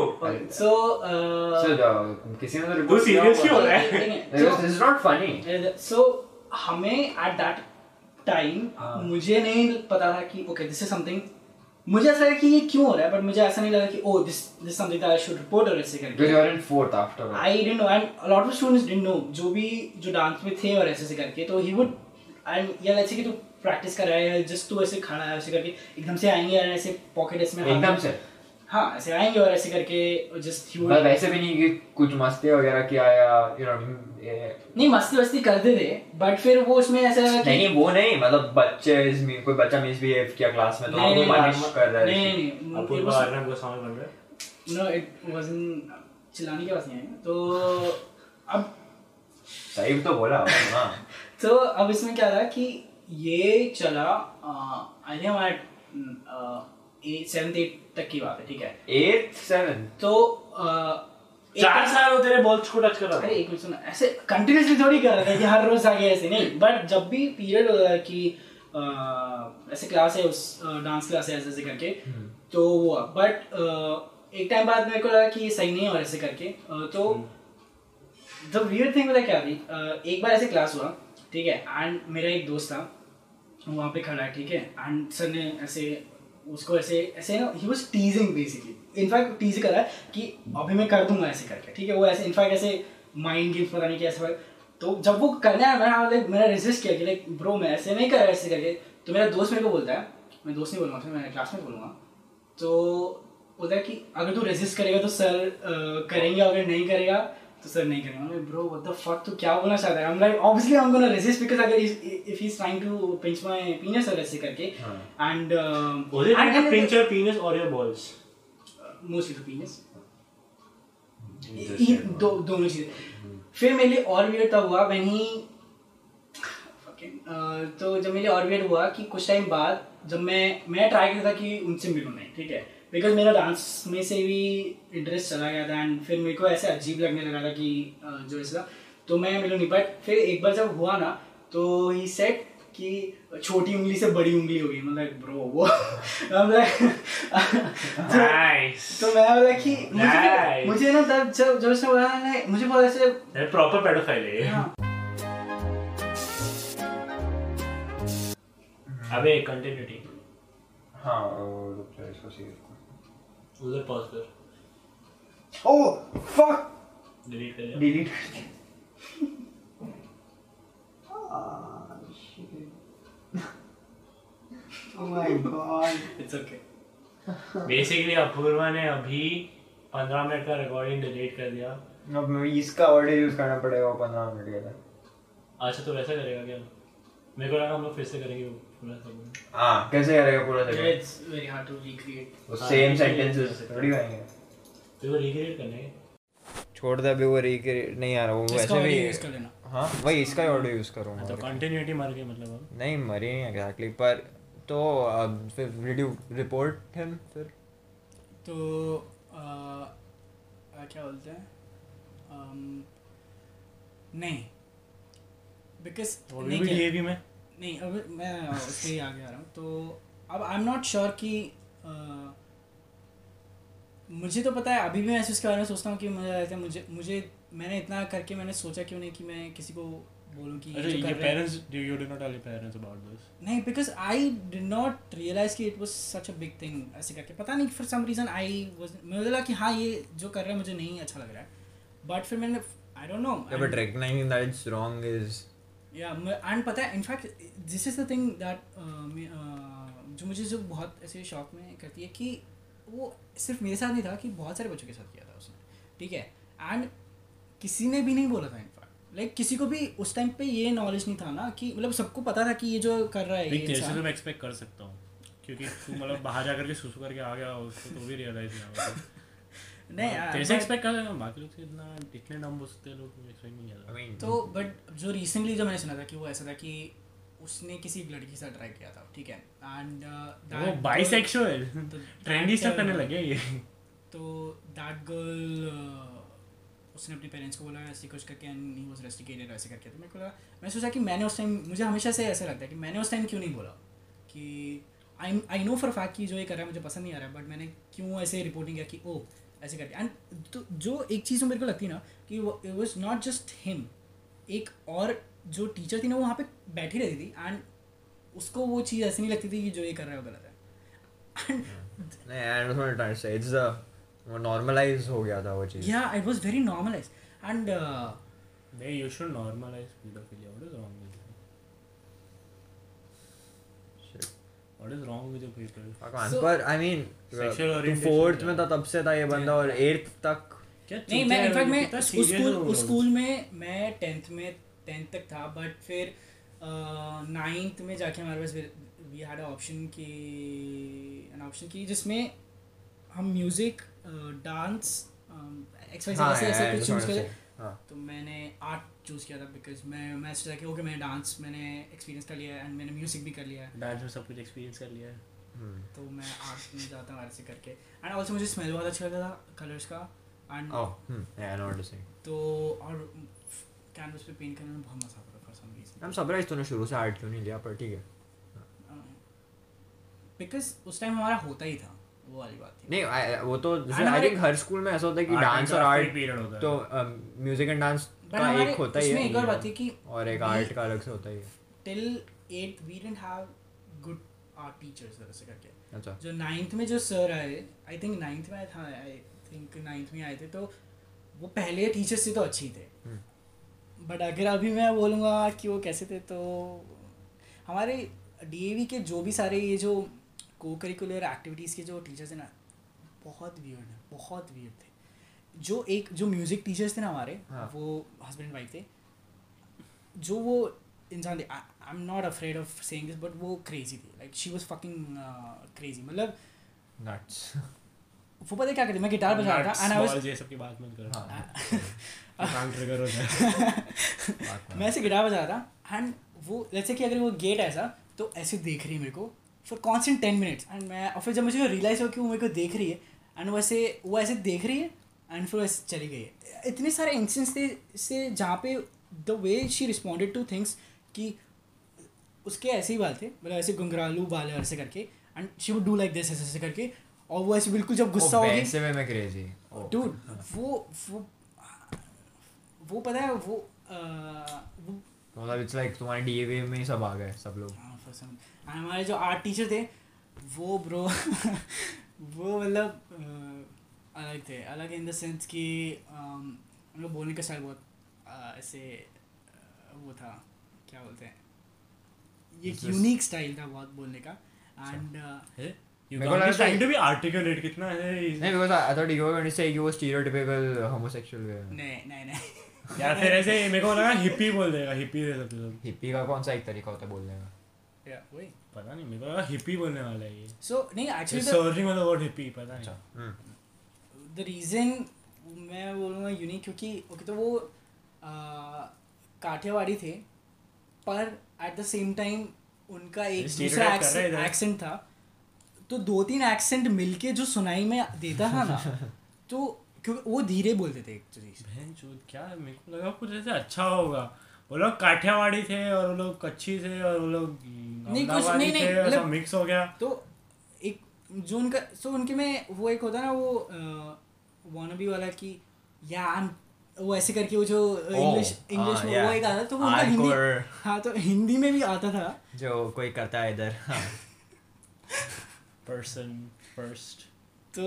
[SPEAKER 4] सो
[SPEAKER 6] So, uh, किसी ने तो
[SPEAKER 1] तू
[SPEAKER 6] report किया
[SPEAKER 1] सीरियस
[SPEAKER 6] होगा।
[SPEAKER 1] क्यों हो रहा है
[SPEAKER 4] *laughs*
[SPEAKER 6] Because this is not funny
[SPEAKER 4] so हमें एट दैट टाइम
[SPEAKER 6] हाँ।
[SPEAKER 4] मुझे नहीं पता था कि ओके दिस इज समथिंग मुझे ऐसा लगा कि ये क्यों हो रहा है बट मुझे ऐसा नहीं लगा कि oh, oh this this something that I should report और ऐसे
[SPEAKER 6] because
[SPEAKER 4] करके
[SPEAKER 6] you are in fourth after all.
[SPEAKER 4] I didn't know and lot of students didn't know जो भी जो डांस में थे और ऐसे ऐसे करके तो ही वुड एंड या लेट्स से कि तू प्रैक्टिस कर रहा है जस्ट तू ऐसे खड़ा है ऐसे करके एकदम से आएंगे और ऐसे पॉकेट इसमें हाथ-
[SPEAKER 6] एकदम से
[SPEAKER 4] हाँ ऐसे आएंगे और ऐसे करके जस्ट ही
[SPEAKER 6] मतलब वैसे भी नहीं कि कुछ मस्ती वगैरह किया या you know ये-
[SPEAKER 4] नहीं मस्ती वस्ती करते थे बट फिर वो उसमें ऐसा लगा कि
[SPEAKER 6] नहीं नहीं वो नहीं मतलब बच्चे इस में कोई बच्चा मिसबिहेव किया क्लास में तो
[SPEAKER 4] नहीं,
[SPEAKER 6] आपको
[SPEAKER 4] नहीं, हाँ।
[SPEAKER 6] punish कर रहा है
[SPEAKER 4] नहीं नहीं
[SPEAKER 1] अपूर्व
[SPEAKER 4] नहीं
[SPEAKER 1] और अर्णव गोस्वामी बन रहे हैं।
[SPEAKER 4] नो इट वाजंट चिल्लाने की बात नहीं है तो अब
[SPEAKER 6] सही तो बोला आपने, हाँ
[SPEAKER 4] तो अब इसमें क्या था कि ये चला आई थिंक हम्म, हमारा सेवन एट तक की बात है ठीक है
[SPEAKER 6] एट सेवन
[SPEAKER 4] तो अह, एक-
[SPEAKER 1] चार साल हो तेरे बॉल्स को टच कर
[SPEAKER 4] अरे
[SPEAKER 1] रहा
[SPEAKER 4] एक मिनट सुना ऐसे कंटिन्यूसली थोड़ी कर रहा था कि हर रोज आगे ऐसे नहीं बट जब भी पीरियड होता था कि अह, ऐसे क्लास है उस डांस क्लास है ऐसे ऐसे करके तो वो बट एक टाइम बाद मेरे को लगा कि ये सही नहीं है और ऐसे करके अह, तो द वियर्ड थिंग पता क्या थी अह, एक बार ऐसे क्लास हुआ ठीक है एंड मेरा एक दोस्त था वहाँ पे खड़ा है ठीक है एंड सर ने ऐसे उसको ऐसे ऐसे ना he was teasing basically in fact tease कर रहा है कि अभी मैं कर दूंगा ऐसे करके ठीक है वो ऐसे इनफैक्ट ऐसे माइंड गेम्स पता नहीं क्या ऐसे तो जब वो करने आया मैंने लाइक मैंने रेजिस्ट किया कि लाइक ब्रो मैं ऐसे नहीं कर रहा ऐसे करके तो मेरा दोस्त मेरे को बोलता है मैं दोस्त नहीं बोलूँगा उसमें मैं क्लासमेट बोलूँगा तो बोलता है कि अगर तू रेजिस्ट करेगा तो सर करेंगे अगर नहीं करेगा तो सर नहीं करेंगे ब्रो व्हाट द फक तू क्या बोलना चाहता है I am like obviously I am gonna resist because अगर if he is trying to pinch my penis और ऐसे करके एंड
[SPEAKER 1] है पिंच योर पीनस और your balls
[SPEAKER 4] mostly to penis दो दोनों चीजें फिर मेरे लिए और वियर्ड तब हुआ when he fucking, अह, तो जब मेरे लिए और वियर्ड हुआ कि कुछ टाइम बाद जब मैं मैं ट्राई करता था कि उनसे मिलूँ नहीं ठीक है बिकॉज मेरा डांस में से भी इंटरेस्ट चला गया था एंड फिर मेरे को ऐसे अजीब लगने लगा था कि अह, जो ऐसा तो मैं मिलूँ नहीं बट फिर एक बार जब हुआ ना तो ही सेट कि छोटी उंगली से बड़ी उंगली हो गई मतलब ब्रो वो *laughs* मतलब
[SPEAKER 1] नाइस
[SPEAKER 4] तो मैं बोला कि मुझे तो-
[SPEAKER 1] Nice.
[SPEAKER 4] मुझे ना तब जब जब उसने बोला ना मुझे बहुत ऐसे Oh
[SPEAKER 1] प्रॉपर पेडोफाइल है ये।
[SPEAKER 4] हाँ।
[SPEAKER 1] अबे कंटिन्यूटी
[SPEAKER 6] हाँ वो रुक जा इसको save-
[SPEAKER 1] उधर पॉज कर
[SPEAKER 6] Oh fuck!
[SPEAKER 1] डिलीट कर दिया।
[SPEAKER 6] डिलीट कर दिया Oh my god.
[SPEAKER 1] It's
[SPEAKER 3] *laughs*
[SPEAKER 1] okay basically Apoorva ने अभी 15 मिनट का रिकॉर्डिंग डिलीट कर दिया
[SPEAKER 6] अब मुझे इसका ऑडियो यूज करना पड़ेगा पंद्रह मिनट के लिए
[SPEAKER 1] अच्छा तो वैसा करेगा क्या मेरे को लगा हम लोग फिर से करेंगे वो पूरा सब
[SPEAKER 6] हाँ कैसे करेगा पूरा second
[SPEAKER 4] It's very hard to recreate.
[SPEAKER 6] वो
[SPEAKER 1] हाँ,
[SPEAKER 6] सेम
[SPEAKER 1] ये-
[SPEAKER 6] सेंटेंसेस थोड़ी आएंगे
[SPEAKER 1] तो रिक्रिएट करने
[SPEAKER 3] हाँ,
[SPEAKER 2] छोड़ दे अभी वो recreate- नहीं यार वो
[SPEAKER 4] इसका
[SPEAKER 2] वैसे
[SPEAKER 4] audio
[SPEAKER 2] भी
[SPEAKER 4] use कर लेना।
[SPEAKER 2] हाँ वही इसका ऑडियो यूज करूंगा
[SPEAKER 3] तो
[SPEAKER 2] और-
[SPEAKER 3] कंटिन्यूटी मर गई मतलब अब
[SPEAKER 2] नहीं मरी नहीं एग्जैक्टली पर तो अब फिर डिड यू रिपोर्ट हिम फिर
[SPEAKER 4] तो आ, आ, क्या बोलते हैं अम, नहीं बिकॉज
[SPEAKER 3] वो भी लिए भी मैं
[SPEAKER 4] नहीं अब मैं उसके ही आगे आ रहा हूँ तो अब आई एम नॉट श्योर कि अ, मुझे तो पता है अभी भी मैं इसके बारे में सोचता हूँ कि मुझे ऐसा मुझे मुझे मैंने इतना करके मैंने सोचा क्यों नहीं कि मैं किसी को बोलूँ कि ये
[SPEAKER 3] अच्छा
[SPEAKER 4] जो कर
[SPEAKER 3] your
[SPEAKER 4] रहे हैं-
[SPEAKER 3] parents you you did not tell your parents about this
[SPEAKER 4] नहीं because I did not realise कि it was such a big thing ऐसे करके पता नहीं for some reason I was मुझे लगा कि हाँ ये जो कर रहा है मुझे नहीं अच्छा लग रहा है बट फिर मैंने I don't
[SPEAKER 2] but
[SPEAKER 4] no
[SPEAKER 2] recognising that it's wrong is
[SPEAKER 4] या एंड पता है in fact this is the thing that uh, जो मुझे जो बहुत ऐसे शौक में करती है कि वो सिर्फ मेरे साथ नहीं था कि बहुत सारे बच्चों के साथ किया था उसने ठीक है एंड किसी ने भी नहीं बोला था इनफैक्ट लाइक किसी को भी उस टाइम पे ये नॉलेज नहीं था ना कि मतलब सबको पता था कि ये जो कर रहा है ये
[SPEAKER 3] देख तेरे से
[SPEAKER 4] इंसान-
[SPEAKER 3] तो मैं एक्सपेक्ट कर सकता हूँ क्योंकि तू मतलब बाहर जा करके सुसु करके आ गया उसको तो भी रियलाइज नहीं हुआ
[SPEAKER 4] नहीं
[SPEAKER 3] हाँ,
[SPEAKER 4] I-
[SPEAKER 3] तेरे से
[SPEAKER 4] but-
[SPEAKER 3] एक्सपेक्ट कर सकता हूँ बाकी लोग से इतना इतने डम हो सकते हैं लोग एक्सपेक्ट नहीं
[SPEAKER 2] आई
[SPEAKER 3] करता
[SPEAKER 2] मीन
[SPEAKER 4] तो बट जो रिसेंटली जो मैंने सुना था कि वो ऐसा था कि उसने किसी एक लड़की के साथ ट्राई किया था ठीक है uh, एंड
[SPEAKER 1] हाँ,
[SPEAKER 3] वो बाइसेक्सुअल ट्रेंडी स्टफ करने लगे ये
[SPEAKER 4] तो दैट गर्ल उसने अपने पेरेंट्स को बोला ऐसे कुछ करके एंड ही वाज रेस्टिकेटेड ऐसे करके तो मेरे को लगा मैं सोचा कि मैंने उस टाइम मुझे हमेशा से ऐसा लगता है कि मैंने उस टाइम क्यों नहीं बोला कि I I know for fact कि जो ये कर रहा है मुझे पसंद नहीं आ रहा है बट मैंने क्यों ऐसे रिपोर्टिंग किया कि ओ ऐसे करके एंड तो जो एक चीज़ मेरे को लगती ना कि it was not just him एक और जो टीचर थी ना वो वहाँ पे बैठी रहती थी एंड उसको वो चीज़ ऐसी नहीं लगती थी कि जो ये कर रहा है वो गलत है
[SPEAKER 2] नहीं I don't want to say it's वो नॉर्मलाइज हो गया था वो चीज
[SPEAKER 4] या it was very normalise and
[SPEAKER 3] नहीं you should normalise paedophilia what is wrong with
[SPEAKER 2] Shit.
[SPEAKER 3] What is wrong with people
[SPEAKER 2] भगवान
[SPEAKER 4] So-
[SPEAKER 2] पर आई मीन
[SPEAKER 3] Sexual
[SPEAKER 2] तू
[SPEAKER 3] orientation
[SPEAKER 2] फोर्थ
[SPEAKER 3] है।
[SPEAKER 2] uh, में था तब से था ये बंदा और एट्थ तक
[SPEAKER 3] क्या
[SPEAKER 4] नहीं
[SPEAKER 2] अच्छा,
[SPEAKER 3] चूतिया
[SPEAKER 4] मैं
[SPEAKER 3] है
[SPEAKER 4] इनफैक्ट
[SPEAKER 3] लोग,
[SPEAKER 4] मैं
[SPEAKER 3] कितना
[SPEAKER 4] उस- उस
[SPEAKER 3] serious
[SPEAKER 4] स्कूल
[SPEAKER 3] लोग
[SPEAKER 4] उस
[SPEAKER 3] लोग।
[SPEAKER 4] स्कूल में मैं टेंथ में टेंथ तक था बट फिर नाइन्थ में जाके हमारे पास वी हैड अ ऑप्शन की एन ऑप्शन की जिसमें हम uh, music dance um, exercise
[SPEAKER 2] हाँ,
[SPEAKER 4] ऐसे ऐसे
[SPEAKER 2] yeah,
[SPEAKER 4] कुछ
[SPEAKER 2] I
[SPEAKER 4] चूज़
[SPEAKER 2] just wanna
[SPEAKER 4] कर
[SPEAKER 2] say, हाँ।
[SPEAKER 4] तो मैंने आर्ट चूज़ किया था बिकॉज मैं मैं सोचा कि ओके मैंने डांस मैंने एक्सपीरियंस कर लिया है एंड मैंने म्यूज़िक भी कर लिया है
[SPEAKER 3] डांस में सब कुछ एक्सपीरियंस कर लिया है
[SPEAKER 2] हम्म।
[SPEAKER 4] तो मैं आर्ट में जाता हूँ ऐसे करके एंड ऑल्सो मुझे स्मेल बहुत अच्छा लगता था कलर्स का and
[SPEAKER 2] Oh, hmm. Yeah, I know what to say.
[SPEAKER 4] तो और कैनवस पे पेंट करने में बहुत मजा आता था फॉर सम
[SPEAKER 2] I'm surprised तूने शुरू से आर्ट क्यों नहीं लिया पर ठीक है
[SPEAKER 4] रीजन बिकॉज हाँ। उस टाइम हमारा होता ही था वो वाली बात थी
[SPEAKER 2] नहीं I- वो तो
[SPEAKER 4] And
[SPEAKER 2] आई
[SPEAKER 4] हमारे-
[SPEAKER 2] थिंक हर स्कूल में ऐसा होता है कि
[SPEAKER 3] Art and
[SPEAKER 2] डांस और
[SPEAKER 3] craft
[SPEAKER 2] आर्ट
[SPEAKER 3] एक period होता है।
[SPEAKER 2] तो म्यूजिक एंड डांस
[SPEAKER 4] But
[SPEAKER 2] का
[SPEAKER 4] हमारे
[SPEAKER 2] एक होता ही
[SPEAKER 4] उसमें एक और
[SPEAKER 2] है
[SPEAKER 4] बात थी कि
[SPEAKER 2] और एक
[SPEAKER 4] we-
[SPEAKER 2] आर्ट का अलग से होता ही है
[SPEAKER 4] till 8 we didn't have good art teachers ऐसे करके
[SPEAKER 2] अच्छा
[SPEAKER 4] जो नाइन्थ में जो सर आए आई थिंक नाइन्थ में आए था आई थिंक नाइन्थ में आए थे तो वो पहले टीचर से तो अच्छे ही थे बट अगर अभी मैं बोलूँगा कि वो कैसे थे तो हमारे डी के जो भी सारे ये जो को करिकुलर एक्टिविटीज़ के जो टीचर्स हैं ना बहुत वियर्ड हैं बहुत वियर्ड थे जो एक जो म्यूज़िक टीचर्स थे ना हमारे
[SPEAKER 2] हाँ।
[SPEAKER 4] वो हस्बैंड वाइफ थे जो वो इंसान थे I am not afraid of saying this but वो क्रेजी थी like she was fucking crazy मतलब
[SPEAKER 2] नट्स
[SPEAKER 4] वो पता है क्या करती मैं गिटार बजा रहा था एंड आई
[SPEAKER 3] Balls ये सब की बात मत करो
[SPEAKER 2] हाँ।
[SPEAKER 3] *laughs* काम ट्रिगर हो जाए
[SPEAKER 4] *laughs* वाज मैं ऐसे गिटार बजा रहा था एंड वो जैसे कि अगर वो गेट ऐसा तो ऐसे देख रही है मेरे को for constant ten minutes and मैं और फिर जब मुझे रियलाइज हो कि वो मेरे को देख रही है एंड वो ऐसे वो ऐसे देख रही है एंड फिर वो ऐसे चली गई है इतने सारे इंस्टेंस थे से जहाँ पे the way she responded to things कि उसके ऐसे ही बाल थे मतलब ऐसे गुंगरालू बाल है ऐसे करके and she would do like this ऐसे ऐसे करके और वो ऐसे बिल्कुल जब गुस्सा होगी
[SPEAKER 2] वैसे में मैं क्रेजी
[SPEAKER 4] डूड वो वो वो पता है वो अ, वो
[SPEAKER 2] मतलब इट्स लाइक तुम्हारे डीएवी में ही सब आ गए सब लोग
[SPEAKER 4] हाँ, for some- हमारे जो आर्ट टीचर थे वो ब्रो *laughs* वो मतलब अ, अलग थे अलग इन द सेंस कि अम, हम लोग बोलने का स्टाइल बहुत अ, ऐसे अ, वो था क्या बोलते हैं ये
[SPEAKER 3] Just-
[SPEAKER 4] यूनिक स्टाइल था बहुत बोलने का एंड
[SPEAKER 3] You
[SPEAKER 2] मेरे
[SPEAKER 3] got
[SPEAKER 2] को
[SPEAKER 3] he's
[SPEAKER 2] लगा था-
[SPEAKER 3] trying to be articulate कितना है
[SPEAKER 2] नहीं because I, I thought you were going to say you were stereotypical homosexual guy.
[SPEAKER 4] नहीं नहीं नहीं
[SPEAKER 3] यार फिर ऐसे मेरे को लगा हिप्पी बोल देगा हिप्पी थे सब लोग
[SPEAKER 2] हिप्पी का कौन सा एक तरीका होता है बोलने का
[SPEAKER 4] तो Yeah, वही
[SPEAKER 3] पता नहीं मेरे को लगा हिप्पी बोलने वाला है ये
[SPEAKER 4] सो नहीं तो actually
[SPEAKER 3] searching on the word hippie पता नहीं
[SPEAKER 2] अच्छा हम्म
[SPEAKER 4] द रीज़न मैं बोलूँगा यूनिक क्योंकि ओके तो वो अ, काठियावाड़ी थे पर एट द सेम टाइम उनका एक
[SPEAKER 3] Stereotype
[SPEAKER 4] दूसरा
[SPEAKER 3] कर रहे हैं इधर।
[SPEAKER 4] एक्सेंट था तो दो तीन एक्सेंट मिलके जो सुनाई में देता था
[SPEAKER 3] *laughs*
[SPEAKER 4] ना तो क्योंकि वो धीरे बोलते थे तो एक्चुअली
[SPEAKER 3] बहन चोद क्या है? मेरे को लगा कुछ ऐसे अच्छा होगा वो लोग काठियावाड़ी थे और वो लोग कच्छी थे और वो लोग
[SPEAKER 4] नहीं, कुछ-
[SPEAKER 3] अहमदाबादी
[SPEAKER 4] नहीं, नहीं,
[SPEAKER 3] थे, ऐसा
[SPEAKER 4] मतलब-
[SPEAKER 3] मिक्स हो गया
[SPEAKER 4] तो एक जो उनका सो उनके में वो एक होता है ना वो वानबी वाला कि या I'm- वो ऐसे करके वो जो
[SPEAKER 3] Oh,
[SPEAKER 4] इंग्लिश
[SPEAKER 3] हाँ,
[SPEAKER 4] इंग्लिश में वो एक आता था, तो वो उनका हिंदी हाँ तो हिंदी में भी आता था
[SPEAKER 2] जो कोई करता है इधर
[SPEAKER 3] अच्छा,
[SPEAKER 2] हाँ
[SPEAKER 3] पर्सन फर्स्ट
[SPEAKER 4] तो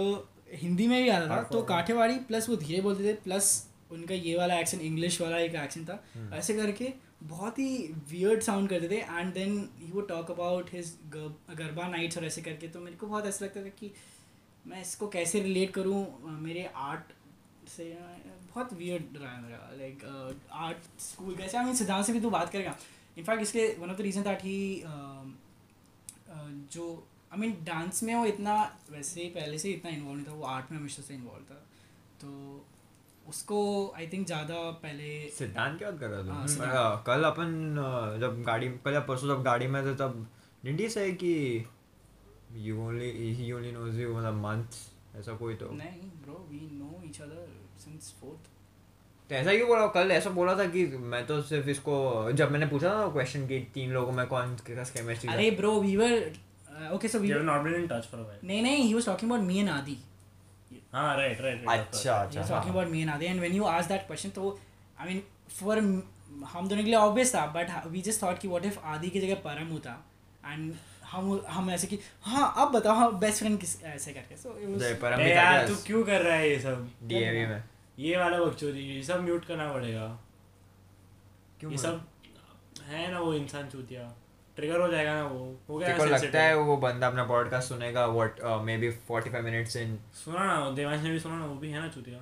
[SPEAKER 4] हिंदी में भी आता था
[SPEAKER 3] Hardcore.
[SPEAKER 4] तो काठियावाड़ी प्लस वो धीरे बोलते थे प्लस उनका ये वाला एक्सेंट इंग्लिश वाला एक एक्सेंट था ऐसे करके बहुत ही वियर्ड साउंड करते थे एंड देन ही वो talk about his garba nights और ऐसे करके तो मेरे को बहुत ऐसा लगता था कि मैं इसको कैसे रिलेट करूँ मेरे आर्ट से अ, बहुत वियर्ड रहा है मेरा लाइक आर्ट स्कूल कैसे आई मीन अच्छा, सिद्धांत से भी तू बात करेगा इनफैक्ट इसके one of the reason that he अह, जो आई मीन डांस में वो इतना वैसे ही पहले से इतना इन्वॉल्व नहीं था वो आर्ट में हमेशा से इन्वॉल्व था तो उसको आई थिंक ज़्यादा पहले
[SPEAKER 2] सिद्धांत की बात कर रहा
[SPEAKER 4] हाँ,
[SPEAKER 2] था
[SPEAKER 4] सिद्धांत।
[SPEAKER 2] हाँ, कल अपन अ, जब गाड़ी कल या परसों जब गाड़ी में थे तब डिंडी से कि you only he only knows you मतलब मंथ ऐसा कोई तो
[SPEAKER 4] नहीं bro we know each other since fourth
[SPEAKER 2] तो ऐसा क्यों बोला कल ऐसा बोला था कि मैं तो सिर्फ इसको जब मैंने पूछा था क्वेश्चन कि तीन लोगों में कौन किसका केमिस्ट्री
[SPEAKER 4] अरे bro we were okay so we
[SPEAKER 3] you have not been in touch for a while
[SPEAKER 4] नहीं नहीं he was talking about me and आदि
[SPEAKER 3] हां राइट राइट
[SPEAKER 2] अच्छा
[SPEAKER 4] he was
[SPEAKER 2] अच्छा
[SPEAKER 4] talking about me and Adi, and when you asked that question, तो I mean for हम दोनों के लिए obvious था but we just thought कि what if आदि की जगह परम होता and हम हम ऐसे कि हाँ अब बताओ हाँ बेस्ट फ्रेंड किस ऐसे करके सो
[SPEAKER 2] जय
[SPEAKER 4] so,
[SPEAKER 2] परम
[SPEAKER 3] ए यार तू क्यों कर रहा है ये सब
[SPEAKER 2] डीएवी में
[SPEAKER 3] ये वाला बकचोदी ये सब म्यूट करना पड़ेगा
[SPEAKER 2] क्यों
[SPEAKER 3] ये
[SPEAKER 2] बोला?
[SPEAKER 3] सब है ना वो इंसान चूतिया ट्रिगर हो जाएगा ना वो हो गया
[SPEAKER 2] तेरे को लगता
[SPEAKER 3] sensitive।
[SPEAKER 2] है वो बंदा अपना पॉडकास्ट सुनेगा uh, what maybe 45 minutes इन
[SPEAKER 3] सुना ना देवांश ने भी सुना ना वो भी है ना चूतिया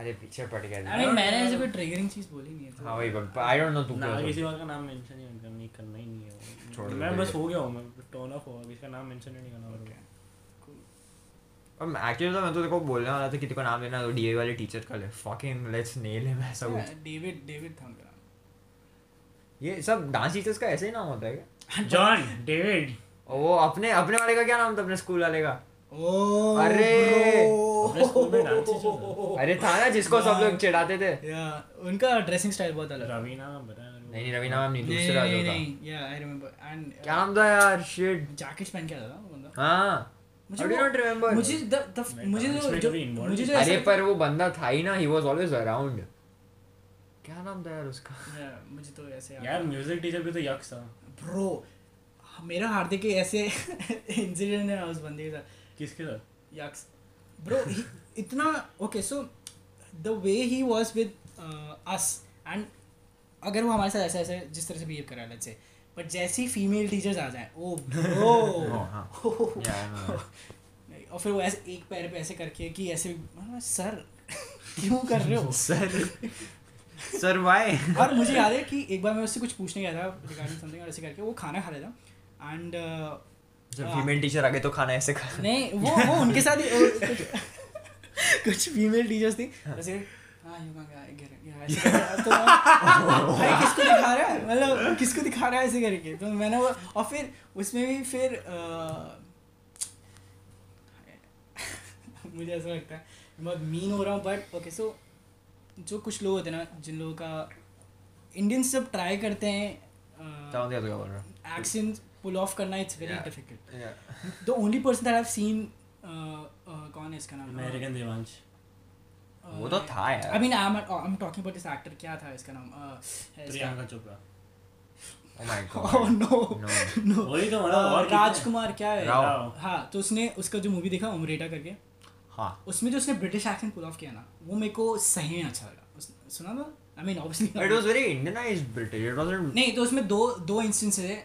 [SPEAKER 2] अरे पीछे पड़ गया
[SPEAKER 4] I mean मैंने ऐसे कोई ट्रिगरिंग चीज बोली नहीं है तो
[SPEAKER 2] हाँ भाई आई डोंट नो तू
[SPEAKER 3] ना
[SPEAKER 2] क्यों बोल-
[SPEAKER 3] किसी और का नाम मेंशन नहीं करना नहीं करना ही नहीं है वो।
[SPEAKER 2] छोड़ दो
[SPEAKER 3] मैं
[SPEAKER 2] भाई।
[SPEAKER 3] बस हो गया हूँ मैं टर्न ऑफ होगा किसी का नाम मेंशन नहीं करना
[SPEAKER 4] Okay.
[SPEAKER 3] पड़ेगा
[SPEAKER 2] अब एक्चुअली तो मैं तो देखो बोलने वाला था कि तेरे को नाम लेना डीए वाले टीचर का ले फकिंग लेट्स नेल हिम ऐसा कुछ
[SPEAKER 4] डेविड डेविड था मेरा
[SPEAKER 2] ये सब डांस टीचर्स का ऐसे ही नाम होता है क्या
[SPEAKER 3] जॉन डेविड
[SPEAKER 2] और वो अपने अपने वाले का क्या नाम था अपने स्कूल वाले का
[SPEAKER 4] ओ
[SPEAKER 2] अरे!
[SPEAKER 3] अपने स्कूल में डांस टीचर था
[SPEAKER 4] Oh.
[SPEAKER 2] अरे था ना जिसको सब लोग चिढ़ाते थे
[SPEAKER 4] या उनका ड्रेसिंग स्टाइल बहुत अलग था
[SPEAKER 3] रवि नाम बताया मेरे को।
[SPEAKER 2] नहीं नहीं रवि नाम नहीं
[SPEAKER 4] नहीं
[SPEAKER 2] दूसरा
[SPEAKER 4] नहीं
[SPEAKER 2] जो था
[SPEAKER 4] नहीं या आई रिमेंबर एंड
[SPEAKER 2] क्या नाम था यार शिट
[SPEAKER 4] जैकेट uh, पहन के आता था वो बंदा
[SPEAKER 2] हाँ
[SPEAKER 4] मुझे
[SPEAKER 2] How do you
[SPEAKER 4] वो-
[SPEAKER 2] not remember?
[SPEAKER 4] मुझे द- द-
[SPEAKER 3] मैं
[SPEAKER 4] मुझे
[SPEAKER 3] डांस
[SPEAKER 4] जो-
[SPEAKER 3] में
[SPEAKER 4] जो
[SPEAKER 3] हाँ, कभी involved
[SPEAKER 4] मुझे तो जो
[SPEAKER 2] अरे
[SPEAKER 4] ऐसा-
[SPEAKER 2] पर वो बंदा था ही ना ही वाज ऑलवेज अराउंड क्या नाम था यार उसका
[SPEAKER 4] *laughs* Yeah, मुझे तो ऐसे याद-
[SPEAKER 3] यार म्यूजिक टीचर भी तो यक्स था
[SPEAKER 4] ब्रो हाँ, मेरा हार्दिक के ऐसे *laughs* इंसिडेंट है उस बंदे के साथ
[SPEAKER 3] किसके साथ
[SPEAKER 4] यक्स ब्रो इतना okay so the way he was with us and uh, अगर वो हमारे साथ ऐसे ऐसे जिस तरह से बिहेव कर रहा है let's say, बट जैसी फीमेल टीचर्स आ जाए ओ
[SPEAKER 2] Oh, हाँ।
[SPEAKER 4] Bro
[SPEAKER 2] Yeah, I know.
[SPEAKER 4] *laughs* Oh. और फिर वो ऐसे एक पैर पे ऐसे करके कि ऐसे हाँ, सर *laughs* क्यों कर रहे हो
[SPEAKER 2] सर सर
[SPEAKER 4] *laughs*
[SPEAKER 2] वाई
[SPEAKER 4] और मुझे याद है कि एक बार मैं उससे कुछ पूछने गया था रिगार्डिंग समथिंग और ऐसे करके वो खाना खा रहा था एंड Ah.
[SPEAKER 2] जब फीमेल टीचर आगे तो खाना ऐसे खा
[SPEAKER 4] नहीं वो वो उनके साथ ही वो कुछ- *laughs* कुछ फीमेल टीचर्स थी ऐसे हाँ you can't get- get it, yeah, ऐसे *laughs* करके, तो मैं- भाई किसको दिखा रहा है मतलब किसको दिखा रहा है ऐसे करके तो मैंने वो और फिर उसमें भी फिर अह, *laughs* मुझे ऐसा लगता है मैं बहुत मीन हो रहा हूँ बट ओके सो जो कुछ लोग होते हैं ना जिन लोगों का इंडियंस जब ट्राई करते हैं
[SPEAKER 2] समझ गया तो क्या बोल रहा हूँ
[SPEAKER 4] एक्शन पुल ऑफ करना it's very
[SPEAKER 2] Yeah.
[SPEAKER 4] Difficult the only person that I have seen uh, कौन है इसका नाम
[SPEAKER 3] अमेरिकन देवांश
[SPEAKER 4] Uh,
[SPEAKER 2] वो तो था यार
[SPEAKER 4] oh, I mean, I'm, I'm talking about this actor. क्या था इसका नाम? Uh, इसका-
[SPEAKER 3] Priyanka Chopra
[SPEAKER 2] Oh my god.
[SPEAKER 4] *laughs* Oh no.
[SPEAKER 2] No.
[SPEAKER 4] *laughs* No.
[SPEAKER 3] वही तो मतलब
[SPEAKER 4] Uh,
[SPEAKER 3] और
[SPEAKER 4] राजकुमार क्या है
[SPEAKER 2] राव।
[SPEAKER 3] राव।
[SPEAKER 4] हाँ तो उसने उसका जो मूवी देखा उमरेटा करके
[SPEAKER 2] हाँ.
[SPEAKER 4] उसमें जो उसने ब्रिटिश एक्सेंट पुल ऑफ किया ना वो मेरे को सही में अच्छा लगा उसने- सुना था I mean
[SPEAKER 2] But it
[SPEAKER 4] obviously
[SPEAKER 2] was very Indianized British. It wasn't.
[SPEAKER 4] *laughs* नहीं तो उसमें दो दो इंस्टेंसेस है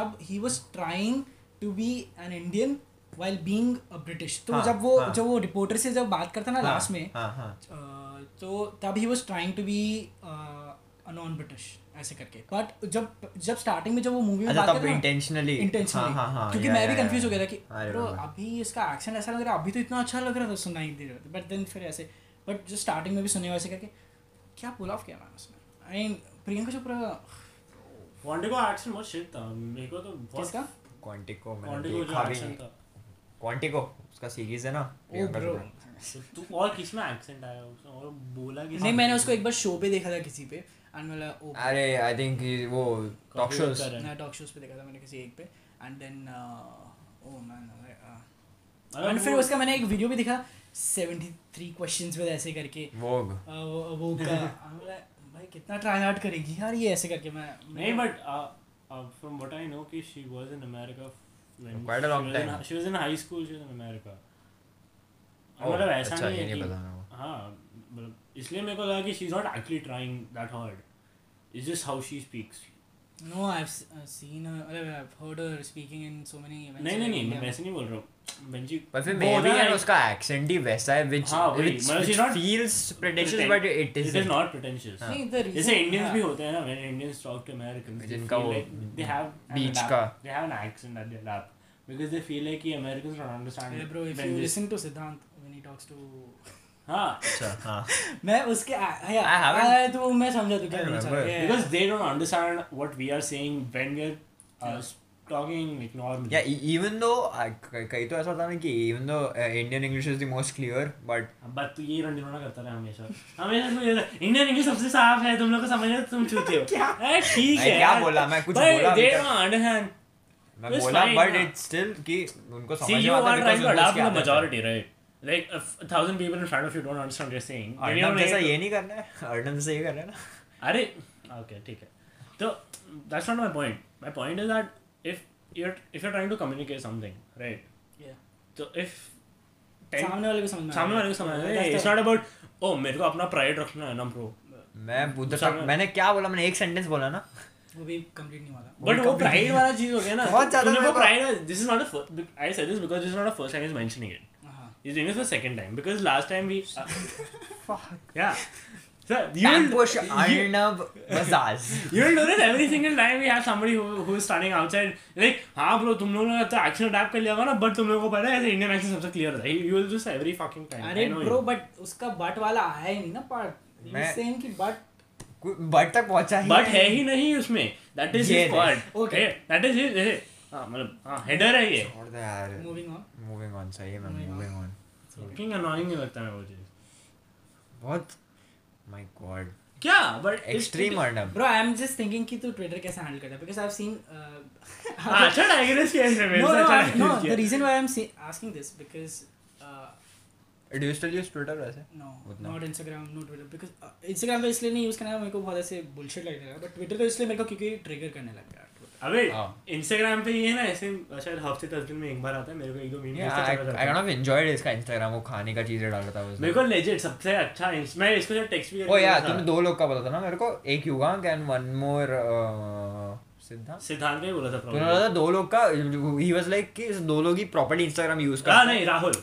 [SPEAKER 4] जब he was trying to be an Indian while being a British तो
[SPEAKER 2] हाँ,
[SPEAKER 4] जब वो
[SPEAKER 2] हाँ।
[SPEAKER 4] जब वो रिपोर्टर से जब बात करता ना
[SPEAKER 2] हाँ,
[SPEAKER 4] लास्ट में
[SPEAKER 2] हाँ, हाँ.
[SPEAKER 4] अह, तो तब he was trying to be a non British uh, ऐसे करके बट जब जब स्टार्टिंग में जब वो मूवी में
[SPEAKER 2] अच्छा
[SPEAKER 4] बात
[SPEAKER 2] तब
[SPEAKER 4] करता ना-
[SPEAKER 2] intentionally.
[SPEAKER 4] intentionally.
[SPEAKER 2] हाँ, हाँ, हाँ.
[SPEAKER 4] क्योंकि
[SPEAKER 2] Yeah,
[SPEAKER 4] मैं भी
[SPEAKER 2] yeah,
[SPEAKER 4] कंफ्यूज
[SPEAKER 2] yeah.
[SPEAKER 4] हो गया था कि
[SPEAKER 2] I
[SPEAKER 4] bro,
[SPEAKER 2] remember.
[SPEAKER 4] अभी इसका एक्शन ऐसा लग रहा है अभी तो इतना अच्छा लग रहा था सुनाई दे रहा था बट देन फिर ऐसे बट जो स्टार्टिंग में भी सुने वैसे करके क्या पुल ऑफ किया मैम उसने I mean Priyanka Chopra
[SPEAKER 3] Quantico action बहुत शिट था मेरे को तो बहुत
[SPEAKER 4] किसका
[SPEAKER 2] Quantico. मैंने
[SPEAKER 3] क्वांटिको जो
[SPEAKER 2] देखा भी
[SPEAKER 3] एक्शन
[SPEAKER 2] नहीं.
[SPEAKER 3] था
[SPEAKER 2] Quantico. तो उसका सीरीज है ना अच्छा,
[SPEAKER 4] ओ
[SPEAKER 2] प्रियंका
[SPEAKER 4] ब्रो
[SPEAKER 2] चोपड़ा.
[SPEAKER 3] तो तू और किस में एक्सेंट आया उसने और बोला किस
[SPEAKER 4] नहीं मैंने उसको एक बार शो पे देखा था किसी पे एंड बोला ओ
[SPEAKER 2] अरे आई थिंक वो टॉक
[SPEAKER 3] Copyright
[SPEAKER 2] शोज
[SPEAKER 3] कर रहे हैं।
[SPEAKER 4] मैं टॉक शोज पे देखा था मैंने किसी एक पे uh, and then oh man
[SPEAKER 3] अरे
[SPEAKER 4] एंड
[SPEAKER 3] वो-
[SPEAKER 4] फिर उसका मैंने एक वीडियो भी देखा 73 क्वेश्चंस विद ऐसे करके
[SPEAKER 2] वोग
[SPEAKER 4] अ, वो वो
[SPEAKER 3] *laughs*
[SPEAKER 4] का I'm like, भाई कितना ट्राई हार्ड करेगी यार ये ऐसे करके मैं
[SPEAKER 3] नहीं uh, but from what I know कि she was in America when
[SPEAKER 2] Quite a
[SPEAKER 3] she
[SPEAKER 2] long
[SPEAKER 3] was in-
[SPEAKER 2] time.
[SPEAKER 3] she was in high school she was in America
[SPEAKER 2] Oh,
[SPEAKER 3] मतलब ऐसा
[SPEAKER 2] अच्छा,
[SPEAKER 3] नहीं
[SPEAKER 2] ये
[SPEAKER 3] है
[SPEAKER 2] नहीं
[SPEAKER 3] कि
[SPEAKER 2] पता मेरे
[SPEAKER 3] हाँ मतलब इसलिए मेरे को लगा कि she is not actually trying that hard is just how she speaks
[SPEAKER 4] no I have seen अरे आई मतलब heard her speaking in so many events
[SPEAKER 3] नहीं नहीं नहीं मैं वैसे नहीं बोल रहा हूँ बेंजी
[SPEAKER 2] पर फिर
[SPEAKER 3] वो
[SPEAKER 2] मे भी
[SPEAKER 3] ना
[SPEAKER 2] यार
[SPEAKER 3] एक-
[SPEAKER 2] उसका एक्सेंट ही वैसा है व्हिच
[SPEAKER 3] हाँ, वही,
[SPEAKER 2] व्हिच
[SPEAKER 3] मतलब she's not
[SPEAKER 2] feels pretentious but it
[SPEAKER 3] it is
[SPEAKER 2] is
[SPEAKER 3] not pretentious
[SPEAKER 4] नहीं the reason
[SPEAKER 3] जैसे इंडियंस
[SPEAKER 4] हाँ,
[SPEAKER 3] भी होते हैं ना when Indians talk to Americans
[SPEAKER 2] जिनका वो
[SPEAKER 3] दे हैव
[SPEAKER 2] बीच का।
[SPEAKER 3] They have an accent at their lap because they feel like कि Americans don't understand
[SPEAKER 4] अरे bro if
[SPEAKER 3] when
[SPEAKER 4] you
[SPEAKER 3] this-
[SPEAKER 4] listen to Siddhant when he talks to
[SPEAKER 3] हाँ
[SPEAKER 2] अच्छा हां
[SPEAKER 4] मैं उसके आई
[SPEAKER 2] I haven't-
[SPEAKER 4] तो मैं समझा तू क्या
[SPEAKER 2] I
[SPEAKER 4] बोलना चाह
[SPEAKER 2] remember.
[SPEAKER 4] रहा है
[SPEAKER 3] because they don't understand what we are saying when we're uh, talking like normally.
[SPEAKER 2] या इवन दो कई तो ऐसा होता है ना कि uh, even though Indian English is the most clear but
[SPEAKER 3] but तो ये रंडिनोना करता रहा हमेशा हमेशा तो ये इंडियन इंग्लिश सबसे साफ है तुम लोग को समझ में तुम चूते हो अरे ठीक है
[SPEAKER 2] मैं क्या बोला मैं कुछ बोला
[SPEAKER 3] दे
[SPEAKER 2] भी क्या-
[SPEAKER 3] डोंट अंडरस्टैंड
[SPEAKER 2] मैं
[SPEAKER 3] It's
[SPEAKER 2] बोला
[SPEAKER 3] fine,
[SPEAKER 2] बट
[SPEAKER 3] हाँ।
[SPEAKER 2] इट्स स्टिल कि उनको
[SPEAKER 3] सी
[SPEAKER 2] समझ
[SPEAKER 3] यू
[SPEAKER 2] में आता
[SPEAKER 3] आर
[SPEAKER 2] because
[SPEAKER 3] ट्राइंग टू
[SPEAKER 2] उनको
[SPEAKER 3] अडॉप्ट
[SPEAKER 2] उसकी
[SPEAKER 3] द
[SPEAKER 2] आदत है।
[SPEAKER 3] Majority right like a thousand people in front of you don't understand what you're saying They
[SPEAKER 2] Arnab
[SPEAKER 3] don't
[SPEAKER 2] जैसा
[SPEAKER 3] need-
[SPEAKER 2] तो ये नहीं करना है अर्नब जैसा ये करना है ना
[SPEAKER 3] अरे ओके ठीक है तो that's not my point my point is that if you are if you are trying to communicate something right
[SPEAKER 4] Yeah.
[SPEAKER 3] तो इफ
[SPEAKER 4] सामने वाले को समझ में आ
[SPEAKER 3] सामने
[SPEAKER 4] रहा
[SPEAKER 3] वाले
[SPEAKER 4] है।
[SPEAKER 3] को समझ में
[SPEAKER 4] That's the- Oh
[SPEAKER 3] it's not about oh "Oh, मेरे को अपना प्राइड रखना है ना ब्रो
[SPEAKER 2] मैं उधर
[SPEAKER 3] दूसरा
[SPEAKER 2] तक
[SPEAKER 3] मैं-
[SPEAKER 2] मैंने क्या बोला मैंने एक सेंटेंस बोला ना
[SPEAKER 4] वो भी कंप्लीट नहीं हुआ था
[SPEAKER 3] बट वो प्राइड वाला चीज हो गया ना तो
[SPEAKER 2] बहुत ज्यादा
[SPEAKER 3] तुमने वो
[SPEAKER 2] मेरे को-
[SPEAKER 3] pride this is not a I said this because this is not a first time is mentioning it
[SPEAKER 4] हाँ
[SPEAKER 3] He's doing this for second time because last time we fuck yeah. So you'll
[SPEAKER 2] ambush
[SPEAKER 3] you,
[SPEAKER 2] Arnab
[SPEAKER 3] *laughs*
[SPEAKER 2] Majaz
[SPEAKER 3] you'll do this every single time we have somebody who who's standing outside like हाँ bro तुम लोगों ने तो action adapt कर लिया होगा ना but तुम लोगों को पता है ऐसे Indian action सबसे clear होता है you will just every fucking time
[SPEAKER 4] अरे
[SPEAKER 3] I know
[SPEAKER 4] bro
[SPEAKER 3] you.
[SPEAKER 4] But उसका बट वाला आया ही नहीं ना पार्ट
[SPEAKER 2] मैं-
[SPEAKER 4] सेम की बट
[SPEAKER 2] बट तक पहुंचा ही
[SPEAKER 3] but
[SPEAKER 2] नहीं।
[SPEAKER 3] है ही नहीं उसमें that is
[SPEAKER 2] ये
[SPEAKER 3] his
[SPEAKER 2] नहीं।
[SPEAKER 3] part
[SPEAKER 4] Okay.
[SPEAKER 3] that is his eh, हाँ मतलब हाँ header है ये
[SPEAKER 2] छोड़ दे यार
[SPEAKER 4] मूविंग ऑन
[SPEAKER 2] मूविंग ऑन सही है मैं
[SPEAKER 4] Moving on.
[SPEAKER 2] Moving on
[SPEAKER 3] fucking annoying ही लगता है वो चीज
[SPEAKER 2] बहुत माय गॉड
[SPEAKER 3] क्या but
[SPEAKER 2] extreme Arnab
[SPEAKER 4] bro I am just thinking कि तू ट्विटर कैसे हैंडल करता है बिकॉज़ आई हैव
[SPEAKER 3] *laughs*
[SPEAKER 4] सीन
[SPEAKER 3] अच्छा digress किया इसने मेरे
[SPEAKER 4] uh, *laughs* No,
[SPEAKER 3] से
[SPEAKER 4] no,
[SPEAKER 3] अच्छा
[SPEAKER 4] I, no.
[SPEAKER 3] digress किया
[SPEAKER 4] The reason why I'm say, asking this because uh,
[SPEAKER 2] do you still use Twitter वैसे
[SPEAKER 4] no,
[SPEAKER 2] उतना।
[SPEAKER 4] not Instagram, no Twitter because uh, Instagram तो इसलिए नहीं यूज़ करना मेरे को बहुत ऐसे bullshit लगने लगा but Twitter तो इसलिए मेरे को क्योंकि ट्रिगर करने लग गया Twitter।
[SPEAKER 3] अबे
[SPEAKER 2] हाँ।
[SPEAKER 3] इंस्टाग्राम पे ये है ना ऐसे शायद हफ्ते दस दिन में एक बार आता है मेरे को एक दो meme
[SPEAKER 2] Yeah, I, I kind of enjoyed इसका Instagram वो खाने का चीजें डाल रहा था
[SPEAKER 3] मेरे
[SPEAKER 2] उसने
[SPEAKER 3] को लेजिट सबसे अच्छा ins- मैं इसको जब टेक्स्ट भी
[SPEAKER 2] ओ यार Oh, तुमने दो लोग का पता था ना मेरे को एक Yugank and one more uh, Siddhant
[SPEAKER 3] Siddhant ने बोला था
[SPEAKER 2] तूने
[SPEAKER 3] प्रॉब्लम
[SPEAKER 2] बोला था दो लोग का ही वाज लाइक कि इस दो लोग ही प्रॉपर्ली Instagram यूज
[SPEAKER 3] हाँ
[SPEAKER 2] करते हैं
[SPEAKER 3] नहीं राहुल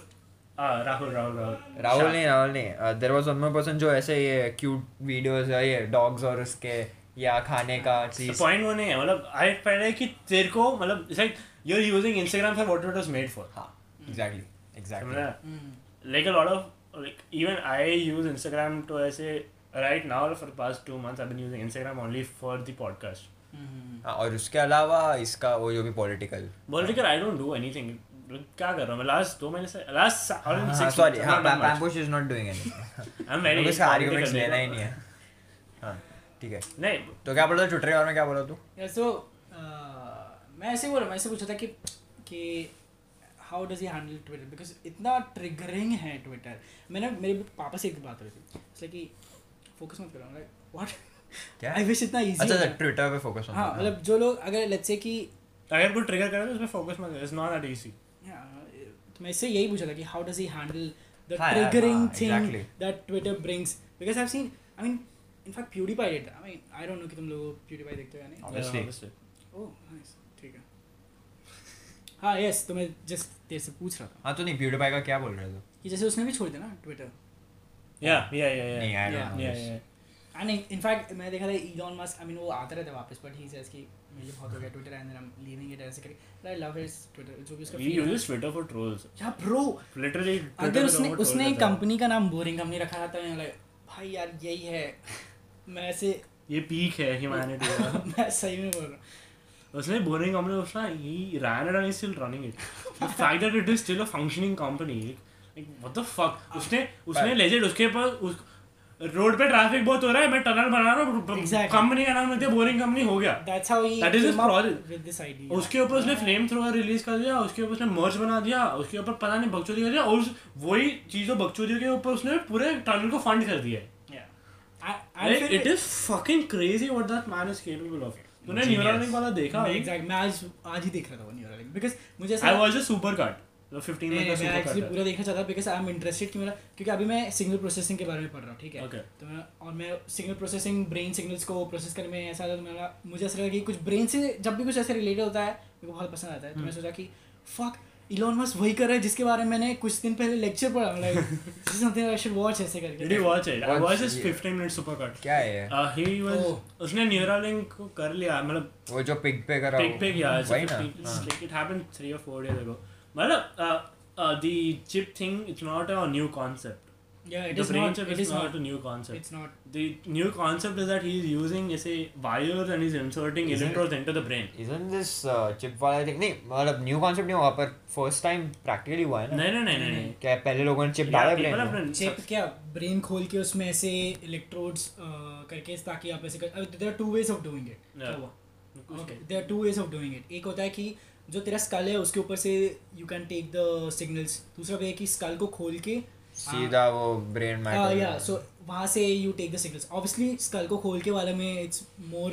[SPEAKER 3] हाँ, राहुल राहुल राहुल
[SPEAKER 2] राहुल
[SPEAKER 3] शाह।
[SPEAKER 2] नहीं राहुल नहीं Uh, there was one more person जो ऐसे ये क्यूट वीडियोस या ये डॉग्स और उसके या खाने का
[SPEAKER 3] तो
[SPEAKER 2] चीज
[SPEAKER 3] पॉइंट वो नहीं है मतलब आई फाइंड है कि तेरे को मतलब it's like you are using Instagram for what it was made for
[SPEAKER 2] हाँ एग्जैक्टली एग्जैक्टली
[SPEAKER 3] समझा like a lot of like even I use Instagram to I say right now for the past two months I've been using Instagram only for the podcast.
[SPEAKER 2] हाँ, और उसके अलावा इसका वो जो भी political
[SPEAKER 3] Political I don't do anything. Like, क्या कर रहा हूँ मैं लास्ट दो महीने से लास्ट और इन सिक्स
[SPEAKER 2] सॉरी हाँ बैम्बुश is not doing anything
[SPEAKER 3] I am very
[SPEAKER 2] इसका आर्गुमेंट्स लेना ही नहीं है हाँ ठीक है
[SPEAKER 3] नहीं
[SPEAKER 2] तो क्या बोल रहा था ट्विटर के बारे में क्या बोल रहा तू
[SPEAKER 4] Yeah, so uh, मैं ऐसे ही बोल रहा मैं ऐसे पूछा था कि कि how does he handle Twitter because इतना ट्रिगरिंग है ट्विटर मैंने मेरे पापा से एक बात हुई थी इसलिए कि फोकस मत करो लाइक व्हाट
[SPEAKER 2] क्या
[SPEAKER 4] आई विश इतना
[SPEAKER 2] अच्छा
[SPEAKER 4] इजी
[SPEAKER 2] ट्विटर पे फोकस
[SPEAKER 4] हाँ मतलब जो लोग अगर लेट्स से कि
[SPEAKER 3] अगर कोई ट्रिगर करे तो उसमें फोकस मत इट्स नॉट दैट इजी
[SPEAKER 4] हाँ, तो मैं इससे यही पूछा था कि how does he handle the
[SPEAKER 2] हाँ यार,
[SPEAKER 4] ट्रिगरिंग
[SPEAKER 2] हाँ,
[SPEAKER 4] thing
[SPEAKER 2] exactly.
[SPEAKER 4] That Twitter brings because I have seen I mean in fact PewDiePie did I mean I don't know कि तुम लोग प्यूडीफाई देखते हो या नहीं
[SPEAKER 2] Obviously.
[SPEAKER 4] ओह नाइस Oh, ठीक
[SPEAKER 3] *laughs*
[SPEAKER 4] है हाँ यस तो मैं जस्ट तेरे से पूछ रहा था
[SPEAKER 2] हाँ तो नहीं PewDiePie का क्या बोल रहे थे
[SPEAKER 4] कि जैसे उसने भी छोड़ दिया ना ट्विटर
[SPEAKER 3] या या या या
[SPEAKER 2] नहीं I don't
[SPEAKER 4] Yeah.
[SPEAKER 2] know
[SPEAKER 3] या
[SPEAKER 2] this.
[SPEAKER 3] या
[SPEAKER 4] एंड इनफैक्ट मैंने देखा था ईलॉन मस्क आई मीन वो आता रहता है वापस बट ही सेज कि मुझे बहुत हो गया Twitter and I am leaving it ऐसे करके आई लव हिज ट्विटर जो भी उसका
[SPEAKER 3] we use Twitter for trolls
[SPEAKER 4] या ब्रो
[SPEAKER 3] लिटरली
[SPEAKER 4] अगर उसने उसने कंपनी का नाम बोरिंग कंपनी रखा था तो मैं like, भाई यार यही है *laughs* मैं ऐसे *laughs*
[SPEAKER 3] ये पीक है ह्यूमैनिटी का
[SPEAKER 4] मैं सही में बोल रहा हूँ
[SPEAKER 3] उसने बोरिंग कंपनी उसना ही ran it and he's still running it the fact that it is still a functioning company like what the fuck उसने उसने legit उसके पास उस रोड पे ट्रैफिक बहुत हो रहा है मैं टनल बना रहा हूँ
[SPEAKER 4] Exactly.
[SPEAKER 3] कंपनी का नाम लेते बोरिंग कंपनी हो गया
[SPEAKER 4] That's how he
[SPEAKER 3] That is his
[SPEAKER 4] came up
[SPEAKER 3] project.
[SPEAKER 4] with this idea.
[SPEAKER 3] उसके ऊपर उसने
[SPEAKER 4] हाँ।
[SPEAKER 3] फ्लेम थ्रोअर रिलीज कर दिया उसके ऊपर उसने मर्च बना दिया उसके ऊपर पता नहीं बकचोदी कर दिया और उस- वही चीजों बकचोदी के ऊपर उसने पूरे टनल को फंड कर दिया है
[SPEAKER 4] Yeah. I, I feel
[SPEAKER 3] it is fucking crazy what that man is capable of तूने
[SPEAKER 2] Genius.
[SPEAKER 3] न्यूरॉलिंक वाला देखा
[SPEAKER 4] मैं exact- मैं आज आज ही देख रहा था वो न्यूरल बिकॉज मुझे ऐसा
[SPEAKER 3] I was a super cut 15
[SPEAKER 4] नहीं,
[SPEAKER 3] मिनट का
[SPEAKER 4] नहीं, मैं
[SPEAKER 3] सुपर
[SPEAKER 4] एक्चुअली पूरा देखना चाहता बिकॉज आई एम इंटरेस्टेड कि मेरा क्योंकि अभी मैं सिग्नल प्रोसेसिंग के बारे में पढ़ रहा हूँ ठीक है
[SPEAKER 3] Okay.
[SPEAKER 4] तो मैं और मैं सिग्नल प्रोसेसिंग ब्रेन सिग्नल्स को प्रोसेस करने में ऐसा था तो मेरा मुझे ऐसा लगा कि कुछ ब्रेन से जब भी कुछ ऐसे रिलेटेड होता है मेरे को बहुत पसंद आता है तो
[SPEAKER 3] Hmm.
[SPEAKER 4] मैं सोचा कि फक इलॉन मस्क वही कर रहा है जिसके बारे में मैंने कुछ दिन पहले लेक्चर पढ़ा
[SPEAKER 3] *laughs*
[SPEAKER 4] like something I should watch ऐसे
[SPEAKER 3] Did you
[SPEAKER 4] करके
[SPEAKER 3] watch it? I
[SPEAKER 2] Watch,
[SPEAKER 3] watched his
[SPEAKER 2] yeah.
[SPEAKER 3] 15 minute supercut.
[SPEAKER 2] क्या है ये?
[SPEAKER 3] Uh, he was
[SPEAKER 4] Oh.
[SPEAKER 3] उसने Neuralink को कर लिया मतलब
[SPEAKER 2] वो जो पिग पे करा
[SPEAKER 3] पिक पिक या
[SPEAKER 2] वही ना
[SPEAKER 3] like it happened 3 or 4 days ago. मतलब uh, uh, the chip thing it's not a new concept.
[SPEAKER 4] या it
[SPEAKER 3] the
[SPEAKER 4] is
[SPEAKER 3] brain
[SPEAKER 4] not
[SPEAKER 3] chip
[SPEAKER 4] it
[SPEAKER 3] is
[SPEAKER 4] is
[SPEAKER 3] not,
[SPEAKER 4] not
[SPEAKER 3] a new concept.
[SPEAKER 4] It's not
[SPEAKER 3] the new concept is that he's using जैसे wires and he's inserting
[SPEAKER 2] Isn't it-
[SPEAKER 3] electrodes into the brain.
[SPEAKER 2] isn't this uh, chip वाला thing नहीं मतलब new concept नहीं हुआ पर first time practically हुआ है ना
[SPEAKER 3] नहीं नहीं नहीं नहीं, नहीं.
[SPEAKER 2] क्या पहले लोगों ने चिप
[SPEAKER 3] Yeah,
[SPEAKER 2] डाला
[SPEAKER 3] people
[SPEAKER 2] ब्रेन
[SPEAKER 3] have
[SPEAKER 2] में
[SPEAKER 3] been-
[SPEAKER 4] चिप क्या ब्रेन खोल के उसमें ऐसे इलेक्ट्रोड्स करके ताकि आप ऐसे कर there are two ways of doing it क्या
[SPEAKER 3] Yeah.
[SPEAKER 4] हुआ
[SPEAKER 3] कुछ
[SPEAKER 4] ओके
[SPEAKER 3] नहीं.
[SPEAKER 4] There are two ways of doing it एक होता है कि जो तेरा स्कल है उसके ऊपर से you can take the signals दूसरा वे है कि स्कल को खोल के हाँ,
[SPEAKER 2] सीधा वो ब्रेन मैटर
[SPEAKER 4] या सो वहां से you take the signals obviously skull को खोल के वाले में it's more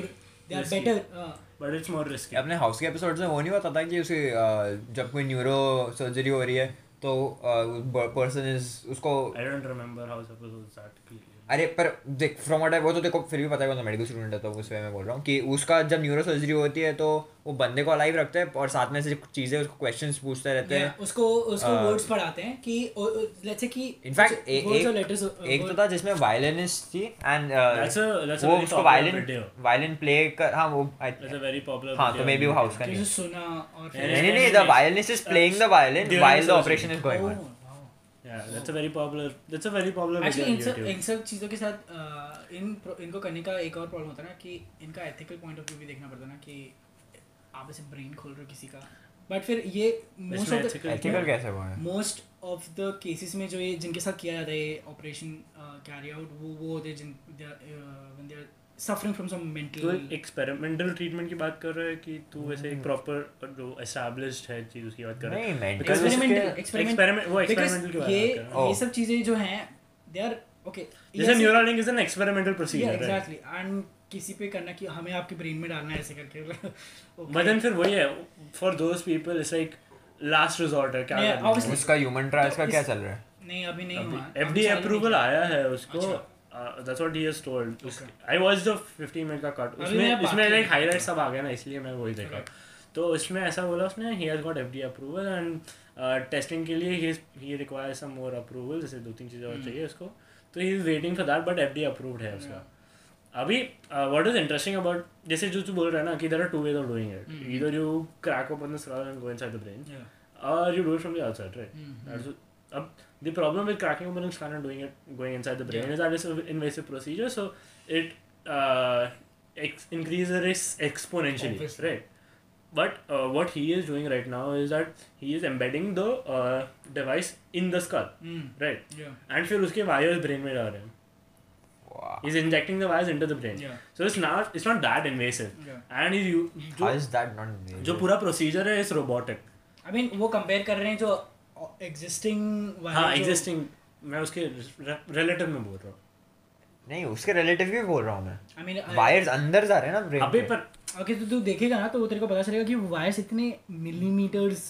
[SPEAKER 4] they are
[SPEAKER 3] Risky.
[SPEAKER 4] Better
[SPEAKER 3] But it's more risky.
[SPEAKER 2] अपने हाउस के एपिसोड में वो नहीं बताता कि उसे uh, जब कोई न्यूरो सर्जरी हो रही है तो पर्सन इज उसको
[SPEAKER 3] I don't remember how supposed that clearly.
[SPEAKER 2] अरे पर देख फ्रॉम व्हाट वो तो देखो फिर भी पता है मेडिकल स्टूडेंट है तो उस वे मैं बोल रहा हूँ कि उसका जब न्यूरो सर्जरी होती है तो वो बंदे को अलाइव रखते हैं और साथ में से चीज़ें उसको क्वेश्चंस पूछते रहते हैं
[SPEAKER 4] उसको उसको
[SPEAKER 2] Uh,
[SPEAKER 4] वर्ड्स पढ़ाते हैं कि लेट्स से कि
[SPEAKER 2] इनफैक्ट
[SPEAKER 4] words
[SPEAKER 2] एक
[SPEAKER 4] or letters, uh,
[SPEAKER 2] एक तो
[SPEAKER 4] word-
[SPEAKER 2] था जिसमें वायलिनिस्ट थी and
[SPEAKER 3] That's a that's a
[SPEAKER 2] वो
[SPEAKER 3] very
[SPEAKER 2] उसको
[SPEAKER 3] popular
[SPEAKER 2] violin
[SPEAKER 3] video.
[SPEAKER 2] Violin play कर हाँ वो I-
[SPEAKER 3] That's a very popular.
[SPEAKER 2] हाँ
[SPEAKER 3] video
[SPEAKER 2] तो
[SPEAKER 3] on
[SPEAKER 2] मे बी वो
[SPEAKER 3] YouTube.
[SPEAKER 2] हाउस का नहीं
[SPEAKER 4] तुझे सुना और
[SPEAKER 3] And
[SPEAKER 2] नहीं
[SPEAKER 3] it's
[SPEAKER 2] नहीं नहीं
[SPEAKER 3] animated.
[SPEAKER 2] The violinist is playing the violin
[SPEAKER 3] During
[SPEAKER 2] while
[SPEAKER 3] the
[SPEAKER 2] the
[SPEAKER 3] surgery.
[SPEAKER 2] Operation is
[SPEAKER 4] Oh,
[SPEAKER 2] going on
[SPEAKER 3] Yeah, that's a very popular. That's a very popular video
[SPEAKER 4] actually
[SPEAKER 3] on
[SPEAKER 4] इन सब
[SPEAKER 3] YouTube.
[SPEAKER 4] इन सब चीज़ों के साथ अ, इन pro- इनको करने का एक और प्रॉब्लम होता है ना कि इनका एथिकल पॉइंट ऑफ व्यू भी देखना पड़ता है ना कि आप ऐसे ब्रेन खोल रहे हो किसी का बट फिर ये मोस्ट
[SPEAKER 3] इसमें
[SPEAKER 4] ऑफ
[SPEAKER 3] ethical
[SPEAKER 2] एथिकल
[SPEAKER 4] द
[SPEAKER 2] कैसे हुआ है
[SPEAKER 4] मोस्ट ऑफ द केसेस में जो ये जिनके साथ किया जाता है ये ऑपरेशन कैरी आउट वो वो होते हैं जिन uh, when they are suffering from some
[SPEAKER 3] तो
[SPEAKER 4] मेंटल
[SPEAKER 3] एक एक्सपेरिमेंटल ट्रीटमेंट की बात कर रहा है कि तू वैसे एक प्रॉपर जो एस्टैब्लिश्ड है चीज उसकी बात कर रहा है
[SPEAKER 2] नहीं
[SPEAKER 3] Because
[SPEAKER 2] mental
[SPEAKER 4] experimental experiment
[SPEAKER 3] experiment वो एक्सपेरिमेंटल की
[SPEAKER 4] बिकॉज़
[SPEAKER 3] बात
[SPEAKER 4] ये
[SPEAKER 3] कर रहा
[SPEAKER 2] Oh.
[SPEAKER 4] ये सब चीज़ें जो हैं दे आर ओके
[SPEAKER 3] है जैसे Neuralink is an experimental procedure है
[SPEAKER 4] एग्जैक्टली एंड किसी पे करना कि हमें आपके ब्रेन में डालना है ऐसे करके *laughs* Okay.
[SPEAKER 3] बट देन फिर वही है for those people it's like last resort है क्या
[SPEAKER 4] Yeah,
[SPEAKER 3] करना है?
[SPEAKER 4] obviously.
[SPEAKER 2] उसका ह्यूमन ट्रायल्स का
[SPEAKER 4] तो
[SPEAKER 2] क्या
[SPEAKER 4] इस-
[SPEAKER 2] चल रहा है
[SPEAKER 4] नहीं अभी नहीं हुआ
[SPEAKER 3] एफडी
[SPEAKER 4] चालू
[SPEAKER 3] अप्रूवल
[SPEAKER 4] नहीं
[SPEAKER 3] आया है उसको
[SPEAKER 4] अच्छा।
[SPEAKER 3] uh, that's what he has told
[SPEAKER 4] Okay.
[SPEAKER 3] I was the 15 minute का कट
[SPEAKER 4] अभी
[SPEAKER 3] उसमें
[SPEAKER 4] मैं
[SPEAKER 3] इसमें
[SPEAKER 4] बाकी-
[SPEAKER 3] लाइक हाईलाइट सब आ गया ना इसलिए मैं वही देखा
[SPEAKER 4] Okay.
[SPEAKER 3] तो उसमें ऐसा बोला उसने he has got FD approval and testing uh, के लिए he require some more approval जैसे दो तीन चीज़ें और
[SPEAKER 4] Hmm.
[SPEAKER 3] चाहिए उसको तो he is waiting for that but FD approved है उसका अभी uh, what is interesting about जैसे जो तू बोल रहा है ना कि there are two ways of doing it
[SPEAKER 4] Hmm.
[SPEAKER 3] Either you crack open the skull and go inside the brain
[SPEAKER 4] Yeah.
[SPEAKER 3] or you do it from the outside right
[SPEAKER 4] Mhm.
[SPEAKER 3] That's what- अब the problem with cracking open a scan and doing it going inside the brain
[SPEAKER 4] Yeah.
[SPEAKER 3] is that it's an invasive procedure so it uh, ex- increases the risk exponentially
[SPEAKER 4] Obviously.
[SPEAKER 3] right but uh, what he is doing right now is that he is embedding the uh, device in the skull
[SPEAKER 4] hmm,
[SPEAKER 3] right
[SPEAKER 4] yeah,
[SPEAKER 3] and फिर उसके wires brain में डाल रहे हैं
[SPEAKER 2] वाह
[SPEAKER 3] he's injecting the wires into the brain
[SPEAKER 4] yeah,
[SPEAKER 3] so it's not it's not that invasive
[SPEAKER 4] yeah.
[SPEAKER 3] and he's u-
[SPEAKER 2] how
[SPEAKER 3] जो
[SPEAKER 2] is that not
[SPEAKER 3] जो पूरा प्रोसीजर है इज रोबोटिक
[SPEAKER 4] I mean, वो कंपेयर कर रहे हैं जो एग्जिस्टिंग
[SPEAKER 3] हाँ एग्जिस्टिंग मैं उसके रिलेटिव में बोल रहा हूँ
[SPEAKER 2] नहीं उसके रिलेटिव भी बोल रहा हूँ मैं
[SPEAKER 4] आई मीन
[SPEAKER 2] वायर्स अंदर जा रहे हैं ना ब्रेन
[SPEAKER 3] अबे पर
[SPEAKER 4] ओके uh, तो तू देखेगा ना तो वो तेरे को पता चलेगा कि वायर्स इतने मिलीमीटर्स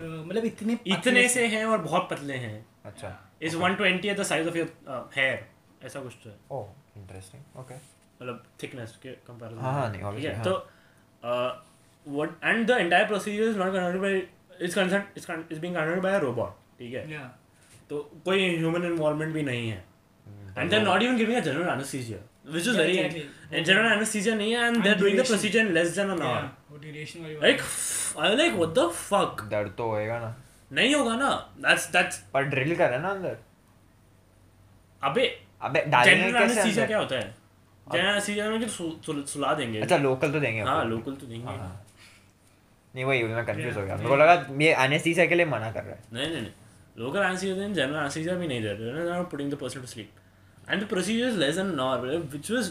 [SPEAKER 4] मतलब इतने पतले
[SPEAKER 3] इतने से हैं और बहुत पतले हैं
[SPEAKER 2] अच्छा
[SPEAKER 3] is 120 at the size of your hair uh, ऐसा कुछ तो है
[SPEAKER 2] ओह इंटरेस्टिंग ओके
[SPEAKER 3] मतलब थिकनेस के कंपैरिजन
[SPEAKER 2] हाँ, हाँ, नहीं, obviously, हाँ.
[SPEAKER 3] तो what and the entire procedure is not controlled by is concern is being controlled by a robot ठीक है
[SPEAKER 4] Yeah.
[SPEAKER 3] तो कोई ह्यूमन इन्वॉल्वमेंट भी नहीं है
[SPEAKER 2] Hmm,
[SPEAKER 3] and they are not even giving a general anaesthesia which is
[SPEAKER 4] Yeah,
[SPEAKER 3] very
[SPEAKER 4] exactly.
[SPEAKER 3] And general anaesthesia नहीं है and they are
[SPEAKER 4] And
[SPEAKER 3] doing the
[SPEAKER 4] duration.
[SPEAKER 3] Procedure in less than an
[SPEAKER 4] Yeah,
[SPEAKER 3] hour
[SPEAKER 4] वो duration वाली
[SPEAKER 3] like
[SPEAKER 4] बात
[SPEAKER 3] I like what the fuck
[SPEAKER 2] दर्द तो होएगा ना
[SPEAKER 3] नहीं होगा ना दैट्स दैट्स
[SPEAKER 2] पर ड्रिल कर रहे हैं ना अंदर
[SPEAKER 3] अबे
[SPEAKER 2] अबे डालेंगे
[SPEAKER 3] जनरल
[SPEAKER 2] कैसे
[SPEAKER 3] एनेस्थीसिया
[SPEAKER 2] अंदर
[SPEAKER 3] क्या होता है जनरल एनेस्थीसिया में कि सु- सुल- सुला देंगे
[SPEAKER 2] अच्छा लोकल तो देंगे
[SPEAKER 3] हाँ
[SPEAKER 2] आपको।
[SPEAKER 3] लोकल तो देंगे
[SPEAKER 2] हाँ। नहीं वही मैं कंफ्यूज हो गया
[SPEAKER 4] Yeah.
[SPEAKER 2] मेरे को लगा ये एनेस्थीसिया के लिए मना कर रहा है
[SPEAKER 3] No, no, no. Local anesthesia and general anesthesia been either. They're not putting the person to sleep. And the procedure is less than an hour, मतलब, which was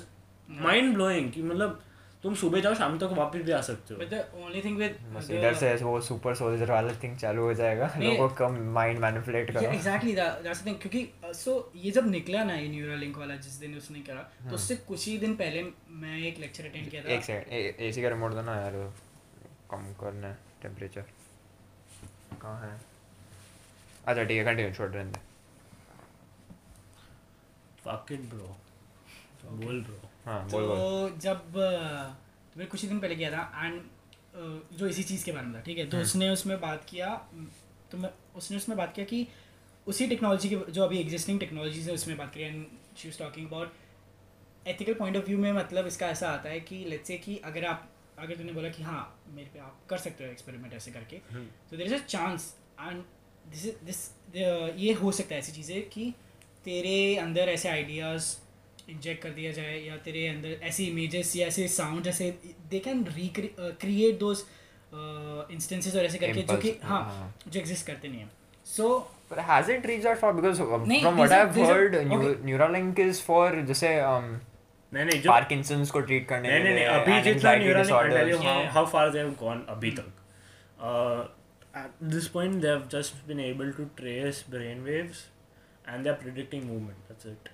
[SPEAKER 3] mind blowing. कि मतलब तुम सुबह जाओ शाम तक वापस भी आ सकते हो
[SPEAKER 4] but the only thing with
[SPEAKER 2] बस
[SPEAKER 4] the-
[SPEAKER 2] इधर से वो सुपर सोल्जर वाला थिंग चालू हो जाएगा *laughs*
[SPEAKER 4] नहीं।
[SPEAKER 2] लोगों को माइंड मैनिपुलेट
[SPEAKER 4] Yeah,
[SPEAKER 2] करो
[SPEAKER 4] exactly that that's the thing क्योंकि सो ये जब निकला ना ये न्यूरालिंक वाला जिस दिन उसने करा तो उससे कुछ ही दिन पहले मैं एक लेक्चर अटेंड किया
[SPEAKER 2] हाँ। एक
[SPEAKER 4] था
[SPEAKER 2] सेकंड एसी का रिमोट दो ना यार वो कम करना है टेम्परेचर कहाँ है अच्छा ठीक है कंटिन्यू छोड़ रहे हैं
[SPEAKER 3] Fuck it, bro. बोल bro.
[SPEAKER 2] हाँ बोल बोल
[SPEAKER 4] तो जब अ, तो मैं कुछ ही दिन पहले किया था एंड जो इसी चीज़ के बारे में था ठीक है तो उसने उसमें बात किया तो मैं उसने उसमें बात किया कि उसी टेक्नोलॉजी के जो अभी एग्जिस्टिंग टेक्नोलॉजीज है उसमें बात करी and she is talking about ethical point of view में मतलब इसका ऐसा आता है कि लेट्स से कि अगर आप अगर तूने बोला कि हाँ मेरे पे आप कर सकते हो एक्सपेरिमेंट ऐसे करके तो there is a chance and this this ये हो सकता है ऐसी चीज़ें कि तेरे अंदर ऐसे आइडियाज़ इंजेक्ट कर दिया जाए या तेरे अंदर ऐसी इमेजेस या ऐसे साउंड ऐसे they can recreate those instances uh, और ऐसे करके जो कि
[SPEAKER 2] Impulse,
[SPEAKER 4] हाँ
[SPEAKER 2] हाँ।
[SPEAKER 4] जो एग्जिस्ट करते नहीं हैं सो
[SPEAKER 2] But has it reached that far? Because uh,
[SPEAKER 4] नहीं,
[SPEAKER 2] from what
[SPEAKER 4] these are-
[SPEAKER 2] I've
[SPEAKER 4] these are-
[SPEAKER 2] heard, Neu-
[SPEAKER 4] okay.
[SPEAKER 2] Neuralink is for जैसे um,
[SPEAKER 3] नहीं नहीं जो
[SPEAKER 2] Parkinson's को treat करने
[SPEAKER 3] नहीं नहीं
[SPEAKER 2] के
[SPEAKER 3] नहीं
[SPEAKER 2] लिए
[SPEAKER 3] अभी
[SPEAKER 2] and
[SPEAKER 3] जितना
[SPEAKER 2] anxiety
[SPEAKER 3] neural
[SPEAKER 2] disorders.
[SPEAKER 3] How
[SPEAKER 4] Yeah, yeah.
[SPEAKER 3] How far they have gone अभी Uh, तक at this point they have just been able to trace brain waves and they are predicting movement that's it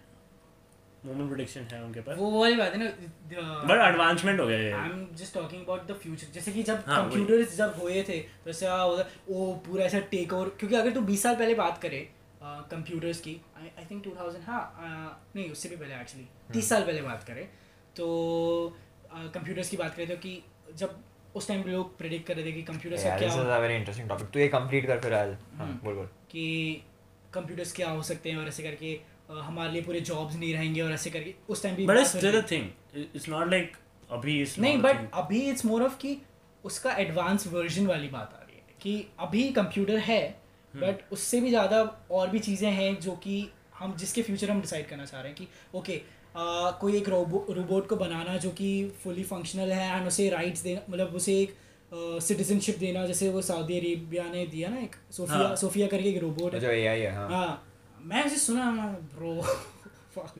[SPEAKER 3] movement prediction है उनके पास
[SPEAKER 4] वो वाली बात है ना the-
[SPEAKER 3] बट एडवांसमेंट हो गया ये
[SPEAKER 4] I am just talking about the future जैसे कि जब
[SPEAKER 3] हाँ, वही।
[SPEAKER 4] कंप्यूटर्स जब हुए थे तो ऐसा होता वो पूरा ऐसा टेक ओवर क्योंकि अगर तू 20 साल पहले बात करे कंप्यूटर्स की आई थिंक 2000 हाँ अ, नहीं उससे भी पहले एक्चुअली
[SPEAKER 3] हाँ।
[SPEAKER 4] 30 साल पहले बात करें तो कंप्यूटर्स की बात करें तो कि जब उस टाइम लोग प्रेडिक्ट कर रहे थे कि कंप्यूटर्स का
[SPEAKER 2] Yeah,
[SPEAKER 4] क्या
[SPEAKER 2] this is a very interesting topic. तू ये complete कर फिर आज. हाँ बोल बोल.
[SPEAKER 4] कि कंप्यूटर्स क्या हो सकते हैं और ऐसे करके अ, हमारे लिए पूरे जॉब्स नहीं रहेंगे और ऐसे करके उस टाइम भी
[SPEAKER 3] But
[SPEAKER 4] बात
[SPEAKER 3] it's
[SPEAKER 4] हो
[SPEAKER 3] still
[SPEAKER 4] रही
[SPEAKER 3] a thing. It- It's not like अभी it's
[SPEAKER 4] नहीं
[SPEAKER 3] not a
[SPEAKER 4] बट
[SPEAKER 3] thing.
[SPEAKER 4] अभी इट्स मोर ऑफ कि उसका एडवांस वर्जन वाली बात आ रही है कि अभी कंप्यूटर है
[SPEAKER 2] हम्म।
[SPEAKER 4] बट उससे भी ज़्यादा और भी चीज़ें हैं जो कि हम जिसके फ्यूचर हम डिसाइड करना चाह रहे हैं कि ओके कोई एक रोबो रोबोट को बनाना जो कि फुली फंक्शनल है एंड उसे राइट्स देना मतलब उसे एक सिटीजनशिप देना जैसे वो सऊदी अरेबिया ने दिया ना एक सोफिया
[SPEAKER 3] हाँ।
[SPEAKER 4] सोफिया करके एक रोबोट है
[SPEAKER 2] जो AI है हाँ.
[SPEAKER 4] हाँ मैं उसे सुना *laughs* ब्रो फक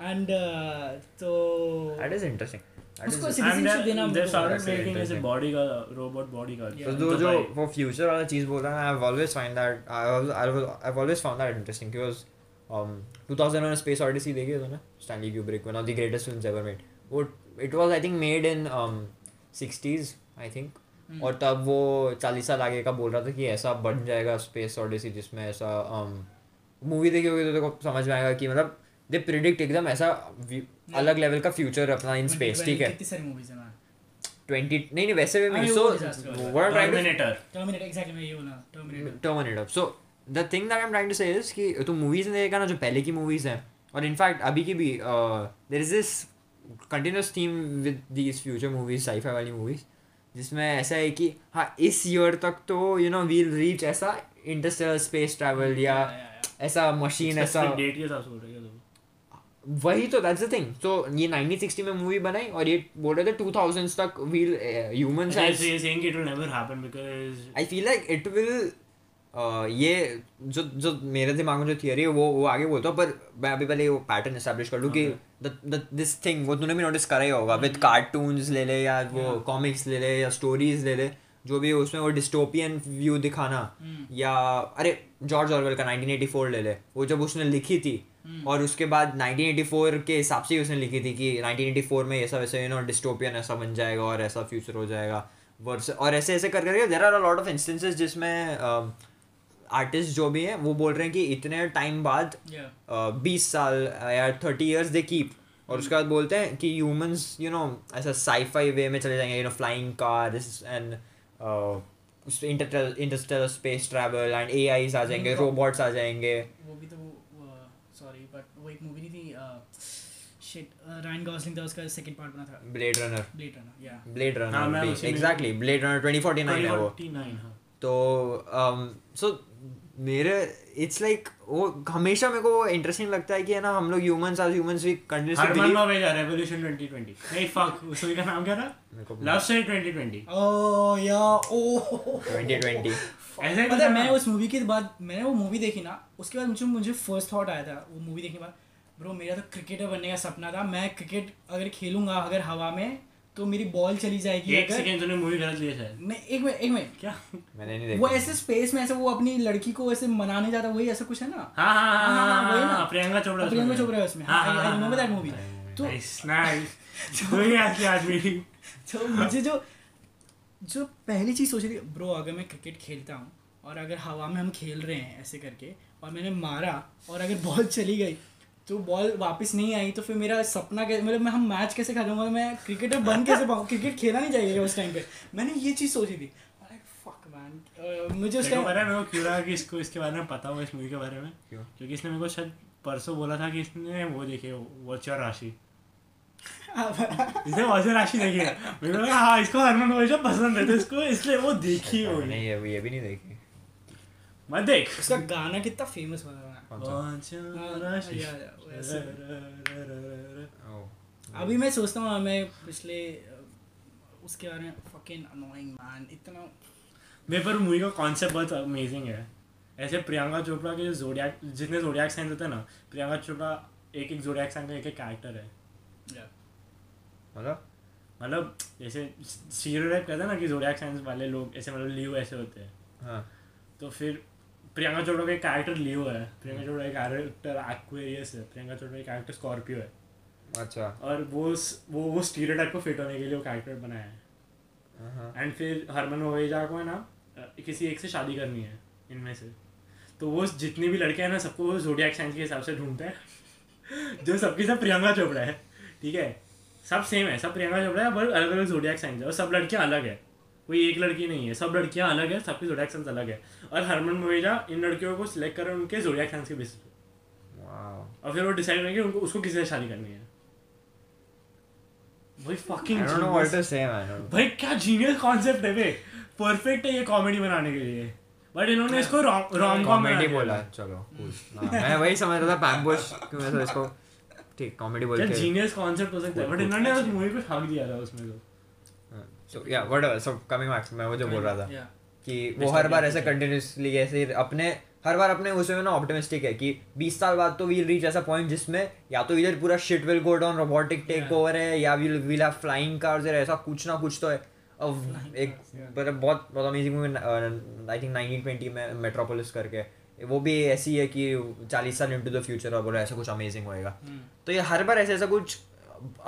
[SPEAKER 4] एंड तो
[SPEAKER 2] हाँ। That is interesting. That is
[SPEAKER 4] उसको
[SPEAKER 3] And
[SPEAKER 4] citizenship देना
[SPEAKER 3] then they
[SPEAKER 4] मेरे को
[SPEAKER 3] started
[SPEAKER 2] That's very
[SPEAKER 3] making ऐसे
[SPEAKER 2] interesting.
[SPEAKER 3] bodyguard, robot bodyguard.
[SPEAKER 2] तो
[SPEAKER 4] Yeah.
[SPEAKER 2] जो जो
[SPEAKER 3] Dubai.
[SPEAKER 2] वो फ्यूचर वाला चीज बोल रहा है I always find that I I always found that interesting because um 2001 A space odyssey देखी है तूने Stanley Kubrick one of the greatest films ever made वो it was I think made in um 60s I
[SPEAKER 4] Hmm.
[SPEAKER 2] Think और तब वो 40 साल आगे का बोल रहा था कि ऐसा बन जाएगा स्पेस odyssey जिसमें ऐसा मूवी देखी होगी तो देखो समझ में आएगा कि मतलब दे प्रिडिक्ट एकदम ऐसा view- अलग लेवल का फ्यूचर अपना इन स्पेस ठीक है
[SPEAKER 4] कितनी सारी मूवीज हैं मैम
[SPEAKER 2] 20 नहीं नहीं वैसे भी
[SPEAKER 4] अरे
[SPEAKER 2] सो
[SPEAKER 4] वो disaster वाला।
[SPEAKER 2] What I
[SPEAKER 3] Terminator.
[SPEAKER 4] Terminator exactly मैं ये बोला Terminator
[SPEAKER 2] Terminator so the thing that I am trying to say is कि तू मूवीज में देखेगा ना जो पहले की मूवीज हैं और इनफैक्ट अभी की भी uh, there is this continuous theme with these future movies sci-fi वाली मूवीज जिसमें ऐसा है कि हाँ इस ईयर तक तो यू नो वील रीच ऐसा इंटरस्टेलर स्पेस ट्रैवल या ऐसा मशीन ऐसा
[SPEAKER 3] Specific date के साथ हो रहा है ये तो.
[SPEAKER 2] वही तो दैट्स द थिंग तो ये 1960 में मूवी बनाई और ये बोल रहे थे 2000s तक uh, we'll humans
[SPEAKER 3] And he's saying it will never happen because
[SPEAKER 2] I feel like it will uh, ये जो जो मेरे दिमाग में जो थियरी है वो वो आगे बोलता हूँ पर मैं अभी पहले वो पैटर्न इस्टेब्लिश कर लूँ कि द- द- दिस थिंग वो तूने भी नोटिस करा ही होगा विद कार्टून्स ले ले या वो कॉमिक्स ले ले या स्टोरीज ले ले
[SPEAKER 6] जो भी उसमें वो डिस्टोपियन व्यू दिखाना या अरे जॉर्ज ऑरवेल का 1984 ले ले वो जब उसने लिखी थी और उसके बाद 1984 के हिसाब से ही उसने लिखी थी कि 1984 में ऐसा वैसा यू नो डिस्टोपियन ऐसा बन जाएगा और ऐसा फ्यूचर हो जाएगा वर्स और ऐसे ऐसे कर करके there are lot of instances जिसमें आर्टिस्ट जो भी हैं वो बोल रहे हैं कि इतने टाइम बाद
[SPEAKER 4] Yeah.
[SPEAKER 6] बीस साल या थर्टी ईयर्स दे कीप और उसके बाद बोलते हैं कि ह्यूमंस यू नो ऐसा साईफाई वे में चले जाएंगे you know flying cars and uh, interstellar space travel and AIs आ जाएंगे
[SPEAKER 3] Hmm.
[SPEAKER 4] Robot.
[SPEAKER 6] रोबोट्स आ जाएंगे
[SPEAKER 4] वो भी तो वो सॉरी बट वो एक मूवी नहीं थी uh, शिट रायन गॉसलिंग था उसका सेकंड पार्ट बना था
[SPEAKER 6] ब्लेड रनर
[SPEAKER 4] ब्लेड रनर या
[SPEAKER 6] ब्लेड
[SPEAKER 3] हाँ, मैं
[SPEAKER 6] रनर
[SPEAKER 3] उसी में-
[SPEAKER 6] एग्जैक्टली ब्लेड रनर 2049 है वो
[SPEAKER 3] 49 हाँ
[SPEAKER 6] तो सो मेरे इट्स लाइक वो हमेशा मेरे को वो इंटरेस्टिंग लगता है कि है ना हम लोग ह्यूमंस आज ह्यूमंस भी कंटिन्यूसली
[SPEAKER 3] हरमन मावेजा रेवोल्यूशन 2020 नहीं फक उस मूवी का नाम क्या था लव स्टोरी 2020
[SPEAKER 4] ओह या
[SPEAKER 2] *laughs*
[SPEAKER 4] ओह
[SPEAKER 6] 2020
[SPEAKER 3] ऐसा ही कुछ
[SPEAKER 4] Oh, पता है
[SPEAKER 3] था
[SPEAKER 4] मैं
[SPEAKER 3] ना?
[SPEAKER 4] उस मूवी के बाद मैंने वो मूवी देखी ना उसके बाद मुझे मुझे फर्स्ट थॉट आया था वो मूवी देखने के बाद ब्रो मेरा तो क्रिकेटर बनने का सपना था मैं क्रिकेट अगर खेलूंगा अगर हवा में तो मेरी बॉल चली जाएगी
[SPEAKER 3] एक
[SPEAKER 4] अगर
[SPEAKER 3] सेकंड तूने मूवी गलत लिया शायद
[SPEAKER 4] मैं एक मिनट एक मिनट
[SPEAKER 3] क्या
[SPEAKER 6] मैंने नहीं
[SPEAKER 4] वो
[SPEAKER 6] देखा
[SPEAKER 4] ऐसे स्पेस में ऐसे वो अपनी लड़की को ऐसे मनाने जाता वही ऐसा कुछ है ना
[SPEAKER 3] हाँ हाँ हाँ
[SPEAKER 4] हाँ,
[SPEAKER 3] हाँ,
[SPEAKER 4] वही
[SPEAKER 3] हाँ
[SPEAKER 4] ना।
[SPEAKER 3] हाँ प्रियंका चोपड़ा
[SPEAKER 4] प्रियंका चोपड़ा है उसमें
[SPEAKER 3] हाँ, हाँ,
[SPEAKER 4] आई
[SPEAKER 3] हाँ,
[SPEAKER 4] रिमेंबर दैट
[SPEAKER 3] *laughs*
[SPEAKER 4] मूवी तो
[SPEAKER 3] नाइस नाइस वही असली
[SPEAKER 4] *laughs*
[SPEAKER 3] आदमी
[SPEAKER 4] तो मुझे जो जो पहली चीज़ सोची थी ब्रो अगर मैं क्रिकेट खेलता हूँ और अगर हवा में हम खेल रहे हैं ऐसे करके और मैंने मारा और अगर बॉल *laughs* चली गई तो बॉल वापस नहीं आई तो फिर मेरा सपना कैसे मतलब मैं हम मैच कैसे खेलूंगा मैं क्रिकेटर
[SPEAKER 3] *laughs*
[SPEAKER 4] बन कैसे पाऊँ क्रिकेट खेला नहीं जाएगा उस टाइम पे मैंने ये चीज़ सोची थी फक मैन मुझे उस
[SPEAKER 3] तेरे को
[SPEAKER 4] टाइम
[SPEAKER 3] पता है मेरे को क्यों लगा कि इसको इसके बारे में पता होगा इस मूवी के बारे में
[SPEAKER 6] क्यों?
[SPEAKER 3] क्योंकि इसने मेरे को शायद परसों बोला था कि इसने वो देखे वॉच योर राशि
[SPEAKER 4] हाँ,
[SPEAKER 3] इसने वॉच योर राशि देखी है मेरे को लगा हाँ इसको हरमन वैसा पसंद है तो इसको इसलिए वो देखी
[SPEAKER 4] अच्छा,
[SPEAKER 6] मैंने
[SPEAKER 3] होगी
[SPEAKER 6] ये ये भी नहीं देखी
[SPEAKER 3] मत देख
[SPEAKER 4] उसका गाना कितना फेमस हुआ था
[SPEAKER 6] कौन सा
[SPEAKER 3] वॉच योर
[SPEAKER 4] हाँ,
[SPEAKER 3] राशि
[SPEAKER 4] या, या, वैसे।
[SPEAKER 3] रररररररर।
[SPEAKER 6] Oh.
[SPEAKER 4] अभी मैं सोचता हूँ मैं पिछले uh, उसके बारे में फकिंग अनोइंग मैन इतना
[SPEAKER 3] मेरे पर मूवी का कॉन्सेप्ट बहुत अमेजिंग है ऐसे प्रियंका चोपड़ा के जो जोडियाक जितने जोडियाक साइंस होते हैं ना प्रियंका चोपड़ा एक एक जोडियाक साइन का एक एक कैरेक्टर है
[SPEAKER 4] yeah.
[SPEAKER 6] मतलब
[SPEAKER 3] मतलब जैसे स्टीरियोटाइप कहते हैं ना कि जोडियाक साइंस वाले लोग ऐसे मतलब लियो ऐसे होते हैं
[SPEAKER 6] हाँ
[SPEAKER 3] तो फिर प्रियंका चोपड़ा का कैरेक्टर लियो है प्रियंका चोपड़ा का कैरेक्टर एक्वेरियस है प्रियंका चोपड़ा का कैरेक्टर स्कॉर्पियो है
[SPEAKER 6] अच्छा
[SPEAKER 3] और वो उस- वो वो स्टीरियोटाइप को फिट होने के लिए वो कैरेक्टर बनाया है
[SPEAKER 6] हाँ
[SPEAKER 3] एंड फिर हरमन वहेजा को है ना अ, किसी एक से शादी करनी है इनमें से तो वो जितने भी लड़के हैं ना सबको वो जोडियाक साइंस के हिसाब से ढूंढता है *laughs* जो सबके सब प्रियंका चोपड़ा है ठीक है सब सेम है सब प्रियंका चोपड़ा है पर अलग अलग जोडियाक साइंस है और सब लड़कियां अलग है कोई एक लड़की नहीं है सब लड़कियां अलग है सबके जोडियाक साइंस अलग है और हरमन वहेजा इन लड़कियों को सिलेक्ट कर रहे हैं उनके जोडियाक साइंस के बेसिस पे
[SPEAKER 6] वाओ
[SPEAKER 3] और फिर वो डिसाइड करेंगे उनको उसको किसी से शादी करनी है भाई
[SPEAKER 6] I
[SPEAKER 3] fucking
[SPEAKER 6] don't know what to say man
[SPEAKER 3] भाई क्या जीनियस कॉन्सेप्ट है बे परफेक्ट है ये कॉमेडी बनाने के लिए बट इन्होंने इसको रॉम कॉम
[SPEAKER 6] कॉमेडी बोला चलो cool. हाँ, मैं वही समझ रहा था पैम्बुश क्यों
[SPEAKER 2] तो
[SPEAKER 6] ऐसा इसको ठीक कॉमेडी बोल
[SPEAKER 3] क्या
[SPEAKER 6] के
[SPEAKER 3] जीनियस कॉन्सेप्ट हो सकता है बट इन्होंने उस मूवी पे फेंक दिया था उसमें तो
[SPEAKER 6] सो या व्हाटएवर सो कमिंग बैक मैं वो जो बोल रहा था
[SPEAKER 4] Yeah.
[SPEAKER 6] कि वो हर बार ऐसे कंटिन्यूसली ऐसे अपने हर बार अपने उसमें ना ऑप्टिमिस्टिक है कि 20 साल बाद तो वील रीच ऐसा पॉइंट जिसमें या तो इधर पूरा shit will go down robotic take over है या we'll we'll have flying cars या ऐसा कुछ ना कुछ तो है अब एक मतलब बहुत बहुत uh, amazing movie I think 1920 में मेट्रोपोलिस करके वो भी ऐसी है कि 40 साल इनटू द फ्यूचर और बोला ऐसा कुछ अमेजिंग होएगा
[SPEAKER 4] हम्म,
[SPEAKER 6] तो ये हर बार ऐसे ऐसा कुछ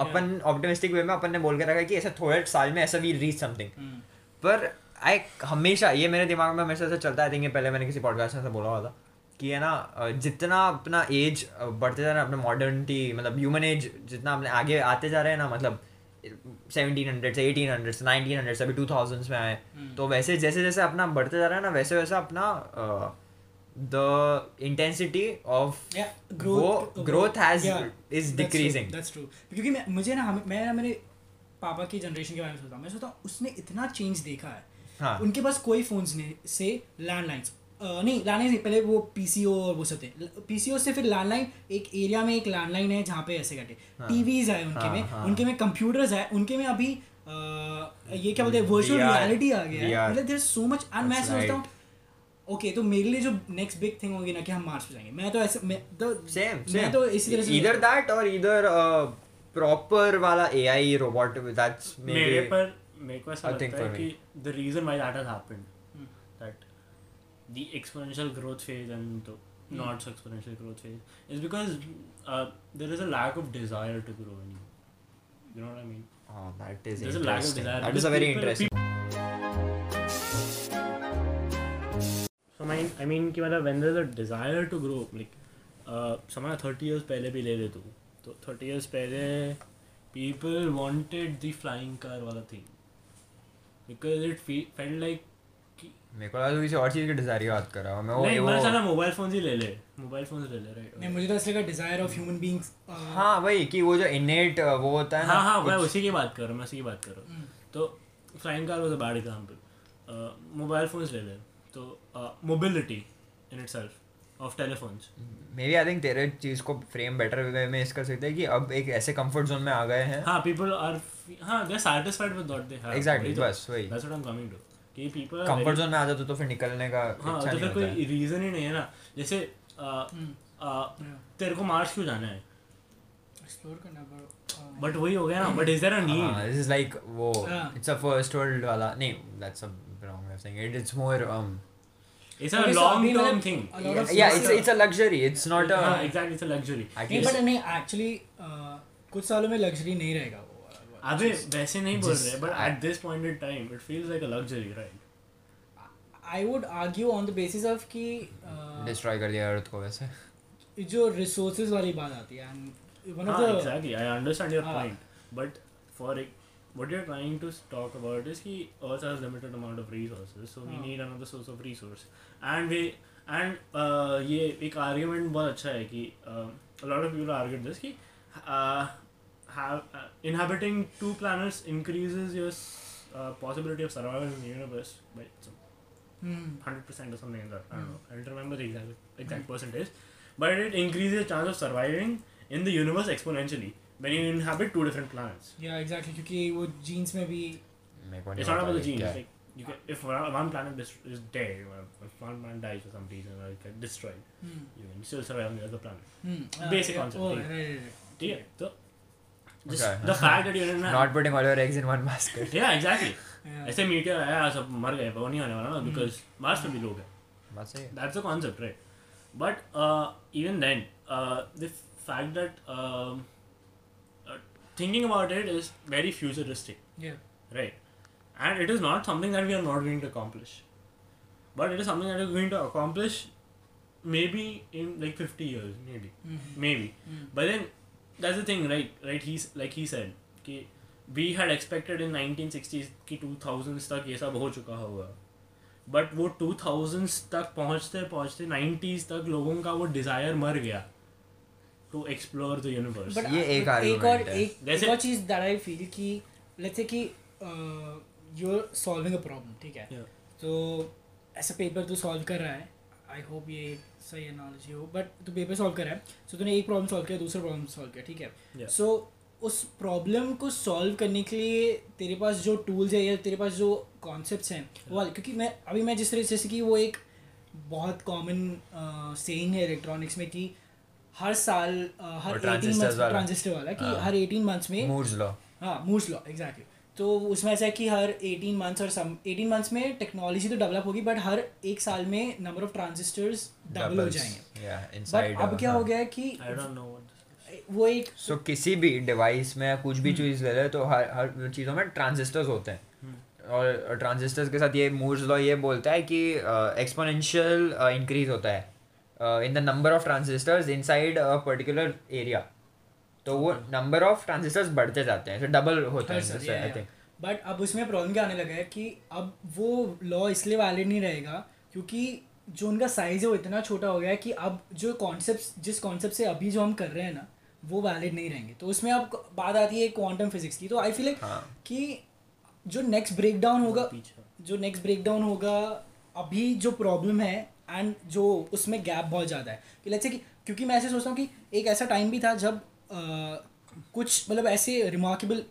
[SPEAKER 6] अपन ऑप्टिमिस्टिक वे में अपन ने बोल के रखा है कि ऐसे थोड़े साल में ऐसा वील रीच समथिंग
[SPEAKER 4] हम्म,
[SPEAKER 6] पर आई हमेशा ये मेरे दिमाग में हमेशा से चलता है थिंक पहले मैंने किसी पॉडकास्ट में से बोला हुआ था कि है ना अ, जितना अपना एज बढ़ते जा रहा है अपने मॉडर्निटी मतलब ह्यूमन एज जितना अपने आगे आते जा रहे हैं ना मतलब सेवनटीन हंड्रेड से एटीन हंड्रेड से नाइनटीन हंड्रेड से अभी टू थाउजेंड्स में आए
[SPEAKER 4] हम्म।
[SPEAKER 6] तो वैसे जैसे जैसे अपना बढ़ते जा रहा है ना वैसे वैसे अपना द इंटेंसिटी ऑफ
[SPEAKER 4] Yeah,
[SPEAKER 6] वो growth has-
[SPEAKER 4] yeah, that's
[SPEAKER 6] is decreasing.
[SPEAKER 4] true, That's true. क्योंकि मैं मुझे ना हमें मैं ना मेरे पापा की जनरेशन के बारे में सोचता हूँ मैं सोचता हूँ उसने इतना चेंज देखा है
[SPEAKER 6] हाँ
[SPEAKER 4] उनके पास कोई फोन्स नहीं से लैंडलाइंस नहीं लैंडलाइन नहीं पहले वो पीसीओ और वो सब थे पीसीओ से फिर लैंडलाइन एक एरिया में एक लैंडलाइन है जहाँ पे ऐसे करके टीवीज है उनके
[SPEAKER 6] हाँ,
[SPEAKER 4] में
[SPEAKER 6] हाँ।
[SPEAKER 4] उनके में कंप्यूटर्स है उनके में अभी अ, ये क्या बोलते हैं वर्चुअल
[SPEAKER 6] VR,
[SPEAKER 4] रियलिटी आ गया है
[SPEAKER 6] VR
[SPEAKER 4] मतलब देयर सो मच एंड मैं
[SPEAKER 6] That's
[SPEAKER 4] सोचता
[SPEAKER 6] right.
[SPEAKER 4] हूँ ओके तो मेरे लिए जो नेक्स्ट बिग थिंग होगी ना कि हम मार्स पे जाएंगे मैं तो ऐसे मैं तो
[SPEAKER 6] सेम
[SPEAKER 4] मैं
[SPEAKER 6] सेम
[SPEAKER 4] तो इसी तरह से
[SPEAKER 6] इधर दैट और इधर प्रॉपर वाला एआई रोबोट दैट्स
[SPEAKER 3] मेरे पर मेरे को ऐसा
[SPEAKER 2] I think
[SPEAKER 3] लगता है
[SPEAKER 2] for
[SPEAKER 3] कि the reason why that has happened
[SPEAKER 4] Hmm.
[SPEAKER 3] That the exponential growth phase and the not so exponential growth phase is because there is a lack of desire to grow in you know what I mean
[SPEAKER 2] Oh, that is
[SPEAKER 3] There's a lack of desire
[SPEAKER 2] interesting. That
[SPEAKER 3] because
[SPEAKER 2] is a very
[SPEAKER 3] people-
[SPEAKER 2] interesting.
[SPEAKER 3] So my, I mean कि मतलब when there's a desire to grow like uh, समझ thirty years पहले भी ले ले तू तो thirty years पहले people wanted the flying car वाला thing because it fe- felt like कि
[SPEAKER 2] मेरे को लगा तू किसी और चीज की डिजायर की बात कर रहा हूँ मैं
[SPEAKER 3] नहीं
[SPEAKER 2] हाँ, वो
[SPEAKER 3] मतलब साला
[SPEAKER 2] वो
[SPEAKER 3] मोबाइल फोन ही ले ले मोबाइल फोन ले ले
[SPEAKER 4] नहीं
[SPEAKER 3] राइट
[SPEAKER 4] मुझे तो ऐसा लगा डिजायर ऑफ ह्यूमन बींग्स
[SPEAKER 2] हाँ वही कि वो जो इनेट वो होता है ना
[SPEAKER 3] हाँ हाँ मैं
[SPEAKER 2] कुछ- हम्म।
[SPEAKER 3] उसी की बात कर रहा हूँ मैं उसी की बात कर रहा हूँ तो flying car was a bad example mobile phones ले ले तो mobility in itself of telephones
[SPEAKER 2] maybe I think तेरे चीज को फ्रेम बेटर वे में इस कर सकते हैं कि अब एक ऐसे कंफर्ट जोन में आ गए हैं
[SPEAKER 3] हाँ people are f- हाँ they're satisfied with what they have
[SPEAKER 2] exactly
[SPEAKER 3] वही तो-
[SPEAKER 2] बस वही
[SPEAKER 3] that's what I'm coming to कि people are
[SPEAKER 2] comfort
[SPEAKER 3] very-
[SPEAKER 2] zone में आ जाते तो फिर निकलने का
[SPEAKER 3] हाँ
[SPEAKER 2] इच्छा
[SPEAKER 3] तो
[SPEAKER 2] अच्छा नहीं
[SPEAKER 3] फिर
[SPEAKER 2] होता है हम्म।
[SPEAKER 3] कोई रीजन ही नहीं है ना जैसे आ, आ, तेरे को मार्स क्यों जाना है
[SPEAKER 4] एक्सप्लोर करना uh, पड़ो
[SPEAKER 3] बट वही हो गया ना but is there a need
[SPEAKER 2] this is like वो
[SPEAKER 4] हाँ।
[SPEAKER 2] इट्स अ फर्स्ट वर्ल्ड वाला नहीं that's a wrong way of saying it it's more um
[SPEAKER 3] it's a long term thing
[SPEAKER 4] तो A lot of
[SPEAKER 2] yeah it's
[SPEAKER 4] sources-
[SPEAKER 2] it's a luxury it's not a
[SPEAKER 3] exactly it's a luxury
[SPEAKER 2] at
[SPEAKER 4] नहीं
[SPEAKER 2] least-
[SPEAKER 4] but नहीं actually कुछ सालों में luxury नहीं रहेगा वो I-
[SPEAKER 3] अबे वैसे नहीं बोल
[SPEAKER 2] Just-
[SPEAKER 3] रहे but at this point in time it feels like a luxury right
[SPEAKER 4] I would argue on the basis of कि uh,
[SPEAKER 2] डिस्ट्रॉय कर दिया अर्थ को वैसे
[SPEAKER 4] जो रिसोर्सेज वाली बात आती है and one of
[SPEAKER 3] हाँ
[SPEAKER 4] the Ah.
[SPEAKER 3] Exactly I understand your
[SPEAKER 4] हाँ।
[SPEAKER 3] Point but for what you're trying to talk about is कि earth has limited amount of resources so we
[SPEAKER 4] हाँ।
[SPEAKER 3] need another source of resource and we and uh, ये एक argument बहुत अच्छा है कि uh, a lot of people argue this कि uh, have uh, inhabiting two planets increases your uh, possibility of survival in the universe by some
[SPEAKER 4] Hmm.
[SPEAKER 3] hundred percent or something like that.
[SPEAKER 2] Hmm.
[SPEAKER 3] I don't know. I don't remember the exact exact percentage, but it increases your chance of surviving in the universe exponentially when you inhabit two different planets.
[SPEAKER 4] yeah exactly क्योंकि वो jeans में भी
[SPEAKER 2] मेरे को नहीं
[SPEAKER 3] It's not
[SPEAKER 2] पता
[SPEAKER 3] about the
[SPEAKER 2] ये
[SPEAKER 3] genes.
[SPEAKER 2] क्या है।
[SPEAKER 3] Like you can, if one one planet is, is dead, or if one planet dies for some reason or get destroyed,
[SPEAKER 4] hmm,
[SPEAKER 3] you can still survive on the other planet.
[SPEAKER 4] hmm, uh,
[SPEAKER 3] Basic
[SPEAKER 4] yeah,
[SPEAKER 3] concept,
[SPEAKER 4] oh,
[SPEAKER 3] yeah.
[SPEAKER 4] right, right, right.
[SPEAKER 3] Yeah. So just
[SPEAKER 2] Okay.
[SPEAKER 3] the fact that you're in a
[SPEAKER 2] *laughs* not putting all your eggs in one basket
[SPEAKER 3] yeah exactly.
[SPEAKER 4] Yeah.
[SPEAKER 3] ऐसे meteor आया सब मर गए वो नहीं होने वाला ना because Mars पे भी लोग हैं.
[SPEAKER 2] बात सही है
[SPEAKER 3] That's the concept, right? But uh, even then, uh, the fact that um, uh, thinking about it is very futuristic,
[SPEAKER 4] yeah
[SPEAKER 3] right? And it is not something that we are not going to accomplish, but it is something that we're going to accomplish maybe in like 50 years, maybe,
[SPEAKER 4] Mhm.
[SPEAKER 3] maybe.
[SPEAKER 4] Mm.
[SPEAKER 3] But then that's the thing, right? Right? He's like he said, कि we had expected in 1960s कि 2000s तक ये सब हो चुका होगा but वो 2000s तक पहुंचते पहुंचते 90s तक लोगों का वो डिजायर मर गया to explore the universe
[SPEAKER 4] But
[SPEAKER 2] ये
[SPEAKER 4] I-
[SPEAKER 2] एक
[SPEAKER 4] but एक
[SPEAKER 2] argument
[SPEAKER 4] और
[SPEAKER 2] है।
[SPEAKER 4] एक
[SPEAKER 3] जैसे-
[SPEAKER 4] एक और चीज दैट आई फील कि लेट्स से कि uh, you are solving a problem ठीक है
[SPEAKER 3] Yeah.
[SPEAKER 4] तो ऐसा पेपर तू सॉल्व कर रहा है आई होप ये सही एनालॉजी हो बट तू पेपर सॉल्व कर रहा है सो तूने एक प्रॉब्लम सॉल्व किया दूसरा प्रॉब्लम सॉल्व किया ठीक है
[SPEAKER 3] Yeah.
[SPEAKER 4] सो उस प्रॉब्लम को सॉल्व करने के लिए तेरे पास जो टूल्स है या तेरे पास जो कॉन्सेप्ट्स हैं वो वाले- क्योंकि मैं अभी मैं जिस तरह जैसे कि वो एक बहुत कॉमन सेइंग है इलेक्ट्रॉनिक्स में कि हर साल uh,
[SPEAKER 2] और
[SPEAKER 4] हर एटीन
[SPEAKER 2] transistors
[SPEAKER 4] मंथ्स
[SPEAKER 2] वाला।
[SPEAKER 4] ट्रांजिस्टर वाला कि
[SPEAKER 2] हाँ।
[SPEAKER 4] हर एटीन मंथ्स में
[SPEAKER 2] मूड्स लॉ
[SPEAKER 4] हाँ मूर्स लॉ एग्जैक्टली तो उसमें ऐसा है कि हर एटीन मंथ्स और सम एटीन मंथ्स में टेक्नोलॉजी तो डेवलप होगी बट हर एक साल में नंबर ऑफ ट्रांजिस्टर्स डबल हो जाएंगे
[SPEAKER 2] या
[SPEAKER 4] बट
[SPEAKER 2] इनसाइड
[SPEAKER 4] अब क्या हो गया है कि
[SPEAKER 3] आई डोंट नो व्हाट
[SPEAKER 4] वो एक
[SPEAKER 2] सो किसी भी डिवाइस में कुछ
[SPEAKER 4] Hmm.
[SPEAKER 2] भी चीज़ ले ले तो हर हर चीज़ों में ट्रांजिस्टर्स होते हैं और ट्रांजिस्टर्स के साथ ये मूर्स लॉ ये बोलता है कि एक्सपोनेंशियल इंक्रीज होता है in the number of transistors inside a particular area तो वो नंबर ऑफ ट्रांजिस्टर्स बढ़ते जाते हैं डबल होते
[SPEAKER 4] हर साल
[SPEAKER 2] हैं आई थिंक
[SPEAKER 4] बट अब उसमें प्रॉब्लम क्या आने लगा है कि अब वो लॉ इसलिए वैलिड नहीं रहेगा क्योंकि जो उनका साइज है वो इतना छोटा हो गया है कि अब जो कॉन्सेप्ट जिस कॉन्सेप्ट से अभी जो हम कर रहे हैं ना वो वैलिड नहीं रहेंगे तो उसमें अब बात आती है क्वांटम फिजिक्स की तो आई फील
[SPEAKER 2] हाँ।
[SPEAKER 4] कि जो नेक्स्ट ब्रेकडाउन होगा
[SPEAKER 3] पीछे
[SPEAKER 4] जो नेक्स्ट ब्रेकडाउन होगा अभी जो प्रॉब्लम है एंड जो उसमें गैप बहुत ज़्यादा है कि let's say कि क्योंकि मैं ऐसे सोचता हूँ कि एक ऐसा टाइम भी था जब अ, कुछ मतलब ऐसे रिमार्केबल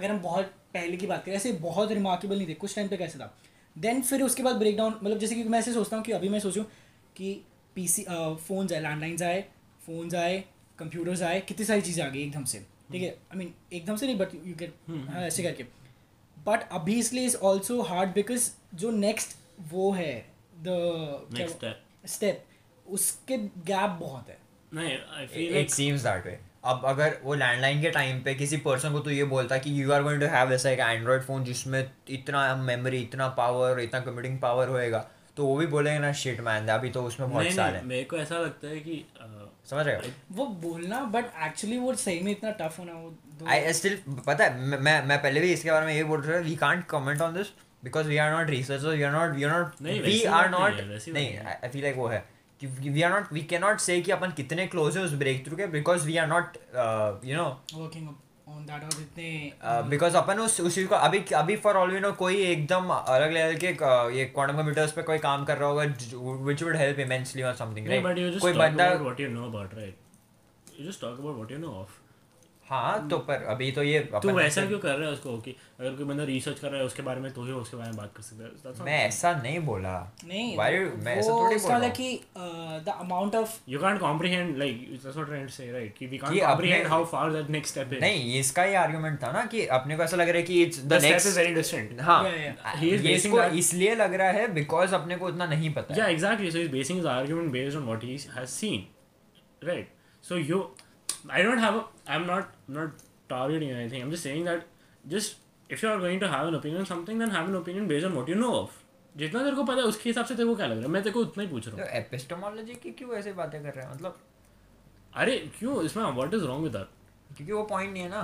[SPEAKER 4] अगर हम बहुत पहले की बात करें ऐसे बहुत रिमार्केबल नहीं थे कुछ टाइम तक ऐसे था देन फिर उसके बाद ब्रेकडाउन मतलब जैसे कि मैं ऐसे सोचता हूँ कि अभी मैं सोचूँ कि पी सी फ़ोन्स आए लैंडलाइंस आए फ़ोन्स आए कंप्यूटर्स आए कितनी सारी चीज़ें आ गई एकदम से ठीक है आई मीन एकदम से नहीं बट यू गेट हाँ, ऐसे करके बट अभी इसलिए इज ऑल्सो हार्ड बिकॉज जो नेक्स्ट वो है
[SPEAKER 3] Next
[SPEAKER 4] द स्टेप उसके गैप बहुत है
[SPEAKER 3] नहीं I feel
[SPEAKER 2] it seems that way अब अगर वो लैंडलाइन के टाइम पे किसी पर्सन को तो ये बोलता कि you are going to have ऐसा एक एंड्रॉयड फ़ोन जिसमें इतना मेमोरी इतना पावर और इतना कंप्यूटिंग पावर होएगा तो वो भी बोलेंगे ना शिट मैन अभी तो उसमें बहुत
[SPEAKER 3] नहीं
[SPEAKER 2] सारे
[SPEAKER 3] नहीं
[SPEAKER 2] हैं
[SPEAKER 3] मेरे को ऐसा लगता है कि uh,
[SPEAKER 2] समझ रहे हो
[SPEAKER 4] वो बोलना बट एक्चुअली वो सही में इतना टफ होना वो
[SPEAKER 3] तो-
[SPEAKER 4] दो-
[SPEAKER 2] आई स्टिल पता है मैं- मैं मैं पहले भी इसके बारे में ये बोल रहा था we can't comment on this because we are not researchers we are not we are not
[SPEAKER 3] नहीं,
[SPEAKER 2] वी
[SPEAKER 3] वैसी
[SPEAKER 2] आर
[SPEAKER 3] बात नहीं
[SPEAKER 2] नॉट
[SPEAKER 3] है, वैसी बात
[SPEAKER 2] नहीं
[SPEAKER 3] नहीं है।
[SPEAKER 2] आई फील लाइक वो है कि we are not we can not say कि अपन कितने क्लोज हैं उस ब्रेक थ्रू के because we are not you know
[SPEAKER 4] working on that और इतने
[SPEAKER 3] Hmm.
[SPEAKER 2] बिकॉज Uh, अपन उस उस चीज को अभी अभी फॉर ऑल यू नो कोई एकदम अलग लेवल के uh, ये क्वांटम कंप्यूटर्स पे कोई काम कर रहा होगा व्हिच वुड हेल्प इमेंसली और समथिंग
[SPEAKER 3] नहीं बट यू जस्ट
[SPEAKER 2] कोई
[SPEAKER 3] टॉक
[SPEAKER 2] बंदा
[SPEAKER 3] about what you know about right you just talk about what you know of
[SPEAKER 2] हाँ तो पर अभी तो ये
[SPEAKER 3] Hmm. तू
[SPEAKER 2] अपन-
[SPEAKER 3] वैसा क्यों कर रहा है उसको कि अगर कोई बंदा रिसर्च कर रहा है उसके बारे में तो ही उसके बारे में बात कर सकता है That's not-
[SPEAKER 2] मैं ऐसा नहीं बोला
[SPEAKER 4] नहीं
[SPEAKER 2] Why you- मैं ऐसा
[SPEAKER 4] वो
[SPEAKER 2] थोड़ी
[SPEAKER 4] उसका
[SPEAKER 2] बोल रहा
[SPEAKER 4] था कि uh, the amount of
[SPEAKER 3] You can't comprehend, like, that's what I'm trying to say, right? Ki we can't
[SPEAKER 2] कि अपने-
[SPEAKER 3] comprehend how far that next step is.
[SPEAKER 2] नहीं इसका ये आर्गुमेंट था ना कि अपने को ऐसा लग रहा है कि it's
[SPEAKER 3] The
[SPEAKER 2] the
[SPEAKER 3] step is
[SPEAKER 2] next
[SPEAKER 3] very distant.
[SPEAKER 2] हाँ
[SPEAKER 4] Yeah,
[SPEAKER 3] yeah. He is
[SPEAKER 2] ये
[SPEAKER 3] basing
[SPEAKER 2] इसको
[SPEAKER 3] that-
[SPEAKER 2] इसलिए लग रहा है बिकॉज अपने को उतना नहीं पता
[SPEAKER 3] Yeah,
[SPEAKER 2] है
[SPEAKER 3] exactly. So he's basing his argument based on what he has seen, right? So you, I don't have a, I'm not, I'm not targeting anything. I'm just saying that, just if you are going to have an opinion on something, then have an opinion based on what you know of. जितना तेरे को पता है उसके हिसाब से तेरे को क्या लग रहा है मैं तेरे को उतना ही पूछ रहा हूँ
[SPEAKER 2] एपिस्टोमोलॉजी तो की क्यों ऐसे बातें कर रहे हैं मतलब
[SPEAKER 3] अरे क्यों इसमें what is wrong with that
[SPEAKER 2] क्योंकि वो पॉइंट नहीं है ना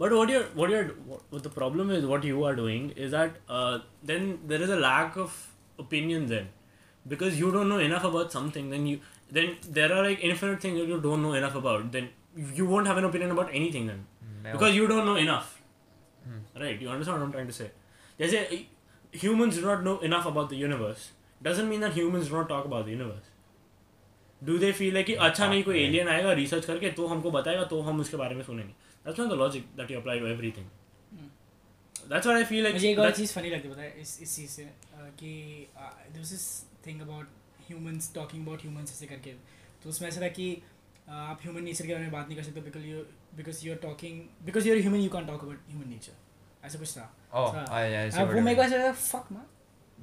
[SPEAKER 3] But what you're what you're what the problem is what you are doing is that uh, then there is a lack of opinion then, because you don't know enough about something. Then you then there are like infinite things that you don't know enough about. Then you won't have an opinion about anything then,
[SPEAKER 2] मैं-
[SPEAKER 3] because you don't know enough.
[SPEAKER 2] Hmm.
[SPEAKER 3] Right? You understand what I'm trying to say? They say eh, humans do not know enough about the universe. Doesn't mean that humans do not talk about the universe. Do they feel like कि अच्छा नहीं कोई alien आएगा research करके तो हमको बताएगा तो हम उसके बारे में सुनेंगे That's not the logic that you apply to everything. That's what I feel like.
[SPEAKER 4] Hmm. मुझे एक और
[SPEAKER 3] that's-
[SPEAKER 4] चीज़ फनी लगती है, पता है इस इस चीज़ से अ, कि this is thing about humans talking about humans ऐसे करके तो उसमें ऐसा था कि अ, आप ह्यूमन नेचर के बारे में बात नहीं कर सकते because you because you are talking because you are human you can talk about human nature ऐसा कुछ था
[SPEAKER 2] Oh,
[SPEAKER 4] हाँ,
[SPEAKER 2] I, I see
[SPEAKER 4] हाँ,
[SPEAKER 2] what
[SPEAKER 4] वो
[SPEAKER 2] you mean.
[SPEAKER 4] मेरे को ऐसा फक मार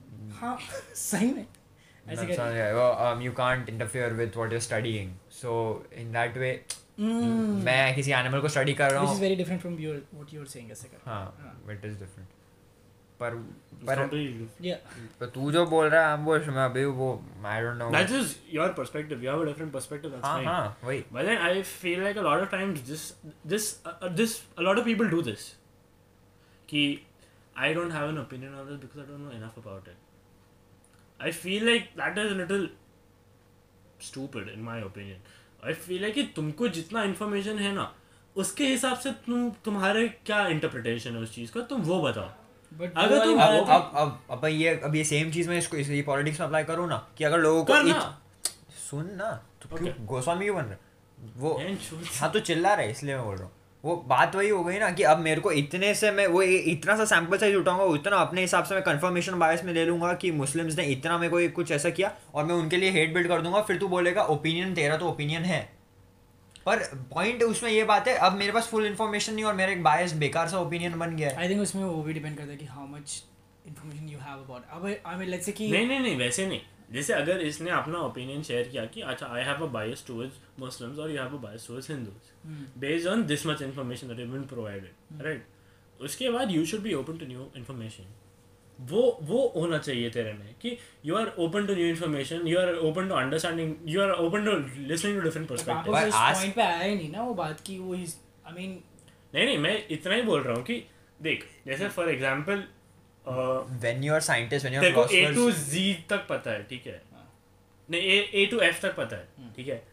[SPEAKER 2] Hmm.
[SPEAKER 4] हाँ *laughs* सही में ऐसे
[SPEAKER 2] That's
[SPEAKER 4] करके
[SPEAKER 2] not- yeah, well, um, you can't interfere with what you're studying. So in that way, Hmm. मैं किसी एनिमल को स्टडी कर रहा
[SPEAKER 4] Hmm. which is
[SPEAKER 2] हूँ
[SPEAKER 4] very different from your what you're saying ऐसे करके
[SPEAKER 2] हाँ
[SPEAKER 4] हाँ।
[SPEAKER 2] इट इज डिफरेंट पर
[SPEAKER 3] it's
[SPEAKER 2] पर
[SPEAKER 3] completely-
[SPEAKER 4] yeah
[SPEAKER 2] पर तू जो बोल रहा है ambush, मैं अभी वो I don't know
[SPEAKER 3] That's just your perspective. You have a different perspective. That's
[SPEAKER 2] हाँ
[SPEAKER 3] fine.
[SPEAKER 2] हाँ वही
[SPEAKER 3] But then I feel like a lot of times this this uh, uh, this a lot of people do this. Ki, I don't have an opinion on this because I don't know enough about it. I feel like that is a little stupid in my opinion. I feel like कि तुमको जितना information है ना उसके हिसाब से तुम तुम्हारे क्या इंटरप्रिटेशन है उस चीज़ का तुम वो बताओ
[SPEAKER 4] but
[SPEAKER 3] अगर
[SPEAKER 4] वो वाली
[SPEAKER 3] तुम-
[SPEAKER 2] अब
[SPEAKER 4] बात
[SPEAKER 2] अब
[SPEAKER 4] है-
[SPEAKER 2] अब अब ये अब ये सेम चीज मैं इसको इस पॉलिटिक्स में अप्लाई करूँ ना कि अगर लोगों को
[SPEAKER 3] कर ना
[SPEAKER 2] इत- सुन ना तो क्यों
[SPEAKER 3] Okay.
[SPEAKER 2] गोस्वामी क्यों बन रहा वो
[SPEAKER 3] And shoot.
[SPEAKER 2] हाँ तो चिल्ला रहा है इसलिए मैं बोल रहा हूँ वो बात वही हो गई ना कि अब मेरे को इतने से मैं वो ए- इतना सा सैम्पल साइज उठाऊंगा उतना अपने हिसाब से मैं कंफर्मेशन बायस में ले लूंगा कि मुस्लिम्स ने इतना मेरे को ये कुछ ऐसा किया और मैं उनके लिए हेट बिल्ड कर दूंगा फिर तू बोलेगा ओपिनियन तेरा तो ओपिनियन है पर पॉइंट उसमें ये बात है अब मेरे पास फुल इन्फॉर्मेशन नहीं और मेरा एक बायस बेकार सा ओपिनियन बन गया है
[SPEAKER 4] आई थिंक उसमें वो भी डिपेंड करता है कि how much information you have about अब आई मीन लेट्स से कि
[SPEAKER 3] नहीं नहीं नहीं वैसे नहीं जैसे अगर इसने अपना ओपिनियन शेयर किया कि अच्छा I have a bias towards Muslims और you have a bias towards
[SPEAKER 4] Hmm.
[SPEAKER 3] Hindus based on this much information that have been provided right उसके बाद you should be open to new information वो वो होना चाहिए तेरे में कि you are open to new information you are open to understanding you are open to listening to different
[SPEAKER 4] पापा
[SPEAKER 3] पर्सपेक्टिव
[SPEAKER 2] But
[SPEAKER 4] उस
[SPEAKER 2] ask-
[SPEAKER 4] पॉइंट पे आया ही नहीं ना वो बात की वो आई मीन
[SPEAKER 3] नहीं नहीं मैं इतना ही बोल रहा हूँ कि देख जैसे uh, for example
[SPEAKER 2] when you are scientist when
[SPEAKER 3] तेरे
[SPEAKER 2] यू
[SPEAKER 3] को ए
[SPEAKER 2] आर
[SPEAKER 3] टू जी तक पता है ठीक है नहीं ए ए टू एफ तक पता है ठीक है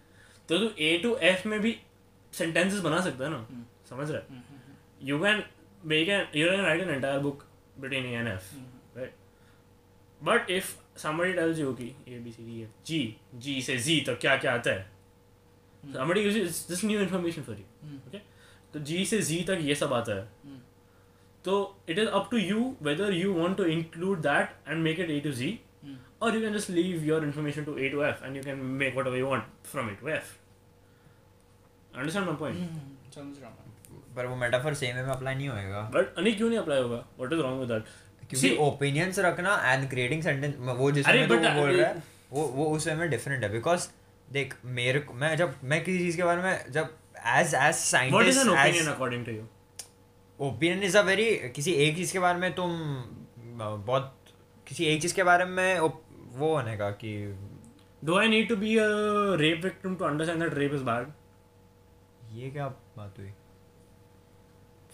[SPEAKER 3] तो तू ए टू एफ में भी सेंटेंसेस बना सकता है ना समझ रहा है you can way can you can write an entire book between A and F right but if somebody tells you कि A B C D F G G से जी तो क्या क्या आता है somebody gives you this new information for you okay तो जी से जी तक ये सब आता है तो it is up to you whether you want to include that and make it A to G or you can just leave your information to A to F and you can make
[SPEAKER 4] Hmm. Mm.
[SPEAKER 3] whatever you want from it to F. Understand my point?
[SPEAKER 4] समझ रहा हूँ
[SPEAKER 2] पर वो metaphor same way में apply नहीं होएगा
[SPEAKER 3] but अनी क्यों नहीं अप्लाई होगा what is wrong with that
[SPEAKER 2] क्योंकि ओपिनियंस रखना एंड क्रिएटिंग सेंटेंस वो जिस
[SPEAKER 3] अरे
[SPEAKER 2] समय तो
[SPEAKER 3] but- uh,
[SPEAKER 2] वो बोल रहा है वो वो उस समय डिफरेंट है बिकॉज देख मेरे को मैं जब मैं किसी चीज के बारे में जब as as
[SPEAKER 3] what is an
[SPEAKER 2] scientist
[SPEAKER 3] opinion according to you
[SPEAKER 2] opinion is a very किसी एक चीज के बारे में तुम अ, बहुत किसी एक चीज के बारे में ओप- वो होने का कि
[SPEAKER 3] do I need to be a rape victim to understand that rape is bad
[SPEAKER 2] ये क्या बात हुई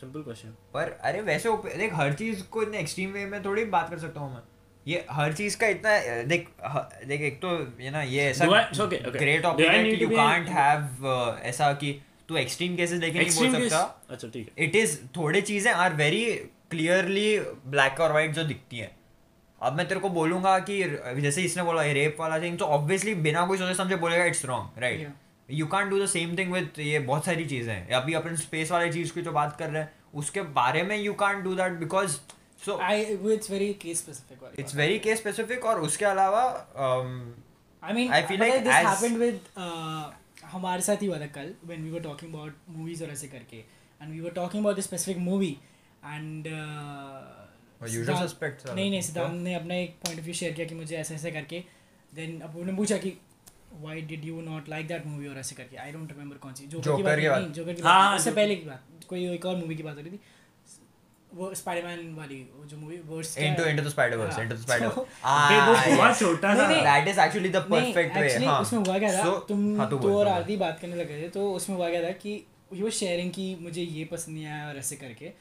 [SPEAKER 3] सिंपल क्वेश्चन
[SPEAKER 2] पर अरे वैसे ओप- देख हर चीज को इतने एक्सट्रीम वे में थोड़ी बात कर सकता हूँ मैं ये हर चीज का इतना अ, देख ह- देख एक तो ये ना ये ऐसा
[SPEAKER 3] Do I- it's okay, okay.
[SPEAKER 2] Great
[SPEAKER 3] Do I
[SPEAKER 2] option
[SPEAKER 3] need to
[SPEAKER 2] you
[SPEAKER 3] be-
[SPEAKER 2] can't have ऐसा कि तू एक्सट्रीम केसेस लेके नहीं बोल सकता
[SPEAKER 3] अच्छा ठीक है
[SPEAKER 2] इट इज थोड़े चीजें आर वेरी क्लियरली ब्लैक और वाइट जो दिखती हैं अब मैं तेरे को बोलूंगा कि र- जैसे इसने बोला रेप वाला थिंग तो ऑब्वियसली बिना कोई सोचे समझे बोलेगा it's wrong right
[SPEAKER 4] Yeah.
[SPEAKER 2] You can do the same thing with ये बहुत सारी चीजें हैं अभी अपन स्पेस वाली चीज की जो बात कर रहे हैं उसके बारे में you can do that because so
[SPEAKER 4] I वो it's very case specific. वाली
[SPEAKER 2] इट्स
[SPEAKER 4] बात है।
[SPEAKER 2] वेरी केस स्पेसिफिक और उसके अलावा um,
[SPEAKER 4] I mean,
[SPEAKER 2] I feel
[SPEAKER 4] but
[SPEAKER 2] like
[SPEAKER 4] this
[SPEAKER 2] as-
[SPEAKER 4] happened with uh, हमारे साथ ही हुआ था कल when we were talking about movies और ऐसे करके and we were talking about this specific movie and uh,
[SPEAKER 2] और usual
[SPEAKER 4] सिद्धार्थ-
[SPEAKER 2] suspects are-
[SPEAKER 4] नहीं नहीं
[SPEAKER 2] क्या?
[SPEAKER 4] सिद्धांत ने अपना एक पॉइंट ऑफ व्यू शेयर किया कि मुझे ऐसे ऐसे करके देन अब उन्होंने पूछा कि why did you not like that movie और ऐसे करके आई डोंट रिमेंबर कौन सी जोकर की
[SPEAKER 2] Joker
[SPEAKER 4] बात
[SPEAKER 2] की बात।
[SPEAKER 4] नहीं जोकर की बात
[SPEAKER 3] हाँ,
[SPEAKER 4] नहीं, उससे
[SPEAKER 3] Joker।
[SPEAKER 4] पहले की बात कोई एक और मूवी की बात हो रही थी वो स्पाइडरमैन वाली वो जो movie verse
[SPEAKER 2] into into the spider
[SPEAKER 4] हाँ,
[SPEAKER 2] verse into the spider
[SPEAKER 4] So-
[SPEAKER 3] बे, वो
[SPEAKER 2] ah
[SPEAKER 3] बहुत छोटा
[SPEAKER 4] नहीं,
[SPEAKER 3] सा
[SPEAKER 4] नहीं,
[SPEAKER 2] that is actually the
[SPEAKER 4] तो नहीं,
[SPEAKER 2] perfect way
[SPEAKER 4] actually
[SPEAKER 2] हाँ.
[SPEAKER 4] उसमें हुआ क्या था
[SPEAKER 2] So-
[SPEAKER 4] तुम तो
[SPEAKER 2] हाँ, तू
[SPEAKER 4] तू
[SPEAKER 2] बोल, तू
[SPEAKER 4] और
[SPEAKER 2] बोल।
[SPEAKER 4] आरती बात करने लगे थे तो उसमें हुआ क्या था कि यू शेयरिंग कि मुझे ये पसंद नहीं आया और ऐसे करके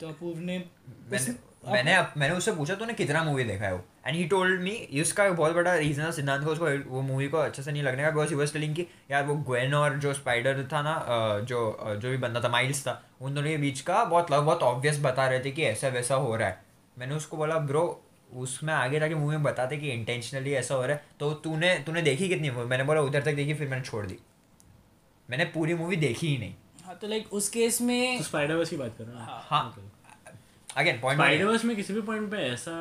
[SPEAKER 4] तो अपूर्व ने
[SPEAKER 2] मैंने
[SPEAKER 4] उसमें- अब-
[SPEAKER 2] मैंने अप- मैंने उससे पूछा तूने कितना मूवी देखा है वो एंड ही टोल्ड मी इसका बहुत बड़ा रीजन है सिद्धांत को उसको वो मूवी को अच्छे से नहीं लगने का बिकॉज ही वाज टेलिंग कि यार वो ग्वेन और जो स्पाइडर था ना अ, जो अ, जो भी बंदा था माइल्स था उन दोनों के बीच का बहुत लव बहुत ऑब्वियस बता रहे थे कि ऐसा वैसा हो रहा है मैंने उसको बोला ब्रो उसमें आगे जाके मूवी में बताते कि इंटेंशनली ऐसा हो रहा है तो तूने तूने देखी कितनी मूवी मैंने बोला उधर तक देखी फिर मैंने छोड़ दी मैंने पूरी मूवी देखी ही नहीं
[SPEAKER 4] हाँ तो लाइक उस केस में
[SPEAKER 2] तो-
[SPEAKER 3] स्पाइडर वर्स तो की बात कर रहा
[SPEAKER 4] हाँ,
[SPEAKER 2] हाँ अगेन
[SPEAKER 3] स्पाइडर
[SPEAKER 2] पॉइंट
[SPEAKER 3] वर्स में किसी भी पॉइंट पे ऐसा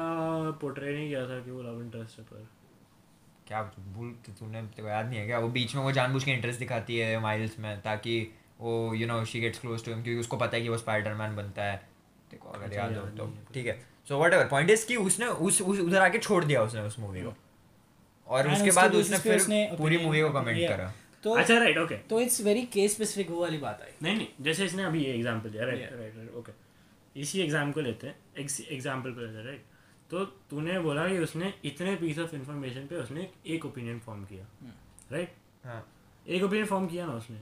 [SPEAKER 3] पोर्ट्रे नहीं किया था कि वो लव इंटरेस्ट है पर
[SPEAKER 2] क्या भूल तूने तेरे को याद नहीं है क्या वो बीच में वो जानबूझ के इंटरेस्ट दिखाती है माइल्स में ताकि वो you know she gets close to him क्योंकि उसको पता है कि वो स्पाइडरमैन बनता है देखो अगर
[SPEAKER 3] मुझे
[SPEAKER 2] याद हो
[SPEAKER 3] याद
[SPEAKER 2] तो
[SPEAKER 3] नहीं है।
[SPEAKER 2] ठीक है so whatever point is कि उसने उस उस उधर आके छोड़ दिया उसने उस मूवी को और
[SPEAKER 4] And
[SPEAKER 2] उसके
[SPEAKER 4] उसके
[SPEAKER 2] बाद
[SPEAKER 4] basis
[SPEAKER 2] उसने
[SPEAKER 4] पे
[SPEAKER 2] फिर
[SPEAKER 4] उसने
[SPEAKER 2] पूरी
[SPEAKER 4] opinion-
[SPEAKER 2] मूवी को कमेंट
[SPEAKER 4] yeah.
[SPEAKER 2] करा
[SPEAKER 4] तो
[SPEAKER 3] अच्छा राइट ओके
[SPEAKER 4] तो इट्स वेरी केस स्पेसिफिक वो वाली बात आई
[SPEAKER 3] नहीं नहीं जैसे इसने अभी ये एग्जाम्पल दिया right
[SPEAKER 4] Yeah.
[SPEAKER 3] Right right okay इसी एग्जाम को लेते हैं एग्जाम्पल को लेते हैं राइट तो तूने बोला कि उसने इतने पीस ऑफ इंफॉर्मेशन पे उसने एक ओपिनियन फॉर्म किया
[SPEAKER 4] Hmm.
[SPEAKER 3] राइट
[SPEAKER 2] हाँ।
[SPEAKER 3] एक ओपिनियन फॉर्म किया ना उसने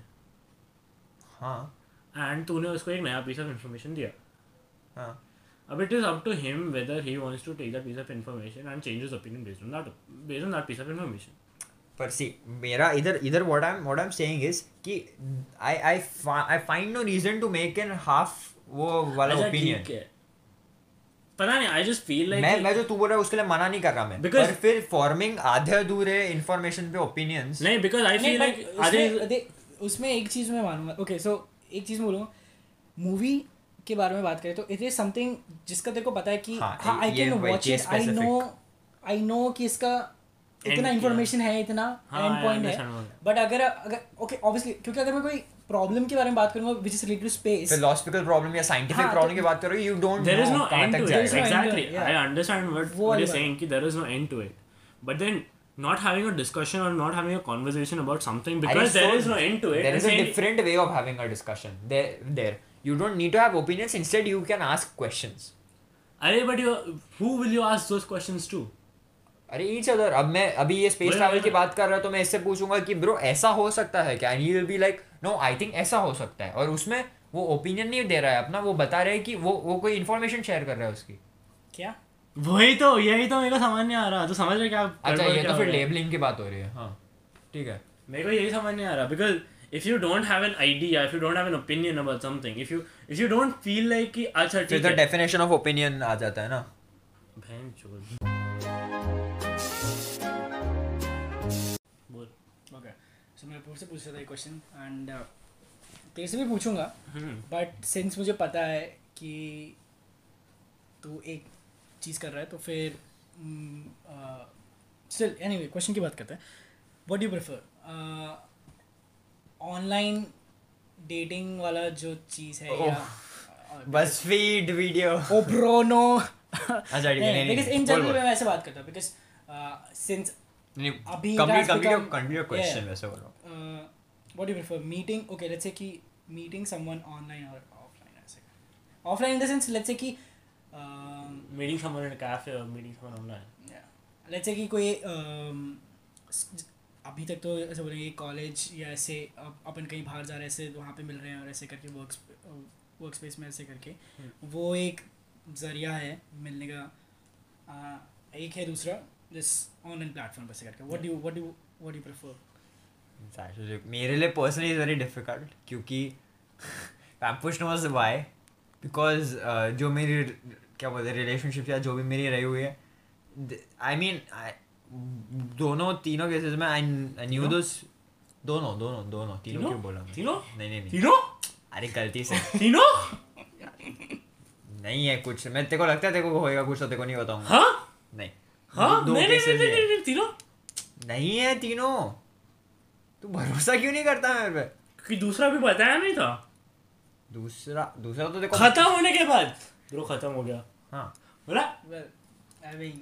[SPEAKER 2] हाँ
[SPEAKER 3] एंड तूने उसको एक नया पीस ऑफ इंफॉर्मेशन दिया
[SPEAKER 2] हाँ
[SPEAKER 3] अब it is up to him whether he wants to take that piece of information and change his opinion based on that based on that piece of information
[SPEAKER 2] पर see मेरा इधर इधर what I am what I am saying is कि I I I find no reason to make an half वो वाला
[SPEAKER 3] अच्छा,
[SPEAKER 2] opinion
[SPEAKER 3] ठीक है। पता नहीं आई जस्ट फील
[SPEAKER 2] मैं मैं
[SPEAKER 3] लाइक
[SPEAKER 2] जो तू बोल रहा है उसके लिए मना नहीं कर रहा मैं
[SPEAKER 3] Because-
[SPEAKER 2] पर फिर फॉर्मिंग आधे अधूरे इंफॉर्मेशन पे ओपिनियंस
[SPEAKER 3] नहीं बिकॉज आई
[SPEAKER 4] नहीं,
[SPEAKER 3] फील
[SPEAKER 4] but
[SPEAKER 3] लाइक
[SPEAKER 4] उसमें दे- उसमें एक चीज मैं मानूंगा ओके सो एक चीज बोलूंगा मूवी के बारे में बात करें तो इट इज समथिंग जिसका तेरे को पता है कि
[SPEAKER 2] हाँ,
[SPEAKER 4] हाँ आई
[SPEAKER 2] ये
[SPEAKER 4] कैन
[SPEAKER 2] वही
[SPEAKER 4] watch
[SPEAKER 2] case
[SPEAKER 4] it I know I know कि इसका इतना
[SPEAKER 3] End-
[SPEAKER 4] इन्फॉर्मेशन है इतना
[SPEAKER 3] हाँ,
[SPEAKER 4] एंड
[SPEAKER 3] I
[SPEAKER 4] पॉइंट
[SPEAKER 3] understand
[SPEAKER 4] है
[SPEAKER 3] what-
[SPEAKER 4] बट अगर अगर ओके ऑब्वियसली क्योंकि अगर मैं कोई प्रॉब्लम के बारे में बात करूंगा which is related to space
[SPEAKER 2] philosophical problem या साइंटिफिक
[SPEAKER 4] हाँ,
[SPEAKER 2] प्रॉब्लम
[SPEAKER 4] तो-
[SPEAKER 2] की बात करो you don't
[SPEAKER 3] there is no end to it
[SPEAKER 4] There is no end to
[SPEAKER 3] exactly
[SPEAKER 4] it, yeah.
[SPEAKER 3] i understand what,
[SPEAKER 4] वो
[SPEAKER 3] what you're
[SPEAKER 4] अलग।
[SPEAKER 3] saying ki there is no end to it but then not having a discussion or not having a conversation about something because there is no end to it
[SPEAKER 2] there
[SPEAKER 3] and
[SPEAKER 2] is a
[SPEAKER 3] saying-
[SPEAKER 2] different way of having a discussion there there you don't need to have opinions instead you can ask questions
[SPEAKER 3] अरे but you who will you ask those questions to
[SPEAKER 2] अरे each other अब मैं अभी ये space
[SPEAKER 3] वही-
[SPEAKER 2] travel
[SPEAKER 3] वही-
[SPEAKER 2] की बात कर रहा हूँ तो मैं इससे पूछूंगा कि ब्रो ऐसा हो सकता है क्या and he will be like no I think ऐसा हो सकता है और उसमें वो ओपिनियन नहीं दे रहा है अपना वो बता रहा है कि वो वो कोई इन्फॉर्मेशन शेयर कर रहा है उसकी
[SPEAKER 4] क्या
[SPEAKER 3] वही तो यही तो मेरे को समझ नहीं आ रहा तो समझ रहे क्या
[SPEAKER 2] अच्छा
[SPEAKER 3] गड़बड़
[SPEAKER 2] ये
[SPEAKER 3] क्या
[SPEAKER 2] तो
[SPEAKER 3] हो
[SPEAKER 2] फिर
[SPEAKER 3] रहा है?
[SPEAKER 2] लेबलिंग की बात हो रही है हाँ ठीक है
[SPEAKER 3] मेरे को यही समझ नहीं आ रहा because if you don't have an idea if you don't have an opinion about something if you if you don't feel like कि अच्छा
[SPEAKER 2] फिर
[SPEAKER 3] ठीक
[SPEAKER 2] तो
[SPEAKER 3] है
[SPEAKER 2] डेफिनेशन ऑफ ओपिनियन आ जाता है ना
[SPEAKER 3] बहन चोद बोल
[SPEAKER 4] ओके सो मैं पूछ से पूछ रहा था ये क्वेश्चन एंड uh, तेरे से भी पूछूंगा
[SPEAKER 3] हम्म।
[SPEAKER 4] बट सिंस मुझे पता है कि तू एक चीज़ कर रहा है तो फिर हम्म, स्टिल एनीवे क्वेश्चन की बात करते हैं what do prefer online dating वाला जो चीज है
[SPEAKER 2] ओह।
[SPEAKER 4] या
[SPEAKER 2] बस feed video
[SPEAKER 4] oh bro no
[SPEAKER 2] अच्छा ठीक है, नहीं नहीं
[SPEAKER 4] बिकॉज इन
[SPEAKER 2] बोल,
[SPEAKER 4] जनरल
[SPEAKER 2] बोल।
[SPEAKER 4] मैं वैसे बात करता हूँ बिकॉज सिंस
[SPEAKER 2] नहीं
[SPEAKER 4] अभी
[SPEAKER 2] complete
[SPEAKER 4] that's
[SPEAKER 2] complete
[SPEAKER 4] become-
[SPEAKER 2] complete your question
[SPEAKER 4] Yeah.
[SPEAKER 2] वैसे बोलो
[SPEAKER 4] what do you prefer meeting okay let's say ki meeting someone online or offline I say. offline in the sense let's say ki um,
[SPEAKER 3] meeting someone in a cafe or meeting someone online.
[SPEAKER 4] yeah. let's say ki कोई um, s- अभी तक तो ऐसे बोलेंगे college या ऐसे up- अपन कहीं बाहर जा रहे हैं ऐसे वहाँ पे मिल रहे हैं और ऐसे करके वर्क वर्क स्पेस में ऐसे करके वो एक जरिया है मिलने का आ, एक है दूसरा दिस ऑनलाइन प्लेटफॉर्म पर से करके what do what do what do prefer
[SPEAKER 2] That is it. मेरे लिए पर्सनली इज वेरी डिफिकल्ट क्योंकि *laughs* पैम्पुश नोज वाई बिकॉज uh, जो मेरी क्या बोलते हैं रिलेशनशिप या जो भी मेरी रही हुई है आई मीन दोनों तीनों केसेस में आई न्यू दोस दोनों दोनों दोनों तीनों
[SPEAKER 3] तीनों?
[SPEAKER 2] क्यों बोला मैं?
[SPEAKER 3] तीनों?
[SPEAKER 2] नहीं नहीं नहीं
[SPEAKER 3] Tino?
[SPEAKER 2] अरे गलती से
[SPEAKER 3] Tino?
[SPEAKER 2] नहीं है कुछ मैं तेरे को लगता है तेरे को होएगा कुछ तो तेरे को नहीं बताऊंगा
[SPEAKER 3] Huh?
[SPEAKER 2] नहीं
[SPEAKER 3] Huh?
[SPEAKER 2] दो
[SPEAKER 3] हाँ? नहीं नहीं नहीं
[SPEAKER 2] cases
[SPEAKER 3] नहीं
[SPEAKER 2] है।
[SPEAKER 3] नहीं Tino?
[SPEAKER 2] नहीं है तीनों तू भरोसा क्यों नहीं करता मेरे पे
[SPEAKER 3] क्योंकि दूसरा भी बताया नहीं था
[SPEAKER 2] दूसरा दूसरा तो देखो
[SPEAKER 3] खत्म होने के बाद ब्रो खत्म हो गया
[SPEAKER 2] हाँ
[SPEAKER 3] बोला
[SPEAKER 4] वेल आई मीन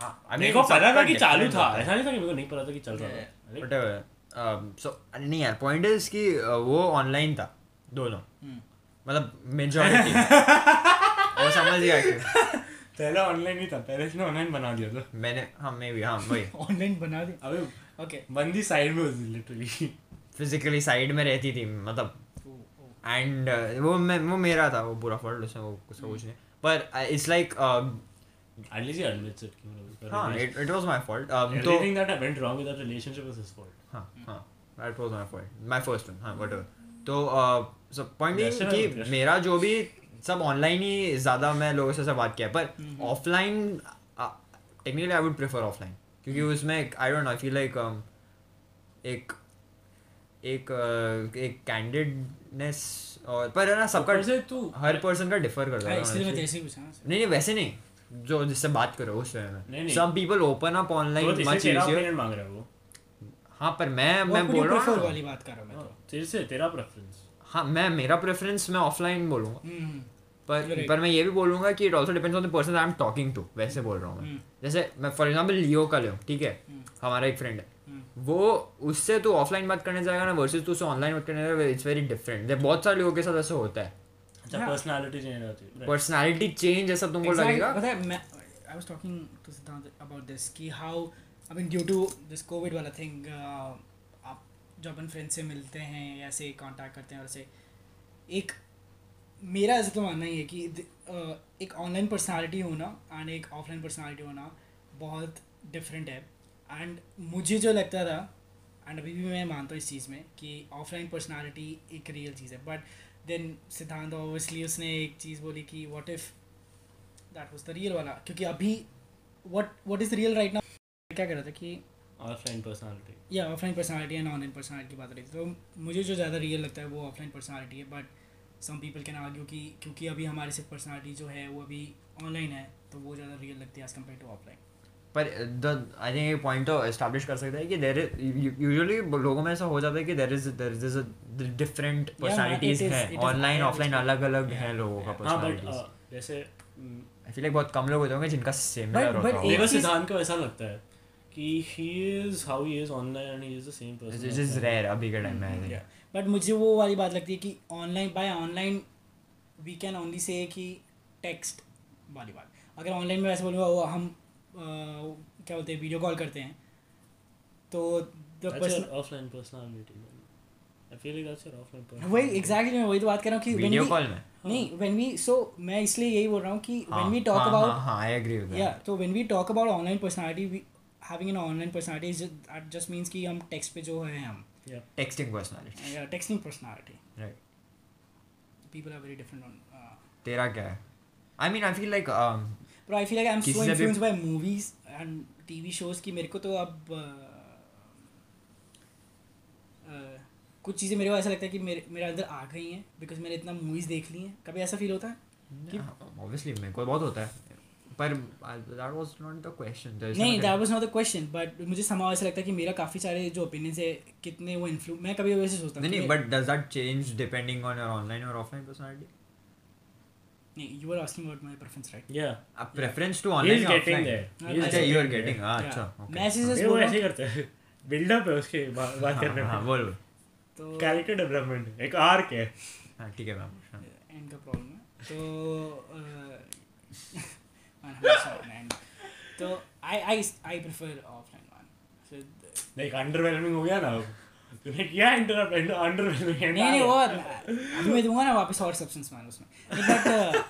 [SPEAKER 2] हाँ, I mean,
[SPEAKER 3] मेरे को
[SPEAKER 2] सबका
[SPEAKER 3] पता था कि
[SPEAKER 2] different
[SPEAKER 3] चालू था
[SPEAKER 2] होता है।
[SPEAKER 3] ऐसा नहीं था कि मेरे को नहीं पता था कि चल रहा था
[SPEAKER 4] Yeah,
[SPEAKER 3] Right?
[SPEAKER 2] Whatever. Um, so, अरे नहीं यार पॉइंट इज कि uh, वो ऑनलाइन था दोनों
[SPEAKER 4] Hmm.
[SPEAKER 2] मतलब
[SPEAKER 3] *laughs*
[SPEAKER 2] मेजॉरिटी वो समझ गया कि
[SPEAKER 3] पहले ऑनलाइन ही था पहले इसने ऑनलाइन बना दिया था
[SPEAKER 2] मैंने हाँ मे भी हाँ वही
[SPEAKER 4] ऑनलाइन बना दे
[SPEAKER 3] अबे
[SPEAKER 4] ओके
[SPEAKER 3] बंदी साइड में होती लिटरली
[SPEAKER 2] फिजिकली साइड में रहती थी मतलब एंड वो मैं वो मेरा था वो बुरा फॉल्ट उसमें वो कुछ
[SPEAKER 3] Hmm.
[SPEAKER 2] कुछ नहीं uh, पर it's like
[SPEAKER 3] at least he admits it
[SPEAKER 2] हाँ it it was my fault तो
[SPEAKER 3] मतलब Everything that went wrong with that relationship was his fault.
[SPEAKER 2] हाँ हाँ that was my point my first one हाँ whatever तो uh, so point being
[SPEAKER 3] Rational
[SPEAKER 2] कि
[SPEAKER 3] होते हैं।
[SPEAKER 2] मेरा जो भी सब ऑनलाइन ही ज़्यादा मैं लोगों से सब बात किया है, पर offline uh, technically I would prefer offline क्योंकि उसमें I don't know feel like um, एक एक uh, एक कैंडिडनेस और पर है ना सबका
[SPEAKER 3] ऊपर से तू
[SPEAKER 2] हर पर्सन का डिफर करता है
[SPEAKER 4] इसलिए मैं
[SPEAKER 2] honestly.
[SPEAKER 4] जैसे ही हाँ, पूछा ना
[SPEAKER 2] नहीं नहीं वैसे नहीं जो जिससे बात करो उस
[SPEAKER 3] नहीं,
[SPEAKER 2] समय में
[SPEAKER 3] नहीं।
[SPEAKER 2] सम पीपल ओपन अप
[SPEAKER 3] तो
[SPEAKER 2] ऑनलाइन
[SPEAKER 3] तेरे
[SPEAKER 2] मच
[SPEAKER 3] से तेरा
[SPEAKER 2] इजियर
[SPEAKER 3] opinion मांग रहा है वो
[SPEAKER 2] हाँ पर मैं मैं बोल रहा
[SPEAKER 4] प्रेफर
[SPEAKER 2] हूँ
[SPEAKER 4] वाली बात कर रहा हूं मैं
[SPEAKER 3] हाँ,
[SPEAKER 4] तो
[SPEAKER 3] तेरे से तेरा preference.
[SPEAKER 2] हाँ मैं मेरा प्रेफरेंस मैं ऑफलाइन बोलूँगा
[SPEAKER 4] हम्म
[SPEAKER 2] पर
[SPEAKER 4] Correct.
[SPEAKER 2] पर मैं ये भी बोलूँगा कि it also depends on the person I am talking to वैसे बोल रहा हूँ मैं
[SPEAKER 4] हम्म।
[SPEAKER 2] जैसे मैं फॉर एग्जाम्पल लियो का लियो ठीक है हमारा एक फ्रेंड है वो उससे तू ऑफलाइन बात करने जाएगा ना वर्सेज तू उससे ऑनलाइन बात करने जाएगा इट्स वेरी डिफरेंट बहुत सारे लोगों के साथ ऐसा होता है
[SPEAKER 3] अच्छा
[SPEAKER 4] Yeah.
[SPEAKER 3] personality change होती है. Right.
[SPEAKER 2] पर्सनैलिटी चेंज ऐसा तुमको
[SPEAKER 4] Exactly.
[SPEAKER 2] लगेगा
[SPEAKER 4] पता है मैं I was talking to Siddhant about this कि how I mean due to this Covid वाला थिंग आप जो अपन फ्रेंड से मिलते हैं या ऐसे कांटेक्ट करते हैं और ऐसे एक मेरा ऐसे तो मानना ही है कि द- अ, एक ऑनलाइन पर्सनालिटी होना एंड एक ऑफलाइन पर्सनालिटी होना बहुत डिफरेंट है एंड मुझे जो लगता था एंड अभी भी मैं मानता हूँ इस चीज़ में कि ऑफलाइन पर्सनालिटी एक रियल चीज़ है बट देन सिद्धांत ऑब्वियसली उसने एक चीज़ बोली कि what if that was the real वाला क्योंकि अभी what what is real right now क्या कर रहा था कि
[SPEAKER 3] Offline personality.
[SPEAKER 4] या offline personality and online personality की बात रही थी तो मुझे जो ज़्यादा रियल लगता है वो ऑफलाइन पर्सनालिटी है but some people can argue कि क्योंकि अभी हमारी सिर्फ पर्सनालिटी जो है वो अभी ऑनलाइन है तो वो ज़्यादा रियल लगती है एज कम्पेयर टू ऑफलाइन
[SPEAKER 2] पर uh, आई थिंक ये पॉइंट तो एस्टैब्लिश कर सकता है कि देर यूजुअली लोगों में ऐसा हो जाता है कि there is there is different
[SPEAKER 4] man,
[SPEAKER 2] personalities
[SPEAKER 4] it is-
[SPEAKER 2] हैं
[SPEAKER 4] it is
[SPEAKER 2] online
[SPEAKER 4] higher
[SPEAKER 2] offline
[SPEAKER 4] different.
[SPEAKER 2] अलग अलग
[SPEAKER 4] Yeah,
[SPEAKER 2] हैं लोगों का
[SPEAKER 4] yeah.
[SPEAKER 3] हाँ but
[SPEAKER 2] पर्सनैलिटीज
[SPEAKER 3] uh, जैसे mm,
[SPEAKER 2] आई फील लाइक बहुत कम लोग होते होंगे जिनका सिमिलर
[SPEAKER 4] But- but
[SPEAKER 2] होता
[SPEAKER 4] एक
[SPEAKER 3] मेरे
[SPEAKER 2] होगा
[SPEAKER 4] चीज़-
[SPEAKER 3] सिद्धांत को ऐसा लगता है कि he is how he is online and he is the same person.
[SPEAKER 2] It is
[SPEAKER 3] offline.
[SPEAKER 2] Rare अभी के टाइम में आई थिंक
[SPEAKER 3] Yeah.
[SPEAKER 4] बट मुझे वो वाली बात लगती है कि online by online we can only say कि टेक्स्ट वाली बात अगर ऑनलाइन में वैसे बोलूँगा वो हम अ, क्या बोलते हैं वीडियो कॉल करते हैं तो the
[SPEAKER 3] That's your
[SPEAKER 4] person
[SPEAKER 3] offline personality. man. I feel like that's your offline personality.
[SPEAKER 4] वही एग्जैक्टली मैं वही तो बात कर रहा हूँ कि when
[SPEAKER 2] वीडियो
[SPEAKER 4] we-
[SPEAKER 2] कॉल में
[SPEAKER 4] नहीं व्हेन वी सो मैं इसलिए यही बोल रहा हूँ कि
[SPEAKER 2] हाँ,
[SPEAKER 4] व्हेन वी टॉक
[SPEAKER 2] हाँ, हाँ,
[SPEAKER 4] अबाउट
[SPEAKER 2] हाँ आई एग्री विद
[SPEAKER 4] या तो when we talk about online personality having an online personality is just, that just means कि हम टेक्स्ट पे जो है हम
[SPEAKER 3] Yeah.
[SPEAKER 2] Texting personality
[SPEAKER 4] texting personality
[SPEAKER 2] right
[SPEAKER 4] people are very different on
[SPEAKER 2] तेरा क्या है I mean I feel like
[SPEAKER 4] but I feel like I am
[SPEAKER 2] किसी से
[SPEAKER 4] सो
[SPEAKER 2] भी-
[SPEAKER 4] influenced by movies and TV shows कि मेरे को तो अब uh, uh, कुछ चीज़ें मेरे को ऐसा लगता है कि मेरे मेरे अंदर आ गई हैं बिकॉज मैंने इतना मूवीज़ देख ली हैं कभी ऐसा फील होता है कि
[SPEAKER 2] ऑब्वियसली मेरे को बहुत होता है पर uh, that was not the question तो there's
[SPEAKER 4] नहीं
[SPEAKER 2] not a-
[SPEAKER 4] that was not the question but मुझे समाव ऐसा लगता है कि मेरा काफ़ी सारे जो ओपिनियंस है कितने वो इन्फ्लू मैं कभी वैसे सोचता हूँ
[SPEAKER 2] नहीं
[SPEAKER 4] कि
[SPEAKER 2] नहीं
[SPEAKER 4] मैं-
[SPEAKER 2] but does that change depending on your online और ऑफलाइन पर्सनालिटी
[SPEAKER 4] नहीं you are asking about my preference right
[SPEAKER 3] या
[SPEAKER 2] अब preference to
[SPEAKER 3] he
[SPEAKER 2] online
[SPEAKER 3] is getting
[SPEAKER 2] offline
[SPEAKER 3] there
[SPEAKER 4] He is
[SPEAKER 2] अच्छा यू आर गेटिंग हां अच्छा okay.
[SPEAKER 4] मैं ऐसे
[SPEAKER 3] वो ऐसे ही करता है बिल्डअप है उसके बा- बात
[SPEAKER 2] हाँ,
[SPEAKER 3] करने
[SPEAKER 2] हाँ,
[SPEAKER 3] में
[SPEAKER 2] बोल बोल।
[SPEAKER 4] तो
[SPEAKER 3] कैरेक्टर डेवलपमेंट एक आर्क है
[SPEAKER 2] हाँ ठीक है मैम हाँ।
[SPEAKER 4] एंड का प्रॉब्लम है *laughs* तो uh, तो I I I prefer offline one नहीं
[SPEAKER 3] लाइक अंडरवेलमिंग हो गया ना अब तूने किया इंटरप्ट अंडरवेलमिंग
[SPEAKER 4] नहीं और अभी मैं दूंगा ना वापस और सब्सटेंस मान उसमें बट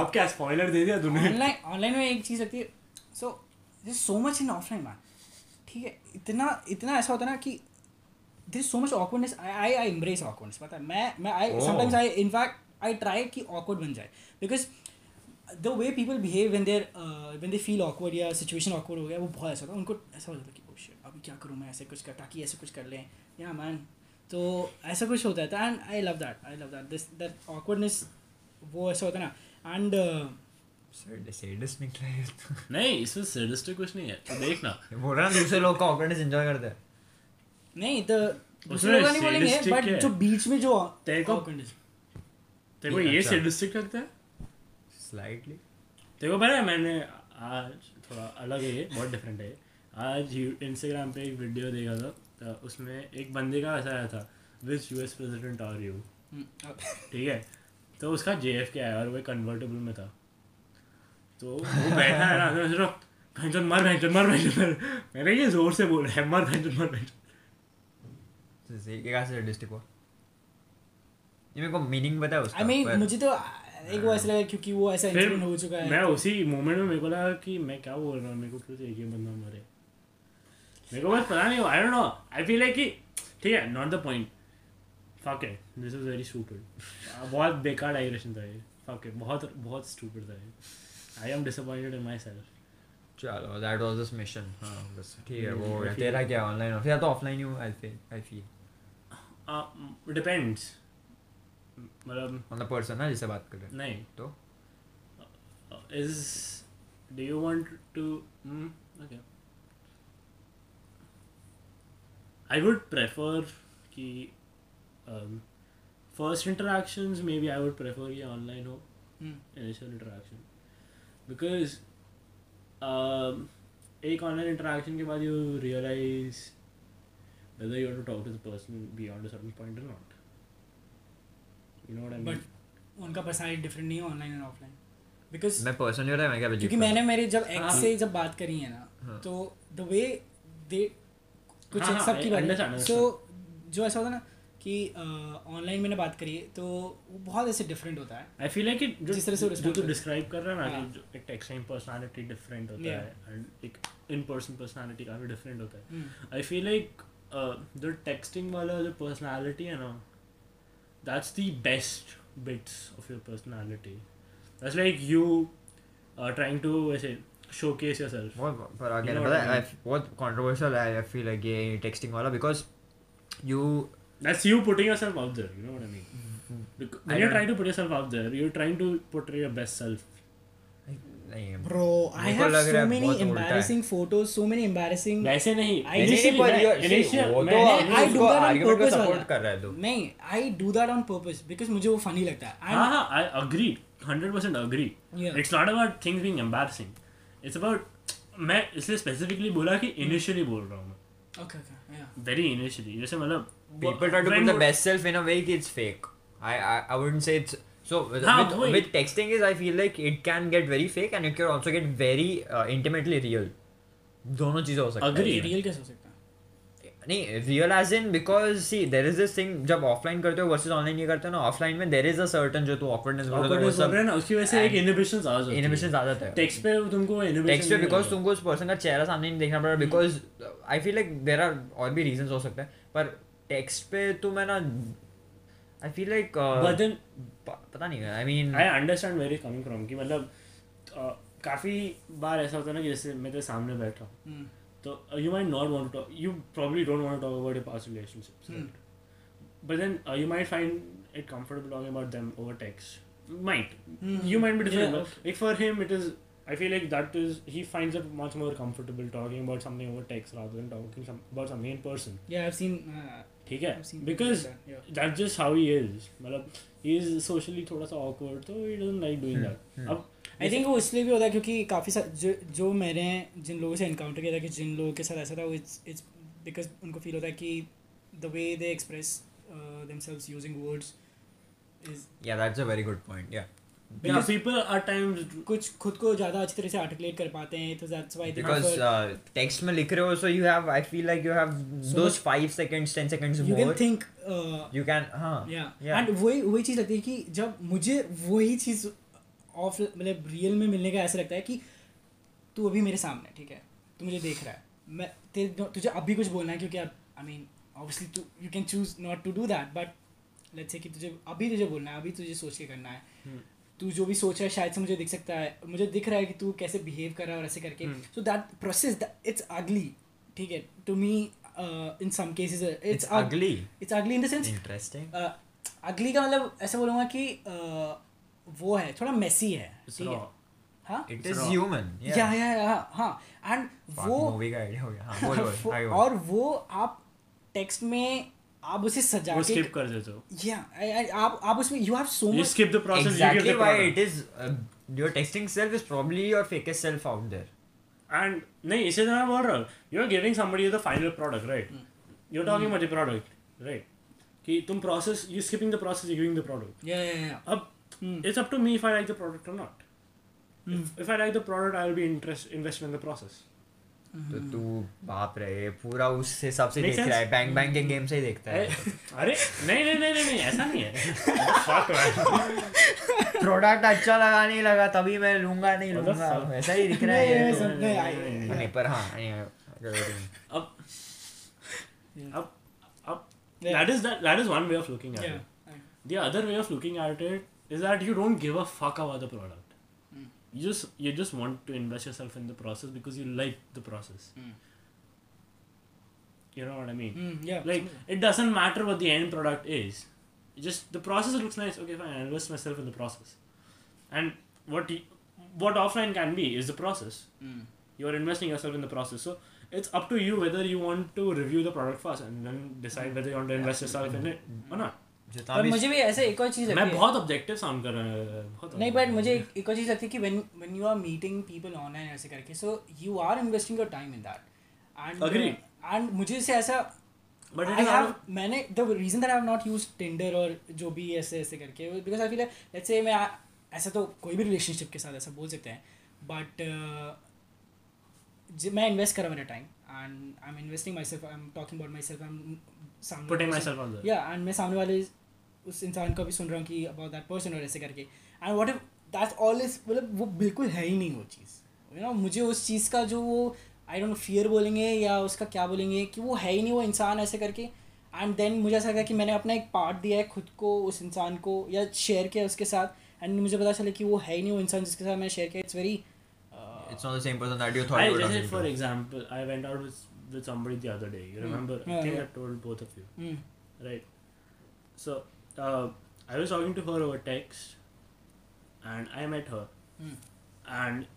[SPEAKER 3] आप क्या स्पॉइलर दे दिया तूने
[SPEAKER 4] ऑनलाइन ऑनलाइन में एक चीज़ लगती है so this so much in offline man ठीक है इतना इतना ऐसा होता है ना कि this so much awkwardness I I I embrace awkwardness पता है मैं मैं I
[SPEAKER 2] Oh.
[SPEAKER 4] Sometimes I in fact I try कि ऑकवर्ड बन जाए because the way people behave when there when they feel awkward या सिचुएशन ऑकवर्ड हो गया वो बहुत ऐसा होता है उनको ऐसा हो जाता है कि oh shit, अभी क्या करूँ मैं ऐसे कुछ कर ताकि ऐसे कुछ कर लें या मैन तो ऐसा कुछ होता है and I love that I love that this that awkwardness वो ऐसा होता है ना uh, एंड
[SPEAKER 2] Sad- sadist निकला है तो।
[SPEAKER 3] नहीं इसमें सडिस्टिक कुछ नहीं है तो देखना
[SPEAKER 2] बोल रहा ना दूसरे लोग का ऑकवर्डनेस एंजॉय करते हैं
[SPEAKER 4] नहीं तो दूसरे
[SPEAKER 3] उसमें
[SPEAKER 4] लोग नहीं बोलेंगे
[SPEAKER 3] sadistic
[SPEAKER 4] बट
[SPEAKER 3] है।
[SPEAKER 4] जो बीच में जो
[SPEAKER 3] तेरे को-
[SPEAKER 4] awkwardness-
[SPEAKER 3] तेरे को
[SPEAKER 2] नहीं,
[SPEAKER 3] ये
[SPEAKER 2] अच्छा।
[SPEAKER 3] सडिस्टिक लगता है
[SPEAKER 2] स्लाइटली
[SPEAKER 3] तेरे को पता है मैंने आज थोड़ा अलग है ये बहुत डिफरेंट है आज इंस्टाग्राम पे एक वीडियो देखा था तो उसमें एक बंदे का ऐसा आया था which US president are you
[SPEAKER 4] हम्म, अब-
[SPEAKER 3] ठीक है तो उसका जे एफ के आया और वो कन्वर्टेबल में था तो वो बैठा है ना तो सोच रहा भैंचोद मर भैंचोद मर भैंचोद मर मैंने ये जोर से बोला है मर भैंचोद मर भैंचोद
[SPEAKER 2] तो क्या सैडिस्टिक हुआ ये मेरे को मीनिंग पता है उसका
[SPEAKER 4] I mean,
[SPEAKER 2] पर-
[SPEAKER 4] मुझे तो एक वो ऐसा लगा क्योंकि वो ऐसा
[SPEAKER 3] फिर
[SPEAKER 4] इंसिडेंट हो चुका है
[SPEAKER 3] मैं उसी मोमेंट में मेरे को लगा कि मैं क्या बोल रहा हूँ मेरे को क्यों चाहिए ये बंदा मरे मेरे को बस पता नहीं I don't know I feel like कि ठीक है नॉट द पॉइंट फक है दिस इज वेरी स्टूपिड बहुत बेकार डाइग्रेशन था ये फक है बहुत बहुत स्टूपिड था ये I am disappointed in myself
[SPEAKER 2] चलो दैट वाज दिस मिशन हां बस ठीक है
[SPEAKER 3] हम्म,
[SPEAKER 2] वो हो गया
[SPEAKER 3] ठीक
[SPEAKER 2] तेरा
[SPEAKER 3] है।
[SPEAKER 2] क्या ऑनलाइन ऑफ या तो ऑफलाइन ही हूं I feel I feel
[SPEAKER 3] depends Uh, मतलब
[SPEAKER 2] ऑन द पर्सन ना जिससे बात कर रहे हैं
[SPEAKER 3] नहीं
[SPEAKER 2] तो?
[SPEAKER 3] Is do you want to okay I would prefer कि um, first interactions maybe I would prefer ये ऑनलाइन हो
[SPEAKER 4] हम्म,
[SPEAKER 3] initial interaction because um, एक ऑनलाइन इंटरेक्शन के बाद you realise whether you want to talk to the person beyond a certain point or not you know what i mean
[SPEAKER 4] But- उनका personality different नहीं है online and offline because
[SPEAKER 2] मैं person जो है मैं क्या believe
[SPEAKER 4] क्योंकि
[SPEAKER 2] करता
[SPEAKER 4] मैंने मेरे जब
[SPEAKER 3] हाँ।
[SPEAKER 4] एक्स से जब बात करी है ना
[SPEAKER 2] हाँ।
[SPEAKER 4] तो द वे दे कुछ
[SPEAKER 3] हाँ, हाँ,
[SPEAKER 4] सबकी
[SPEAKER 3] I understand,
[SPEAKER 4] बात
[SPEAKER 3] understand.
[SPEAKER 4] सो जो ऐसा होता है ना कि ऑनलाइन मैंने बात करी है तो वो बहुत ऐसे डिफरेंट होता है
[SPEAKER 3] आई फील लाइक जो
[SPEAKER 4] जिस तरह से वो
[SPEAKER 3] जो
[SPEAKER 4] respond
[SPEAKER 3] तू
[SPEAKER 4] करता है।
[SPEAKER 3] डिस्क्राइब कर रहा है ना
[SPEAKER 4] हाँ।
[SPEAKER 3] कि जो एक टेक्सटाइल पर्सनालिटी डिफरेंट होता
[SPEAKER 4] Yeah.
[SPEAKER 3] है एंड एक इन पर्सन पर्सनालिटी काफी डिफरेंट होता है
[SPEAKER 4] हम्म,
[SPEAKER 3] आई फील लाइक uh, जो टेक्सटिंग वाला जो पर्सनालिटी है ना that's the best bits of your personality that's like you trying to वैसे showcase yourself
[SPEAKER 2] बहुत पर आगे
[SPEAKER 3] You know
[SPEAKER 2] पता
[SPEAKER 3] what I
[SPEAKER 2] है I- बहुत कंट्रोवर्शियल है आई फील लाइक ये टेक्सटिंग वाला because you
[SPEAKER 3] that's you putting yourself out there you know what i mean Bec-
[SPEAKER 2] I
[SPEAKER 3] when you're
[SPEAKER 2] don't-
[SPEAKER 3] trying to put yourself out there you're trying to portray your best self
[SPEAKER 2] नहीं
[SPEAKER 4] bro i
[SPEAKER 2] मेरे को
[SPEAKER 4] have
[SPEAKER 2] लग
[SPEAKER 4] so
[SPEAKER 2] रहा है
[SPEAKER 4] many
[SPEAKER 2] बहुत उल्टा है।
[SPEAKER 4] embarrassing photos so many embarrassing
[SPEAKER 3] वैसे नहीं
[SPEAKER 4] I- नहीं,
[SPEAKER 3] initially
[SPEAKER 2] पर
[SPEAKER 3] मैं-
[SPEAKER 2] ये- see,
[SPEAKER 3] initial-
[SPEAKER 2] वो तो
[SPEAKER 3] मैंने-
[SPEAKER 4] I
[SPEAKER 2] आपने
[SPEAKER 4] do
[SPEAKER 2] उसको
[SPEAKER 4] that on
[SPEAKER 2] आर्गुमेंट को
[SPEAKER 4] purpose
[SPEAKER 2] सपोर्ट
[SPEAKER 4] वाला।
[SPEAKER 2] कर रहे हो
[SPEAKER 4] नहीं I do that on purpose because मुझे वो फनी लगता है
[SPEAKER 3] हाँ
[SPEAKER 4] I'm-
[SPEAKER 3] हाँ I agree hundred percent agree
[SPEAKER 4] Yeah.
[SPEAKER 3] It's not about things being embarrassing it's about मैं इसलिए स्पेसिफिकली बोला कि इनिशियली बोल रहा हूँ मैं
[SPEAKER 4] okay okay yeah
[SPEAKER 3] very initially जैसे मतलब
[SPEAKER 2] people try to
[SPEAKER 3] when
[SPEAKER 2] put the
[SPEAKER 3] would-
[SPEAKER 2] best self in a way it's fake i i, I wouldn't say it's so with,
[SPEAKER 3] हाँ,
[SPEAKER 2] with,
[SPEAKER 3] वही।
[SPEAKER 2] with texting is i feel like it can get very fake and it can also get very uh, intimately real दोनों चीजें हो सकती
[SPEAKER 3] Agree.
[SPEAKER 4] Real कैसे हो सकता है
[SPEAKER 2] नहीं real as in because see there is this thing जब ऑफलाइन करते हो वर्सेज ऑनलाइन ये करते हो ना ऑफलाइन में देर इज अ सर्टन जो तू ऑकवर्डनेस बोल रहे हो वो
[SPEAKER 3] awkwardness बोल रहे हैं ना उसकी वजह से एक
[SPEAKER 2] and-
[SPEAKER 3] इनहिबिशन आ
[SPEAKER 2] सब
[SPEAKER 3] जाती
[SPEAKER 2] इनहिबिशन
[SPEAKER 3] तो है
[SPEAKER 2] ज्यादा है
[SPEAKER 3] टेक्स्ट पे तुमको
[SPEAKER 2] टेक्स्ट
[SPEAKER 3] इनहिबिशन
[SPEAKER 2] पे बिकॉज तुमको उस पर्सन का चेहरा सामने नहीं देखना पड़ रहा because I feel like there are और भी रीजंस हो सकते हैं पर टेक्स्ट पे तुम है ना I feel like
[SPEAKER 3] but then
[SPEAKER 2] uh, पता नहीं I mean
[SPEAKER 3] I understand very coming from कि मतलब uh, काफी बार ऐसा होता है ना कि जैसे मैं तेरे सामने बैठा हूँ
[SPEAKER 4] हम्म,
[SPEAKER 3] तो you might not want to you probably don't want to talk about your past relationships
[SPEAKER 4] Hmm.
[SPEAKER 3] uh, but then you might find it comfortable talking about them over text might
[SPEAKER 4] Hmm.
[SPEAKER 3] you might be different
[SPEAKER 4] Yeah.
[SPEAKER 3] but like for him it is i feel like that is he finds it much more comfortable talking about something over text rather than talking some, about something in person
[SPEAKER 4] Yeah, I've seen. Uh,
[SPEAKER 3] ठीक है
[SPEAKER 4] I've seen
[SPEAKER 3] because
[SPEAKER 4] that, yeah.
[SPEAKER 3] that's just how he is मतलब he is socially थोड़ा सा awkward so he doesn't like doing that अब
[SPEAKER 4] आई think वो इसलिए भी होता है क्योंकि काफ़ी सा जो जो मैंने जिन लोगों से इनकाउंटर किया था कि जिन लोगों के साथ ऐसा था वो इट्स इट्स बिकॉज उनको फील होता है कि the way they express uh, themselves using words is
[SPEAKER 2] Yeah, that's a very good point. Yeah.
[SPEAKER 3] because people are times
[SPEAKER 4] कुछ खुद को ज़्यादा अच्छी तरह से आर्टिकुलेट कर पाते हैं तो that's why
[SPEAKER 2] Because uh, text mein likh rahe ho, so you have. I feel like you have
[SPEAKER 4] So
[SPEAKER 2] those
[SPEAKER 4] much-
[SPEAKER 2] five seconds, ten seconds
[SPEAKER 4] you
[SPEAKER 2] more.
[SPEAKER 4] Can think
[SPEAKER 2] you can, हाँ, huh?
[SPEAKER 4] या
[SPEAKER 2] yeah.
[SPEAKER 4] And वही वही चीज़ लगती है कि जब मुझे वही चीज़ ऑफ मतलब रियल में मिलने का ऐसा लगता है कि तू अभी मेरे सामने है, ठीक है तू मुझे देख रहा है मैं तेरे तुझे अभी कुछ बोलना है क्योंकि आई मीन ऑब्वियसली तू you can choose not to do that but let's से कि तुझे अभी तुझे बोलना है अभी तुझे सोच के करना
[SPEAKER 2] हम्म।
[SPEAKER 4] है तू जो भी सोच रहा है शायद से मुझे दिख सकता है मुझे दिख रहा है कि तू कैसे बिहेव कर रहा है और ऐसे करके
[SPEAKER 2] हम्म।
[SPEAKER 4] So that process it's ugly ठीक है uh, to me in some cases
[SPEAKER 2] It's ugly.
[SPEAKER 4] It's ugly in the sense
[SPEAKER 2] Interesting.
[SPEAKER 4] Ugly का मतलब ऐसा बोलूँगा कि uh, वो है थोड़ा मेसी है
[SPEAKER 3] it's
[SPEAKER 4] ठीक है
[SPEAKER 3] raw
[SPEAKER 4] हाँ
[SPEAKER 2] It
[SPEAKER 3] It's
[SPEAKER 2] is
[SPEAKER 3] raw.
[SPEAKER 2] human. Yeah.
[SPEAKER 4] या या या हाँ एंड
[SPEAKER 2] Fuck,
[SPEAKER 4] वो
[SPEAKER 2] movie का idea हो गया. हाँ,
[SPEAKER 4] *laughs*
[SPEAKER 2] बोल बोल. आगे बोल.
[SPEAKER 4] और वो आप टेक्स्ट में आप उसे सजा
[SPEAKER 3] वो
[SPEAKER 4] के
[SPEAKER 3] skip कर देते हो
[SPEAKER 4] या आप आप उसमें you have so
[SPEAKER 3] you
[SPEAKER 4] much
[SPEAKER 3] skip the process you
[SPEAKER 2] exactly
[SPEAKER 3] give the
[SPEAKER 2] why
[SPEAKER 3] product
[SPEAKER 2] it is. Uh, your texting self is probably your fakest self out there.
[SPEAKER 3] and नहीं इसे तो मैं बोल रहा हूँ you're giving somebody the final product right you're talking about the product right कि तुम process you're skipping the process you're giving the product
[SPEAKER 4] या या
[SPEAKER 3] अब it's up to me if I like the product or not if, if I like the product I'll be interest invested in the process
[SPEAKER 2] तो तू बाप रे पूरा उस हिसाब से
[SPEAKER 3] Makes
[SPEAKER 2] देख रहा है
[SPEAKER 3] sense?
[SPEAKER 2] बैंग बैंग के गेम से ही
[SPEAKER 3] *laughs*
[SPEAKER 2] देखता
[SPEAKER 3] अरे
[SPEAKER 2] है *laughs*
[SPEAKER 3] अरे, नहीं नहीं नहीं नहीं नहीं, ऐसा नहीं है Fuck, man.
[SPEAKER 2] प्रोडक्ट अच्छा लगा नहीं लगा तभी मैं लूंगा नहीं
[SPEAKER 3] What the
[SPEAKER 2] लूंगा
[SPEAKER 3] fuck?
[SPEAKER 2] ऐसा ही दिख रहा
[SPEAKER 3] *laughs*
[SPEAKER 4] नहीं,
[SPEAKER 2] है ये
[SPEAKER 4] नहीं,
[SPEAKER 2] तो।
[SPEAKER 4] सब- नहीं, आई-
[SPEAKER 2] नहीं पर हाँ नहीं
[SPEAKER 3] अब अब अब that is that that is one way of looking at
[SPEAKER 4] या
[SPEAKER 3] it the other way of looking at it is that you don't give a fuck about the product you just you just want to invest yourself in the process because you like the process
[SPEAKER 4] Mm.
[SPEAKER 3] you know what i mean
[SPEAKER 4] या
[SPEAKER 3] like it doesn't matter what the end product is It just the process looks nice okay fine i invest myself in the process and what y- what offline can be is the process you're investing yourself in the process so it's up to you whether you want to review the product first and then decide whether you want to invest yourself in it or not
[SPEAKER 2] जितना
[SPEAKER 4] पर
[SPEAKER 2] भी
[SPEAKER 4] मुझे भी ऐसा एक और चीज़
[SPEAKER 3] मैं
[SPEAKER 4] लगती है
[SPEAKER 3] बहुत ऑब्जेक्टिव साउंड कर रहा है बहुत
[SPEAKER 4] नहीं बट मुझे एक- एक और चीज़ लगती है कि when when you are meeting people online ऐसे करके so you are investing your time in that and
[SPEAKER 3] Agreed.
[SPEAKER 4] and मुझे इससे ऐसा
[SPEAKER 3] But it
[SPEAKER 4] I
[SPEAKER 3] is
[SPEAKER 4] have
[SPEAKER 3] out
[SPEAKER 4] मैंने the reason that I have not used Tinder और जो भी ऐसे ऐसे करके because I feel like let's say मैं आ- ऐसा तो कोई भी relationship के साथ ऐसा बोल सकते हैं but uh, जे- मैं invest कर रहा हूँ मेरा time and I'm investing myself I'm talking about myself I'm सामने
[SPEAKER 3] putting
[SPEAKER 4] person-
[SPEAKER 3] myself on the
[SPEAKER 4] या एंड मैं सामने वाले उस इंसान का भी सुन रहा हूँ कि अबाउट दैट पर्सन और ऐसे करके and what if that all is मतलब वो बिल्कुल है ही नहीं वो चीज़ यू नो मुझे उस चीज़ का जो वो आई डोंट फियर बोलेंगे या उसका क्या बोलेंगे कि वो है ही नहीं वो इंसान ऐसे करके एंड देन मुझे ऐसा लगा कि मैंने अपना एक पार्ट दिया है खुद को उस इंसान को या शेयर किया उसके साथ एंड मुझे पता चला कि वो है ही नहीं वो इंसान जिसके साथ मैंने शेयर किया it's very
[SPEAKER 2] it's not the same person that you thought
[SPEAKER 3] I,
[SPEAKER 2] you were
[SPEAKER 3] just
[SPEAKER 2] talking
[SPEAKER 3] for
[SPEAKER 2] to.
[SPEAKER 3] example I went out with with somebody the other day you remember I
[SPEAKER 4] Hmm. Yeah,
[SPEAKER 3] think
[SPEAKER 4] yeah.
[SPEAKER 3] I told both of you
[SPEAKER 4] mm,
[SPEAKER 3] right so uh, I was talking to her over text and I met her
[SPEAKER 4] Mm.
[SPEAKER 3] and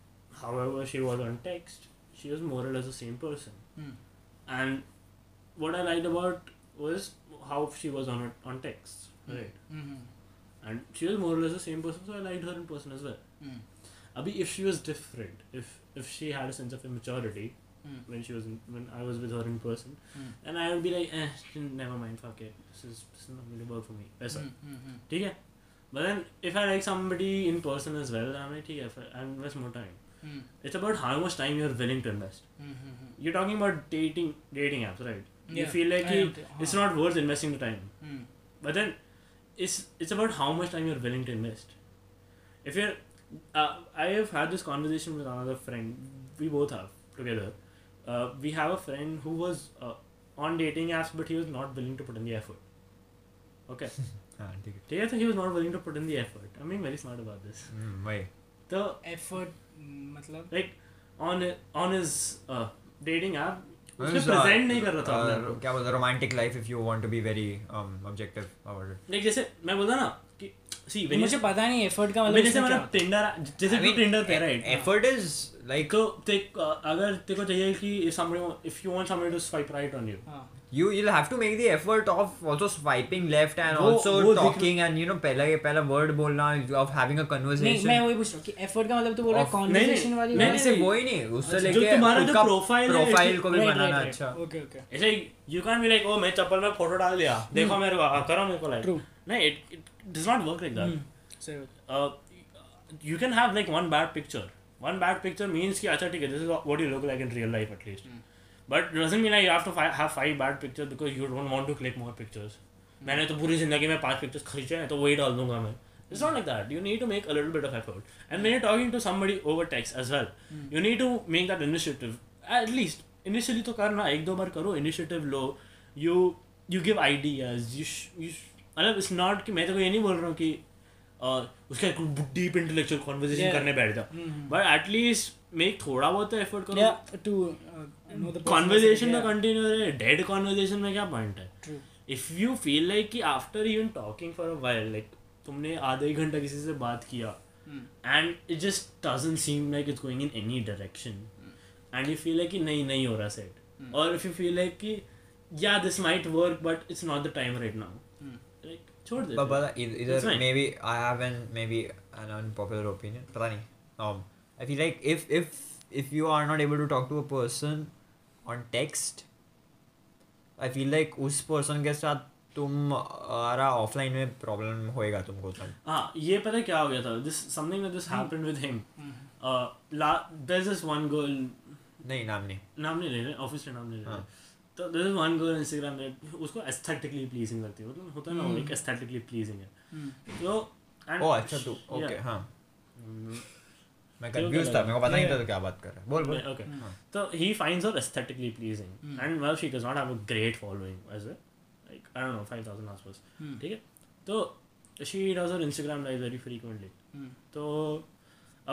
[SPEAKER 3] however she was on text she was more or less the same person
[SPEAKER 4] Hmm.
[SPEAKER 3] and what I liked about was how she was on her, on text
[SPEAKER 4] Hmm.
[SPEAKER 3] right
[SPEAKER 4] mm,
[SPEAKER 3] and she was more or less the same person so I liked her in person as well
[SPEAKER 4] mm,
[SPEAKER 3] Abhi, if she was different, if if she had a sense of immaturity
[SPEAKER 4] Mm.
[SPEAKER 3] when she was in, when I was with her in person,
[SPEAKER 4] Mm.
[SPEAKER 3] and I would be like, eh, never mind, fuck it, this is, this is not going to work for me. That's
[SPEAKER 4] Hmm.
[SPEAKER 3] all.
[SPEAKER 4] हम्म,
[SPEAKER 3] ठीक है? But then if I like somebody in person as well, I'm like, "ठीक है, fi- I invest more time.
[SPEAKER 4] Hmm,
[SPEAKER 3] It's about how much time you're willing to invest. You're talking about dating dating apps, right? You
[SPEAKER 4] Yeah.
[SPEAKER 3] feel like
[SPEAKER 4] I
[SPEAKER 3] you,
[SPEAKER 4] am too. हाँ, हम्म,
[SPEAKER 3] it's not worth investing the time. But then, it's it's about how much time you're willing to invest. If you're, uh, I have had this conversation with another friend. We both have together. Uh, we have a friend who was uh, on dating apps, but he was not willing to put in the effort.
[SPEAKER 4] *laughs*
[SPEAKER 3] Okay,
[SPEAKER 2] हाँ, ठीक है.
[SPEAKER 3] yeah, so he was not willing to put in the effort. I'm being very smart about this.
[SPEAKER 2] Hmm, वही.
[SPEAKER 3] The
[SPEAKER 4] effort मतलब
[SPEAKER 3] like on on his uh, dating app, उसने
[SPEAKER 2] Means, uh,
[SPEAKER 3] present नहीं कर रहा था
[SPEAKER 2] uh,
[SPEAKER 3] अपने आप को.
[SPEAKER 2] क्या बोलते हैं, romantic life if you want to be very um, objective about it.
[SPEAKER 3] Like जैसे मैं बोला ना कि सी
[SPEAKER 4] तो
[SPEAKER 3] व्हेन
[SPEAKER 4] मुझे पता नहीं एफर्ट का मतलब
[SPEAKER 3] जैसे
[SPEAKER 4] इसमें
[SPEAKER 3] मैंने
[SPEAKER 4] क्या-
[SPEAKER 3] टिंडर जैसे तू टिंडर पे right
[SPEAKER 2] effort is
[SPEAKER 3] like
[SPEAKER 2] like
[SPEAKER 3] तेरे अगर तेरे को चाहिए कि somebody if you want somebody to swipe right on you
[SPEAKER 4] हाँ
[SPEAKER 2] you you'll have to make the effort of also swiping left and
[SPEAKER 3] वो-
[SPEAKER 2] also
[SPEAKER 3] वो दिख-
[SPEAKER 2] talking and you know पहला पहला word बोलना of having a
[SPEAKER 4] नहीं मैं
[SPEAKER 2] conversation
[SPEAKER 4] वही पूछ रहा हूँ कि एफर्ट का मतलब तो बोल रहा है
[SPEAKER 2] Of-
[SPEAKER 4] कॉन्वर्सेशन
[SPEAKER 3] नहीं,
[SPEAKER 4] वाली
[SPEAKER 3] नहीं,
[SPEAKER 2] मैंने
[SPEAKER 4] बात।
[SPEAKER 2] से वो ही नहीं उससे
[SPEAKER 3] अच्छा, जो
[SPEAKER 2] लेके
[SPEAKER 3] तुम्हारा जो
[SPEAKER 2] उनका
[SPEAKER 3] profile है,
[SPEAKER 2] profile को भी
[SPEAKER 4] Right, right,
[SPEAKER 2] बनाना
[SPEAKER 4] right.
[SPEAKER 2] अच्छा
[SPEAKER 4] ओके ओके
[SPEAKER 3] ऐसे you can be like oh "Oh, मैं चप्पल में फोटो डाल दिया
[SPEAKER 2] Hmm.
[SPEAKER 3] देखो मेरे को करो मेरे को
[SPEAKER 4] True.
[SPEAKER 3] लाइक नहीं it does not work like that
[SPEAKER 2] Hmm.
[SPEAKER 4] सही बात।
[SPEAKER 3] uh, you can have like one bad picture. One bad picture means ki, acha, theek hai, this is what you look like in real life at least.
[SPEAKER 2] Hmm.
[SPEAKER 3] But it doesn't mean like, you have to fi- have five bad pictures because you don't want to click more pictures.
[SPEAKER 4] Hmm.
[SPEAKER 3] मैंने तो पूरी जिंदगी में पांच pictures खरीदे हैं तो वही डाल दूंगा मैं it's not like that you need to make a little bit of effort and मेरे talking to somebody over text as well
[SPEAKER 4] Hmm.
[SPEAKER 3] You need to make that initiative at least initially तो करना एक दो बार करो इनिशिएटिव लो you you give ideas you मतलब it's not कि मैं तो ये नहीं बोल रहा हूँ कि और उसका deep intellectual conversation
[SPEAKER 4] Yeah. Hmm.
[SPEAKER 3] करने बैठ जाओ बट एटलीस्ट मेक थोड़ा बहुत तो एफर्ट
[SPEAKER 4] Yeah,
[SPEAKER 3] करो
[SPEAKER 4] to, uh, know the person
[SPEAKER 3] conversation तो
[SPEAKER 4] yeah,
[SPEAKER 3] कंटिन्यू रहे डेड कॉन्वर्जेशन में क्या पॉइंट है
[SPEAKER 4] true.
[SPEAKER 3] If you feel like कि after even talking for a while like तुमने आधा ही घंटा किसी से बात किया and it just doesn't seem like it's going in any direction and you feel like कि नहीं नहीं हो रहा सेट और इफ यू फील लाइक कि या this might work but it's not the time right now like छोड़ दे
[SPEAKER 2] but, but either,
[SPEAKER 3] It's
[SPEAKER 2] either
[SPEAKER 3] fine.
[SPEAKER 2] maybe I have an maybe an unpopular opinion पता नहीं um I feel like if if if you are not able to talk to a person on text I feel like उस person के साथ तुम आरा offline में problem होएगा तुमको तब
[SPEAKER 3] हाँ ये पता है क्या हो गया था this something that this happened with him Uh, there is one girl
[SPEAKER 2] नहीं नाम नहीं
[SPEAKER 3] नाम नहीं ले रहे ऑफिस का नाम नहीं ले रहे
[SPEAKER 2] हाँ।
[SPEAKER 3] तो this is one girl Instagram that उसको एस्थेटिकली प्लीजिंग लगती है मतलब होता है ना एक एस्थेटिकली प्लीजिंग
[SPEAKER 4] हम्म.
[SPEAKER 3] है तो and-
[SPEAKER 2] ओ Hmm. अच्छा तू
[SPEAKER 3] Yeah.
[SPEAKER 2] ओके हाँ
[SPEAKER 3] हम्म,
[SPEAKER 2] मैं
[SPEAKER 3] तेरे को
[SPEAKER 2] कंफ्यूज
[SPEAKER 3] क्या
[SPEAKER 2] था मेरे को पता नहीं
[SPEAKER 3] लगा?
[SPEAKER 2] था तू क्या बात कर रहा है बोल बोल
[SPEAKER 3] नहीं,
[SPEAKER 4] hmm,
[SPEAKER 3] okay. So he finds her aesthetically pleasing, and well, she does not have a great following as well. Like I don't know, five thousand hours.
[SPEAKER 4] hmm,
[SPEAKER 3] ठीक है? तो she does her Instagram live very frequently. तो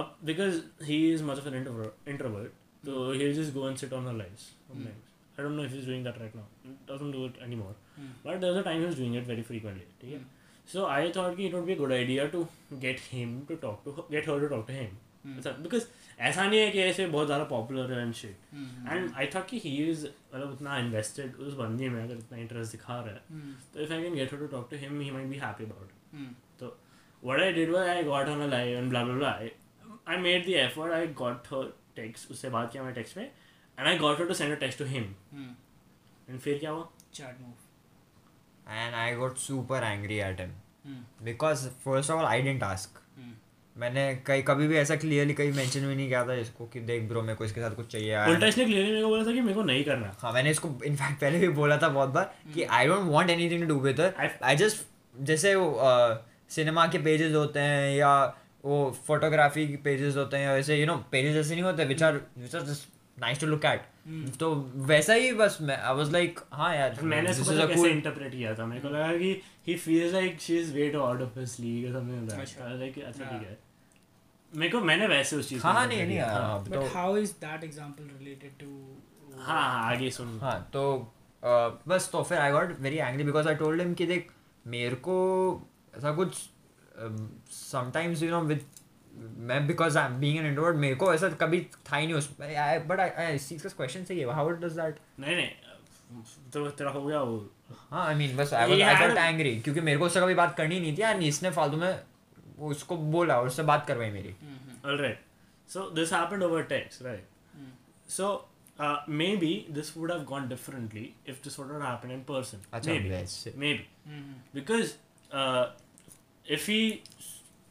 [SPEAKER 3] अब because he is much of an introvert, introvert, so he'll just go and sit on her lives. sometimes. I don't know if he's doing that right now. Doesn't do it anymore. But there was a time he was doing it very frequently. ठीक है? So I thought कि it would be a good idea to get him to talk to her, get her to talk to him. ऐसा- because ऐसा नहीं है कि ऐसे बहुत ज़्यादा पॉपुलर है and shit
[SPEAKER 4] hmm,
[SPEAKER 3] and I thought कि ही इज मतलब उतना इन्वेस्टेड उस बंदे में अगर इतना इंटरेस्ट दिखा रहा है
[SPEAKER 4] hmm,
[SPEAKER 3] तो if I can get to talk to him he might be happy about तो what I did was I got on a live and blah blah blah I made the effort I got her text उससे बात किया मैं text में and I got her to send a text to him and फिर क्या हुआ
[SPEAKER 4] Chat hmm, move.
[SPEAKER 2] and I got super angry at him
[SPEAKER 4] Hmm.
[SPEAKER 2] because first of all I didn't ask
[SPEAKER 4] Hmm.
[SPEAKER 2] मैंने कहीं कभी भी ऐसा clearly कहीं mention भी नहीं किया था इसको कि देख ब्रो मेरे को इसके साथ कुछ चाहिए
[SPEAKER 3] उल्टा
[SPEAKER 2] यार
[SPEAKER 3] इसने क्लियरली मेरे को बोला था कि मेरे को नहीं करना
[SPEAKER 2] हाँ मैंने इसको इनफैक्ट पहले भी बोला था बहुत बार कि I don't want anything to do with
[SPEAKER 3] Hmm. I-
[SPEAKER 2] I just जैसे सिनेमा के पेजेस होते हैं या वो फोटोग्राफी के पेजेस होते हैं वैसे यू नो पेजेस ऐसे नहीं होते which
[SPEAKER 3] Hmm.
[SPEAKER 2] Are which are just nice to look
[SPEAKER 4] Hmm.
[SPEAKER 2] At तो वैसा ही बस मैं आई वाज लाइक हाँ यार
[SPEAKER 3] मैंने
[SPEAKER 2] this
[SPEAKER 3] इसको
[SPEAKER 2] is
[SPEAKER 3] पता
[SPEAKER 2] a
[SPEAKER 3] कैसे
[SPEAKER 2] cool- Hmm.
[SPEAKER 3] इंटरप्रेट किया था मेरे को लगा कि he feels like she is way out of his league something like
[SPEAKER 4] अच्छा।
[SPEAKER 3] लाइक अच्छा
[SPEAKER 4] हाँ।
[SPEAKER 3] ठीक है मेरे को मैंने वैसे उस चीज
[SPEAKER 2] हाँ हाँ नहीं नहीं हाँ
[SPEAKER 4] But
[SPEAKER 2] तो
[SPEAKER 4] how is that example related to?
[SPEAKER 3] हाँ हाँ आगे सुन
[SPEAKER 2] हाँ तो अ, बस तो फिर I got very angry because I told him कि देख मेरे को ऐसा कुछ um, sometimes you know with मैं because I am being an introvert मेरे को ऐसा कभी था ही नहीं उस बट आई इस चीज़ का क्वेश्चन सही है हाउ डज दैट
[SPEAKER 3] नहीं नहीं तो तेरा हो गया वो
[SPEAKER 2] हाँ आई मीन बस I was
[SPEAKER 3] He
[SPEAKER 2] I
[SPEAKER 3] had-
[SPEAKER 2] got angry क्योंकि मेरे को उससे कभी बात करनी नहीं थी एंड इसने फालतू में उसको बोला और उससे बात करवाई मेरी
[SPEAKER 4] Hmm,
[SPEAKER 3] All right. So this happened over text, right?
[SPEAKER 4] Hmm.
[SPEAKER 3] So uh, maybe this would have gone differently if this would have happened in person.
[SPEAKER 2] अच्छा
[SPEAKER 3] maybe.
[SPEAKER 2] वैसे
[SPEAKER 3] Maybe
[SPEAKER 4] hmm,
[SPEAKER 3] because uh, if he,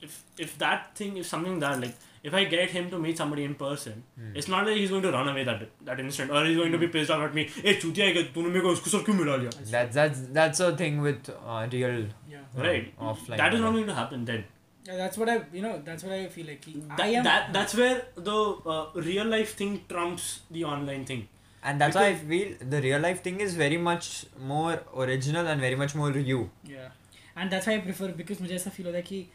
[SPEAKER 3] if if that thing, if something that like. If I get him to meet somebody in person, it's not like he's going to run away that that instant, or he's going to
[SPEAKER 4] Hmm.
[SPEAKER 3] be pissed off at me. Hey, चूतिया है क्या? तूने मेरे को उसके साथ क्यों मिला लिया?
[SPEAKER 2] that's that's that's a thing with uh, real
[SPEAKER 4] Yeah.
[SPEAKER 3] Right.
[SPEAKER 2] offline
[SPEAKER 3] That is not
[SPEAKER 2] वाला।
[SPEAKER 3] going to happen then.
[SPEAKER 4] Yeah, that's what I, you know, that's what I feel like. कि I
[SPEAKER 3] That,
[SPEAKER 4] am.
[SPEAKER 3] that that's where the uh, real life thing trumps the online thing.
[SPEAKER 2] And that's why I feel the real life thing is very much more original and very much more you.
[SPEAKER 4] Yeah. And that's why I prefer because मुझे ऐसा feel होता है कि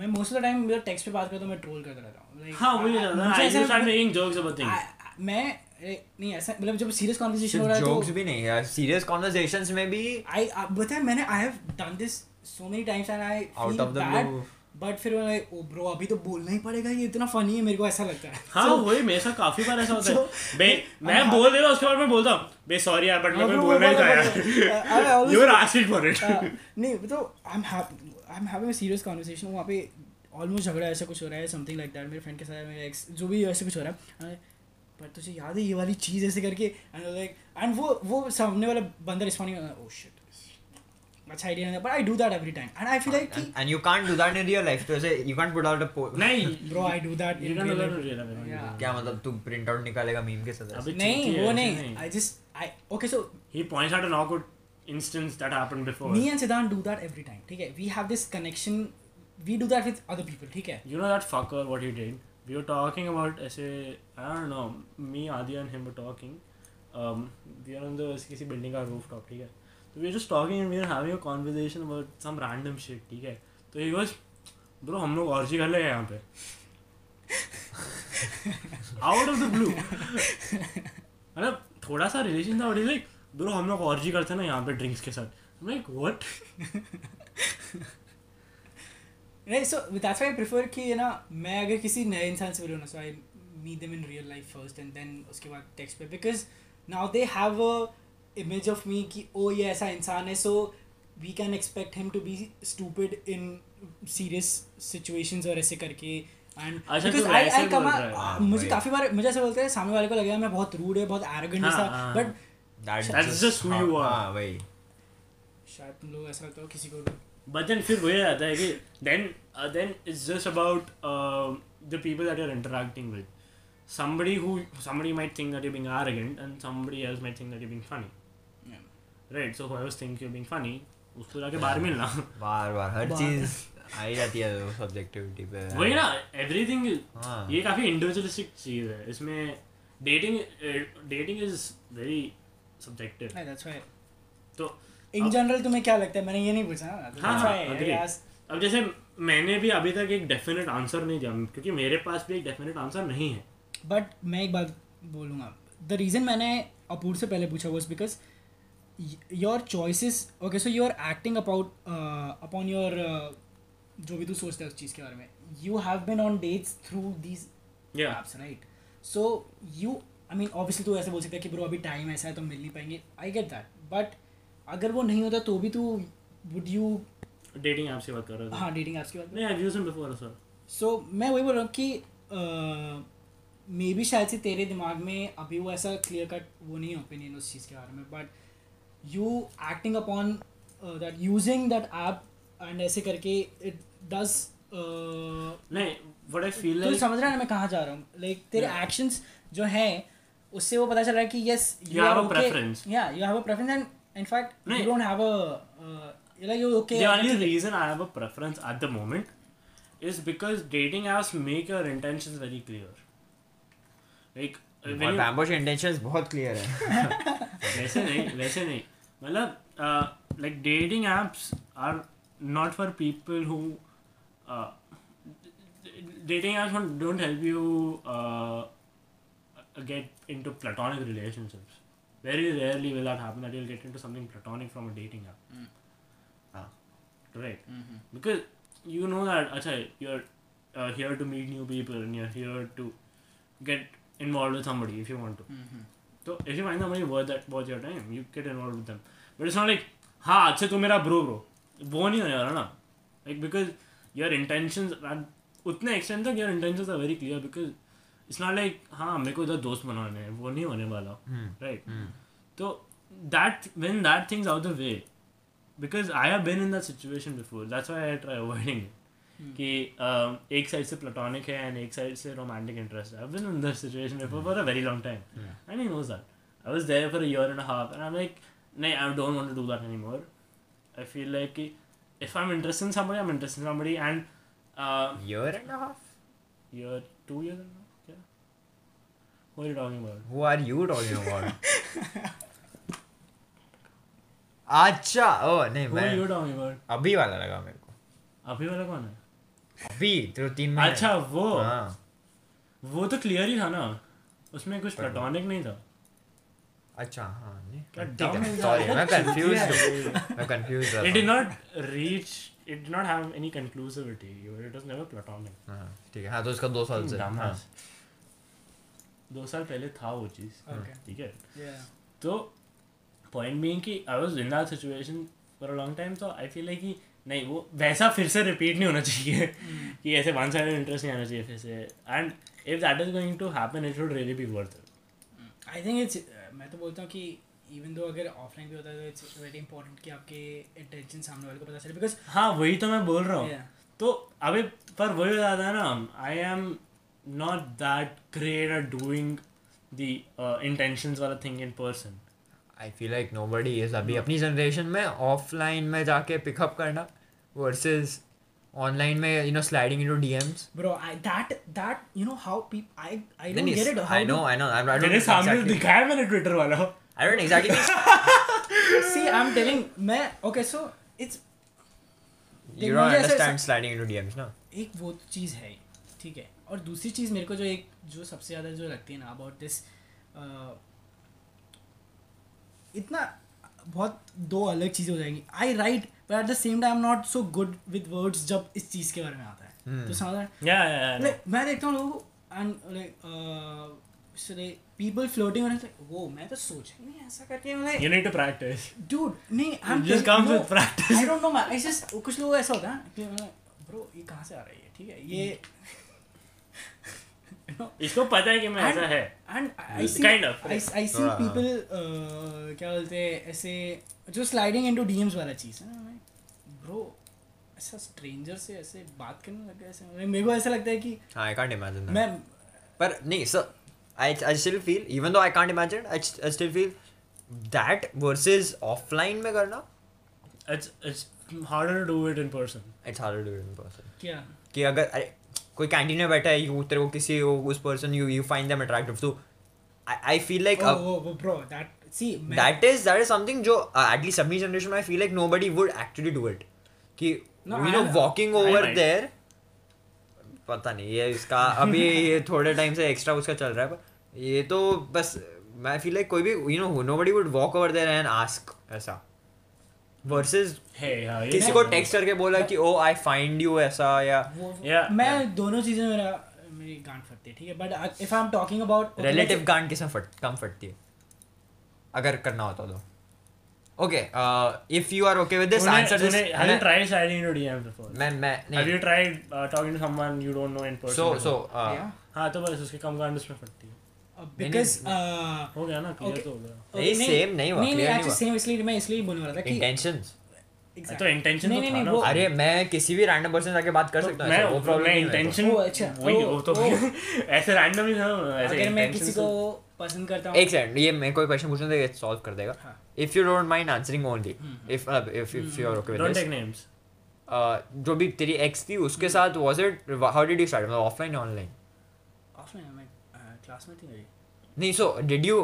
[SPEAKER 4] मैं most of the time मेरा text पे बात करता हूँ मैं troll करता रहता हूँ. Like,
[SPEAKER 3] हाँ मुझे
[SPEAKER 4] I-
[SPEAKER 3] ज्यादा
[SPEAKER 4] मुझे
[SPEAKER 3] आई
[SPEAKER 4] ऐसा-
[SPEAKER 3] start making jokes about things
[SPEAKER 4] I- मैं अरे, नहीं ऐसा मतलब जब सीरियस कॉन्वर्सेशन हो रहा
[SPEAKER 2] सिर्फ
[SPEAKER 4] है तो
[SPEAKER 2] जोक्स भी नहीं यार सीरियस कॉन्वर्सेशंस में भी
[SPEAKER 4] आई आप- पता है मैंने I have done this so many times and I
[SPEAKER 2] Out
[SPEAKER 4] feel
[SPEAKER 2] of the
[SPEAKER 4] bad
[SPEAKER 2] blue.
[SPEAKER 4] But फिर मैं ओ ब्रो अभी तो बोलना ही पड़ेगा ये इतना फनी है मेरे को ऐसा लगता है
[SPEAKER 3] हाँ
[SPEAKER 4] So,
[SPEAKER 3] वही मेरे साथ काफी बार ऐसा होता है
[SPEAKER 4] So-
[SPEAKER 3] बे मैं
[SPEAKER 4] हाँ।
[SPEAKER 3] बोल देता हूँ उसके बाद मैं बोलता हूँ बे सॉरी यार बट
[SPEAKER 4] हाँ,
[SPEAKER 3] मैं
[SPEAKER 4] bro,
[SPEAKER 3] बोलना ही
[SPEAKER 4] बोलो,
[SPEAKER 3] था
[SPEAKER 4] बोलो। *laughs* I- I
[SPEAKER 3] यार
[SPEAKER 4] always-
[SPEAKER 3] you are asking for it
[SPEAKER 4] Uh, *laughs* नहीं तो I am I am having a serious conversation वहाँ पे ऑलमोस्ट झगड़ा ऐसा कुछ हो रहा है समथिंग लाइक दैट मेरे फ्रेंड के साथ मेरे ex- जो भी ऐसे कुछ हो रहा है पर तुझे याद है ये वाली चीज़ ऐसे करके एंड लाइक एंड वो वो सामने वाला बंदा रिस्पॉन्डिंग ओ शिट "Oh, अच्छा आइडिया नहीं but I do that every time and I feel like कि
[SPEAKER 2] and, and you can't do that in real life तो ऐसे you can't put out a post
[SPEAKER 4] *laughs*
[SPEAKER 3] नहीं
[SPEAKER 4] ब्रो आई डू दैट
[SPEAKER 3] ये गाना लगा रही है ना मेरे
[SPEAKER 4] Yeah.
[SPEAKER 2] क्या मतलब तू प्रिंट आउट निकालेगा मीम के साथ
[SPEAKER 3] अभी
[SPEAKER 4] नहीं वो नहीं I just I okay so
[SPEAKER 3] he points out an awkward instance that happened before
[SPEAKER 4] me and Siddhant do that every time ठीक है we have this connection we do that with other people ठीक है
[SPEAKER 3] You know that fucker what he did? We were talking about ऐसे I don't know me Adi and him were talking. Um, we are on the ऐसे किसी building का rooftop ठीक है. So we were just talking and we were having a conversation about some random shit ठीक है. तो he goes bro हम लोग orgy कर लेंगे यहाँ पे. Out of the blue. मतलब थोड़ा सा relation था और he's like bro हम लोग orgy करते हैं ना यहाँ पे drinks के साथ. I'm like what?
[SPEAKER 4] नहीं सो दैट्स आई प्रेफर कि ये ना मैं अगर किसी नए इंसान से मिलूँ ना so I meet them in real life first and then उसके बाद टेक्स्ट पे because now they have a image of me कि ओ ये ऐसा इंसान है so we can expect him to be stupid in serious situations और ऐसे करके एंड
[SPEAKER 3] अच्छा,
[SPEAKER 4] बिकॉज
[SPEAKER 3] तू
[SPEAKER 4] आई
[SPEAKER 3] वैसे
[SPEAKER 4] आई
[SPEAKER 3] बोल
[SPEAKER 4] कम
[SPEAKER 3] रहा
[SPEAKER 2] है।
[SPEAKER 4] हाँ, मुझे
[SPEAKER 2] वही।
[SPEAKER 4] काफ़ी बार मुझे ऐसा बोलते हैं सामने वाले को लगेगा मैं बहुत रूड है बहुत एरोगेंट
[SPEAKER 3] हाँ,
[SPEAKER 4] था
[SPEAKER 3] हाँ।
[SPEAKER 4] But
[SPEAKER 3] That's just who you are.
[SPEAKER 2] हाँ वही
[SPEAKER 4] शायद तुम लोग ऐसा लगता हो किसी को
[SPEAKER 3] But then फिर वही रहता है कि then uh, then it's just about uh, the people that you're interacting with. Somebody who somebody might think that you're being arrogant and somebody else might think that you're being funny.
[SPEAKER 4] Yeah.
[SPEAKER 3] Right. So whoever thinks you're being funny, उसको जाके बाहर मिलना.
[SPEAKER 2] बार बार हर
[SPEAKER 4] बार-
[SPEAKER 2] चीज आई जाती है वो subjectivity पे
[SPEAKER 3] *laughs* वही ना everything is-
[SPEAKER 2] हाँ
[SPEAKER 3] ये काफी individualistic चीज है. इसमें dating uh, dating is very subjective.
[SPEAKER 4] That's why
[SPEAKER 3] तो-
[SPEAKER 4] इन
[SPEAKER 3] अब-
[SPEAKER 4] जनरल तुम्हें क्या लगता है मैंने ये नहीं पूछा ना
[SPEAKER 3] हाँ,
[SPEAKER 4] That's
[SPEAKER 3] हाँ,
[SPEAKER 4] why I
[SPEAKER 3] agree.
[SPEAKER 4] asked-
[SPEAKER 3] अब जैसे मैंने भी अभी तक एक डेफिनेट आंसर नहीं दिया क्योंकि मेरे पास भी एक डेफिनेट आंसर नहीं है
[SPEAKER 4] बट मैं एक बात बोलूँगा द रीज़न मैंने अपूर से पहले पूछा was because your choices okay so you are acting about upon your uh, जो भी तू सोचता है उस चीज़ के बारे में you have been on dates through these
[SPEAKER 3] Yeah.
[SPEAKER 4] Apps right so you I mean obviously तू ऐसे बोल सकता है कि ब्रो अभी टाइम ऐसा है तो मिल नहीं पाएंगे आई गेट दैट बट अगर वो नहीं होता तो भी तू वुड यू
[SPEAKER 3] डेटिंग ऐप से बात कर रहा था
[SPEAKER 4] हाँ डेटिंग ऐप्स की बात
[SPEAKER 3] नहीं I used before sir
[SPEAKER 4] so मैं वही बोल रहा हूँ कि मे बी शायद से तेरे दिमाग में अभी वो ऐसा क्लियर कट वो नहीं ओपिनियन उस चीज़ के बारे में but you acting upon that using that app and ऐसे करके इट डज तू
[SPEAKER 3] नहीं व्हाट आई फील लाइक
[SPEAKER 4] समझ रहा है ना मैं कहाँ जा रहा हूँ लाइक तेरे एक्शंस जो हैं उससे वो पता चल रहा है कि yes
[SPEAKER 3] You have a preference.
[SPEAKER 4] या you have a preference and in fact you
[SPEAKER 3] नहीं।
[SPEAKER 4] Don't have a like you okay
[SPEAKER 3] the only reason I have a preference at the moment is because dating apps make your intentions very clear. Like uh, when
[SPEAKER 2] और
[SPEAKER 3] you,
[SPEAKER 2] Bumble के intentions बहुत clear है
[SPEAKER 3] वैसे नहीं वैसे नहीं मतलब like dating apps are not for people who uh, dating apps don't help you get into platonic relationships very rarely will that happen that you'll get into something platonic from a dating app
[SPEAKER 4] Mm.
[SPEAKER 3] ah. right because you know that acha, you're uh, here to meet new people and you're here to get involved with somebody if you want to so if you find somebody worth that worth your time you get involved with them but it's not like हाँ, ha acha tu mera bro bro वो नहीं होने वाला ना like because your intentions उतने extend तक your intentions are very clear because it's not like हाँ मेरे को इधर दोस्त बनाने हैं वो नहीं होने वाला right so that when that thing's out of the way because i have been in that situation before that's why i try avoiding it कि um, एक साइड से प्लेटोनिक है एंड एक साइड से रोमांटिक इंटरेस्ट है I been in that situation before for a very long time I mean knows that I was there for a year and half and I am like नहीं I don't want to do that anymore I feel like कि if I am interested in somebody I am interested in somebody uh, and
[SPEAKER 2] year and half
[SPEAKER 3] year two year क्या what are you talking about
[SPEAKER 2] who are you talking about अच्छा oh नहीं
[SPEAKER 3] what are you
[SPEAKER 2] मैं
[SPEAKER 3] talking about
[SPEAKER 2] अभी वाला लगा मेरे को
[SPEAKER 3] अभी वाला कौन है
[SPEAKER 2] अभी तो तीन महीने
[SPEAKER 3] अच्छा वो
[SPEAKER 2] हाँ
[SPEAKER 3] वो तो क्लियर ही था ना उसमें कुछ प्लेटोनिक नहीं था
[SPEAKER 2] अच्छा हाँ नहीं
[SPEAKER 3] क्या
[SPEAKER 2] ठीक
[SPEAKER 3] dumb
[SPEAKER 2] है
[SPEAKER 3] इंसान
[SPEAKER 2] सॉरी
[SPEAKER 3] है।
[SPEAKER 2] मैं कंफ्यूज
[SPEAKER 3] Yeah.
[SPEAKER 2] मैं confuse
[SPEAKER 3] it did not reach it did not have any conclusivity it was never platonic
[SPEAKER 2] ठीक है हाँ तो उसका दो साल से
[SPEAKER 6] Hmm.
[SPEAKER 2] हाँ
[SPEAKER 3] dumbass. दो साल पहले था वो चीज़
[SPEAKER 4] Okay.
[SPEAKER 3] ठीक है
[SPEAKER 4] Yeah.
[SPEAKER 3] तो पॉइंट बीइंग कि I was in that situation for a long time तो आई फील है कि नहीं वो वैसा फिर से रिपीट नहीं होना चाहिए *laughs* कि ऐसे वन साइड इंटरेस्ट नहीं आना चाहिए फिर से and if that is going to happen it would really be worth it
[SPEAKER 4] I think it's मैं तो बोलता हूँ कि इवन दो अगर ऑफलाइन भी होता है तो इट्स वेरी इंपॉर्टेंट कि आपके इंटेंशन सामने वाले को पता चले बिकॉज
[SPEAKER 3] हाँ वही तो मैं बोल रहा हूँ तो अबे पर वही हो जाता है ना I am not that great at doing the intentions uh, वाला thing in person
[SPEAKER 2] I feel like nobody is अभी अपनी जनरेशन में ऑफलाइन में जाके पिकअप करना वर्सेस ऑनलाइन में you know sliding into DMs
[SPEAKER 4] bro I that that you know how peep I I don't get it
[SPEAKER 2] I know I know I don't
[SPEAKER 3] मेरे सामने
[SPEAKER 2] exactly
[SPEAKER 3] दिखाया मैंने ट्विटर वाला
[SPEAKER 2] I
[SPEAKER 3] *laughs*
[SPEAKER 2] don't exactly
[SPEAKER 4] C I am telling मैं okay so it's
[SPEAKER 2] you don't understand sliding into DMs ना
[SPEAKER 4] एक वो चीज़ है ठीक है और दूसरी चीज़ मेरे को जो एक जो सबसे ज़्यादा जो लगती है ना अबाउट दिस इतना बहुत दो अलग चीज़ें हो जाएंगी I write but at the same time not so good with words जब इस चीज़ के बारे में आता है तो समझ रहा है
[SPEAKER 3] या या
[SPEAKER 4] Like, मैं देखता हूँ लोगों को and like uh, so like people floating around like वो मैं तो सोचा ही नहीं ऐसा करके
[SPEAKER 3] You
[SPEAKER 4] मतलब
[SPEAKER 3] need to practice.
[SPEAKER 4] dude नहीं I'm
[SPEAKER 3] It just
[SPEAKER 4] telling-
[SPEAKER 3] comes with practice.
[SPEAKER 4] I don't know man it's just कुछ लोग ऐसा होता है ना कि मतलब bro ये कहाँ से आ रही है ठीक है ये you know,
[SPEAKER 3] इसको पता है कि मैं
[SPEAKER 4] And-
[SPEAKER 3] ऐसा है
[SPEAKER 4] and I see
[SPEAKER 3] Kind of.
[SPEAKER 4] I, I see
[SPEAKER 2] थोड़ा, हाँ।
[SPEAKER 4] people uh, क्या बोलते हैं ऐसे जो स्लाइडिंग इनटू डीएम्स वाला चीज है ना ब्रो ऐसा स्ट्रेंजर से ऐसे बात करने लग गया ऐसे मतलब मेरे को ऐसा लगता है कि
[SPEAKER 2] हाँ आई कांट इमेजिन दैट
[SPEAKER 4] मैं
[SPEAKER 2] But nahi, so I I still feel even though I can't imagine, I, st- I still feel that versus offline में करना
[SPEAKER 3] It's it's harder to do it in person.
[SPEAKER 2] it's harder to do in person.
[SPEAKER 4] क्या
[SPEAKER 2] कि अगर अरे कोई canteen में बैठा है यू तेरे को किसी वो- उस person you you find them attractive तो I I feel like
[SPEAKER 4] oh, oh, oh, bro, that see, man,
[SPEAKER 2] that is that is something जो uh, एटलीस्ट अपनी जनरेशन में I feel like nobody would actually do it कि
[SPEAKER 4] No,
[SPEAKER 2] you
[SPEAKER 4] I-
[SPEAKER 2] know walking
[SPEAKER 3] I
[SPEAKER 2] over
[SPEAKER 3] might.
[SPEAKER 2] There पता नहीं ये इसका अभी ये थोड़े टाइम से एक्स्ट्रा उसका चल रहा है पर ये तो बस मैं फील लाइक कोई भी you know nobody would walk over there and ask ऐसा वर्सेस
[SPEAKER 3] Hey, yeah, yeah.
[SPEAKER 2] किसी को टेक्स्ट करके बोला कि "Oh, oh I find you ऐसा या
[SPEAKER 4] वो
[SPEAKER 3] Yeah,
[SPEAKER 4] मैं दोनों चीजें मेरा मेरी गांठ फटती है uh, ठीक है but if I am talking about
[SPEAKER 2] relative गांड किसमें फट कम फटती है अगर करना होता तो uh, okay if you are okay with this
[SPEAKER 3] तूने-
[SPEAKER 2] आंसर
[SPEAKER 4] तो-
[SPEAKER 2] दिस
[SPEAKER 3] तूने- Have you tried sliding into DM before?
[SPEAKER 2] मैं मैं
[SPEAKER 3] Have you
[SPEAKER 2] नहीं
[SPEAKER 3] tried uh, talking to someone you don't know in person?
[SPEAKER 2] So so
[SPEAKER 3] हाँ तो बस उसके कम कारण उसमें फटती है
[SPEAKER 4] Uh, बिकॉज uh,
[SPEAKER 3] हो गया ना क्लियर
[SPEAKER 4] Okay.
[SPEAKER 3] तो हो गया
[SPEAKER 2] नहीं, same नहीं हुआ,
[SPEAKER 4] नहीं
[SPEAKER 2] clear
[SPEAKER 4] नहीं
[SPEAKER 2] नहीं
[SPEAKER 4] uh, actually
[SPEAKER 2] हुआ।
[SPEAKER 4] same इसलिए मैं इसलिए बोलने वाला था कि
[SPEAKER 2] इंटेंशंस
[SPEAKER 4] exactly.
[SPEAKER 3] तो intention तो
[SPEAKER 4] नहीं, नहीं,
[SPEAKER 3] था
[SPEAKER 4] नहीं,
[SPEAKER 3] ना
[SPEAKER 4] वो-
[SPEAKER 2] अरे मैं किसी भी रैंडम पर्सन से जाके बात कर
[SPEAKER 3] तो
[SPEAKER 2] सकता हूँ
[SPEAKER 3] मैं
[SPEAKER 2] ऐसे, वो
[SPEAKER 3] वो
[SPEAKER 2] प्रॉब्लम
[SPEAKER 3] मैं
[SPEAKER 2] नहीं है मेरे को।
[SPEAKER 3] इंटेंशन
[SPEAKER 4] ओ, अच्छा,
[SPEAKER 3] वही
[SPEAKER 4] ओ,
[SPEAKER 3] वो तो
[SPEAKER 4] ओ।
[SPEAKER 3] *laughs* ऐसे रैंडम ही था ऐसे
[SPEAKER 4] अगर मैं
[SPEAKER 3] intentions
[SPEAKER 4] किसी को
[SPEAKER 3] तो-
[SPEAKER 4] पसंद करता हूँ
[SPEAKER 2] एक सेकंड ये मेरे को क्वेश्चन पूछना था ये सॉल्व कर देगा
[SPEAKER 4] हाँ।
[SPEAKER 2] If you don't mind answering only
[SPEAKER 4] hmm,
[SPEAKER 2] if if if you are okay
[SPEAKER 3] don't
[SPEAKER 2] with
[SPEAKER 3] take names
[SPEAKER 2] this uh, जो भी तेरी एक्स थी उसके साथ was it how did you start मतलब ऑफलाइन ऑनलाइन
[SPEAKER 4] ऑफलाइन मैं क्लासमेट ही मेरी
[SPEAKER 2] नहीं so did you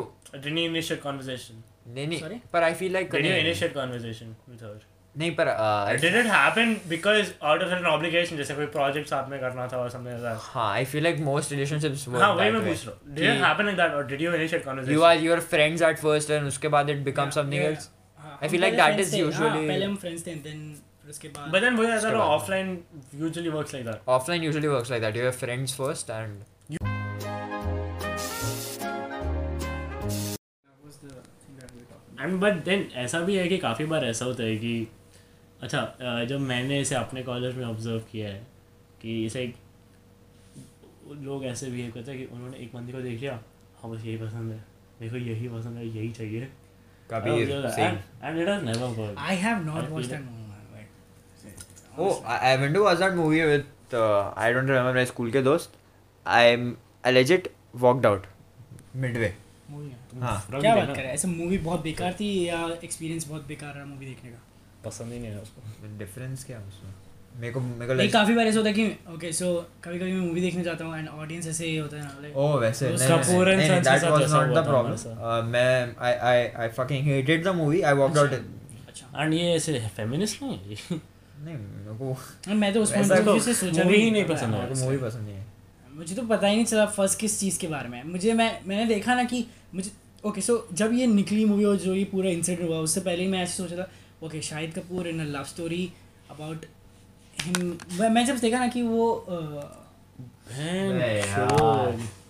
[SPEAKER 3] did you initiate conversation
[SPEAKER 2] नहीं नहीं
[SPEAKER 4] Sorry?
[SPEAKER 2] पर I feel like
[SPEAKER 3] did you initiate conversation with her
[SPEAKER 2] नहीं पर uh, I
[SPEAKER 3] did it happen because out of an obligation जैसे कोई project साथ में करना था or something like that
[SPEAKER 2] हाँ I feel like most relationships
[SPEAKER 3] हाँ वही मैं पूछ रहा हूँ did it happen like that और did you initiate
[SPEAKER 2] you
[SPEAKER 3] conversation
[SPEAKER 2] are your friends at first and उसके बाद it become something else I feel like that is usually-
[SPEAKER 4] हाँ, पहले हम फ्रेंड्स थे देन फिर उसके बाद
[SPEAKER 3] बट देन वो ऐसा
[SPEAKER 2] उसके बाद में।
[SPEAKER 3] Offline usually works like that
[SPEAKER 2] offline usually works like that your friends first and
[SPEAKER 4] What's the thing that we were talking
[SPEAKER 3] and but then ऐसा भी है कि काफ़ी बार ऐसा होता है कि अच्छा अ, जब मैंने इसे अपने कॉलेज में ऑब्जर्व किया है कि इसे एक- लोग ऐसे बिहेव करते हैं कि उन्होंने एक बंदे को देख लिया हाँ बस यही पसंद है देखो यही पसंद है यही चाहिए
[SPEAKER 2] Kabir Singh
[SPEAKER 3] and it has never
[SPEAKER 4] about? I have not
[SPEAKER 3] I feel-
[SPEAKER 4] watched that movie. man, but-
[SPEAKER 2] oh I went to was that movie with I don't remember my school के दोस्त I am I legit walked out midway
[SPEAKER 4] Movie है।
[SPEAKER 2] हाँ
[SPEAKER 4] क्या बात कर रहा है ऐसे मूवी बहुत बेकार थी या एक्सपीरियंस बहुत बेकार रहा मूवी देखने का
[SPEAKER 3] पसंद ही नहीं है उसको
[SPEAKER 2] डिफरेंस क्या है उसमें मेरे को मेरे को
[SPEAKER 4] नहीं
[SPEAKER 2] लग
[SPEAKER 4] काफी बार ऐसा होता है कि ओके सो कभी कभी मैं मूवी देखने जाता हूँ एंड ऑडियंस ऐसे ही होता है ना like,
[SPEAKER 2] ओ Oh, वैसे नहीं
[SPEAKER 3] कपूर and
[SPEAKER 2] नहीं
[SPEAKER 3] Sons के
[SPEAKER 2] दैट
[SPEAKER 3] साथ
[SPEAKER 2] वाज
[SPEAKER 3] ऐसा
[SPEAKER 2] नॉट
[SPEAKER 3] हुआ
[SPEAKER 2] द
[SPEAKER 3] था
[SPEAKER 2] प्रॉब्लम Uh, मैं I I I fucking hated the movie I walked out
[SPEAKER 4] अच्छा
[SPEAKER 3] एंड ये ऐसे फेमिनिस्ट नहीं है ये।
[SPEAKER 2] नहीं मेरे को
[SPEAKER 4] मैं तो उस
[SPEAKER 2] वैसा
[SPEAKER 4] पॉइंट
[SPEAKER 2] तो
[SPEAKER 3] *laughs*
[SPEAKER 4] से सोचा
[SPEAKER 3] movie
[SPEAKER 4] भी
[SPEAKER 3] ही नहीं पसंद
[SPEAKER 2] मेरे को मूवी पसंद नहीं है
[SPEAKER 4] है मुझे तो पता ही नहीं चला फर्स्ट किस चीज़ के बारे में है। मुझे मैं मैंने देखा ना कि मुझे ओके सो जब ये निकली मूवी और जो ये पूरा इंसिडेंट हुआ उससे पहले ही मैं ऐसे सोचा था okay Shahid Kapoor in a love story about him मैं मैं जब देखा ना कि वो अ,
[SPEAKER 3] बहन
[SPEAKER 6] अरे
[SPEAKER 3] चोद।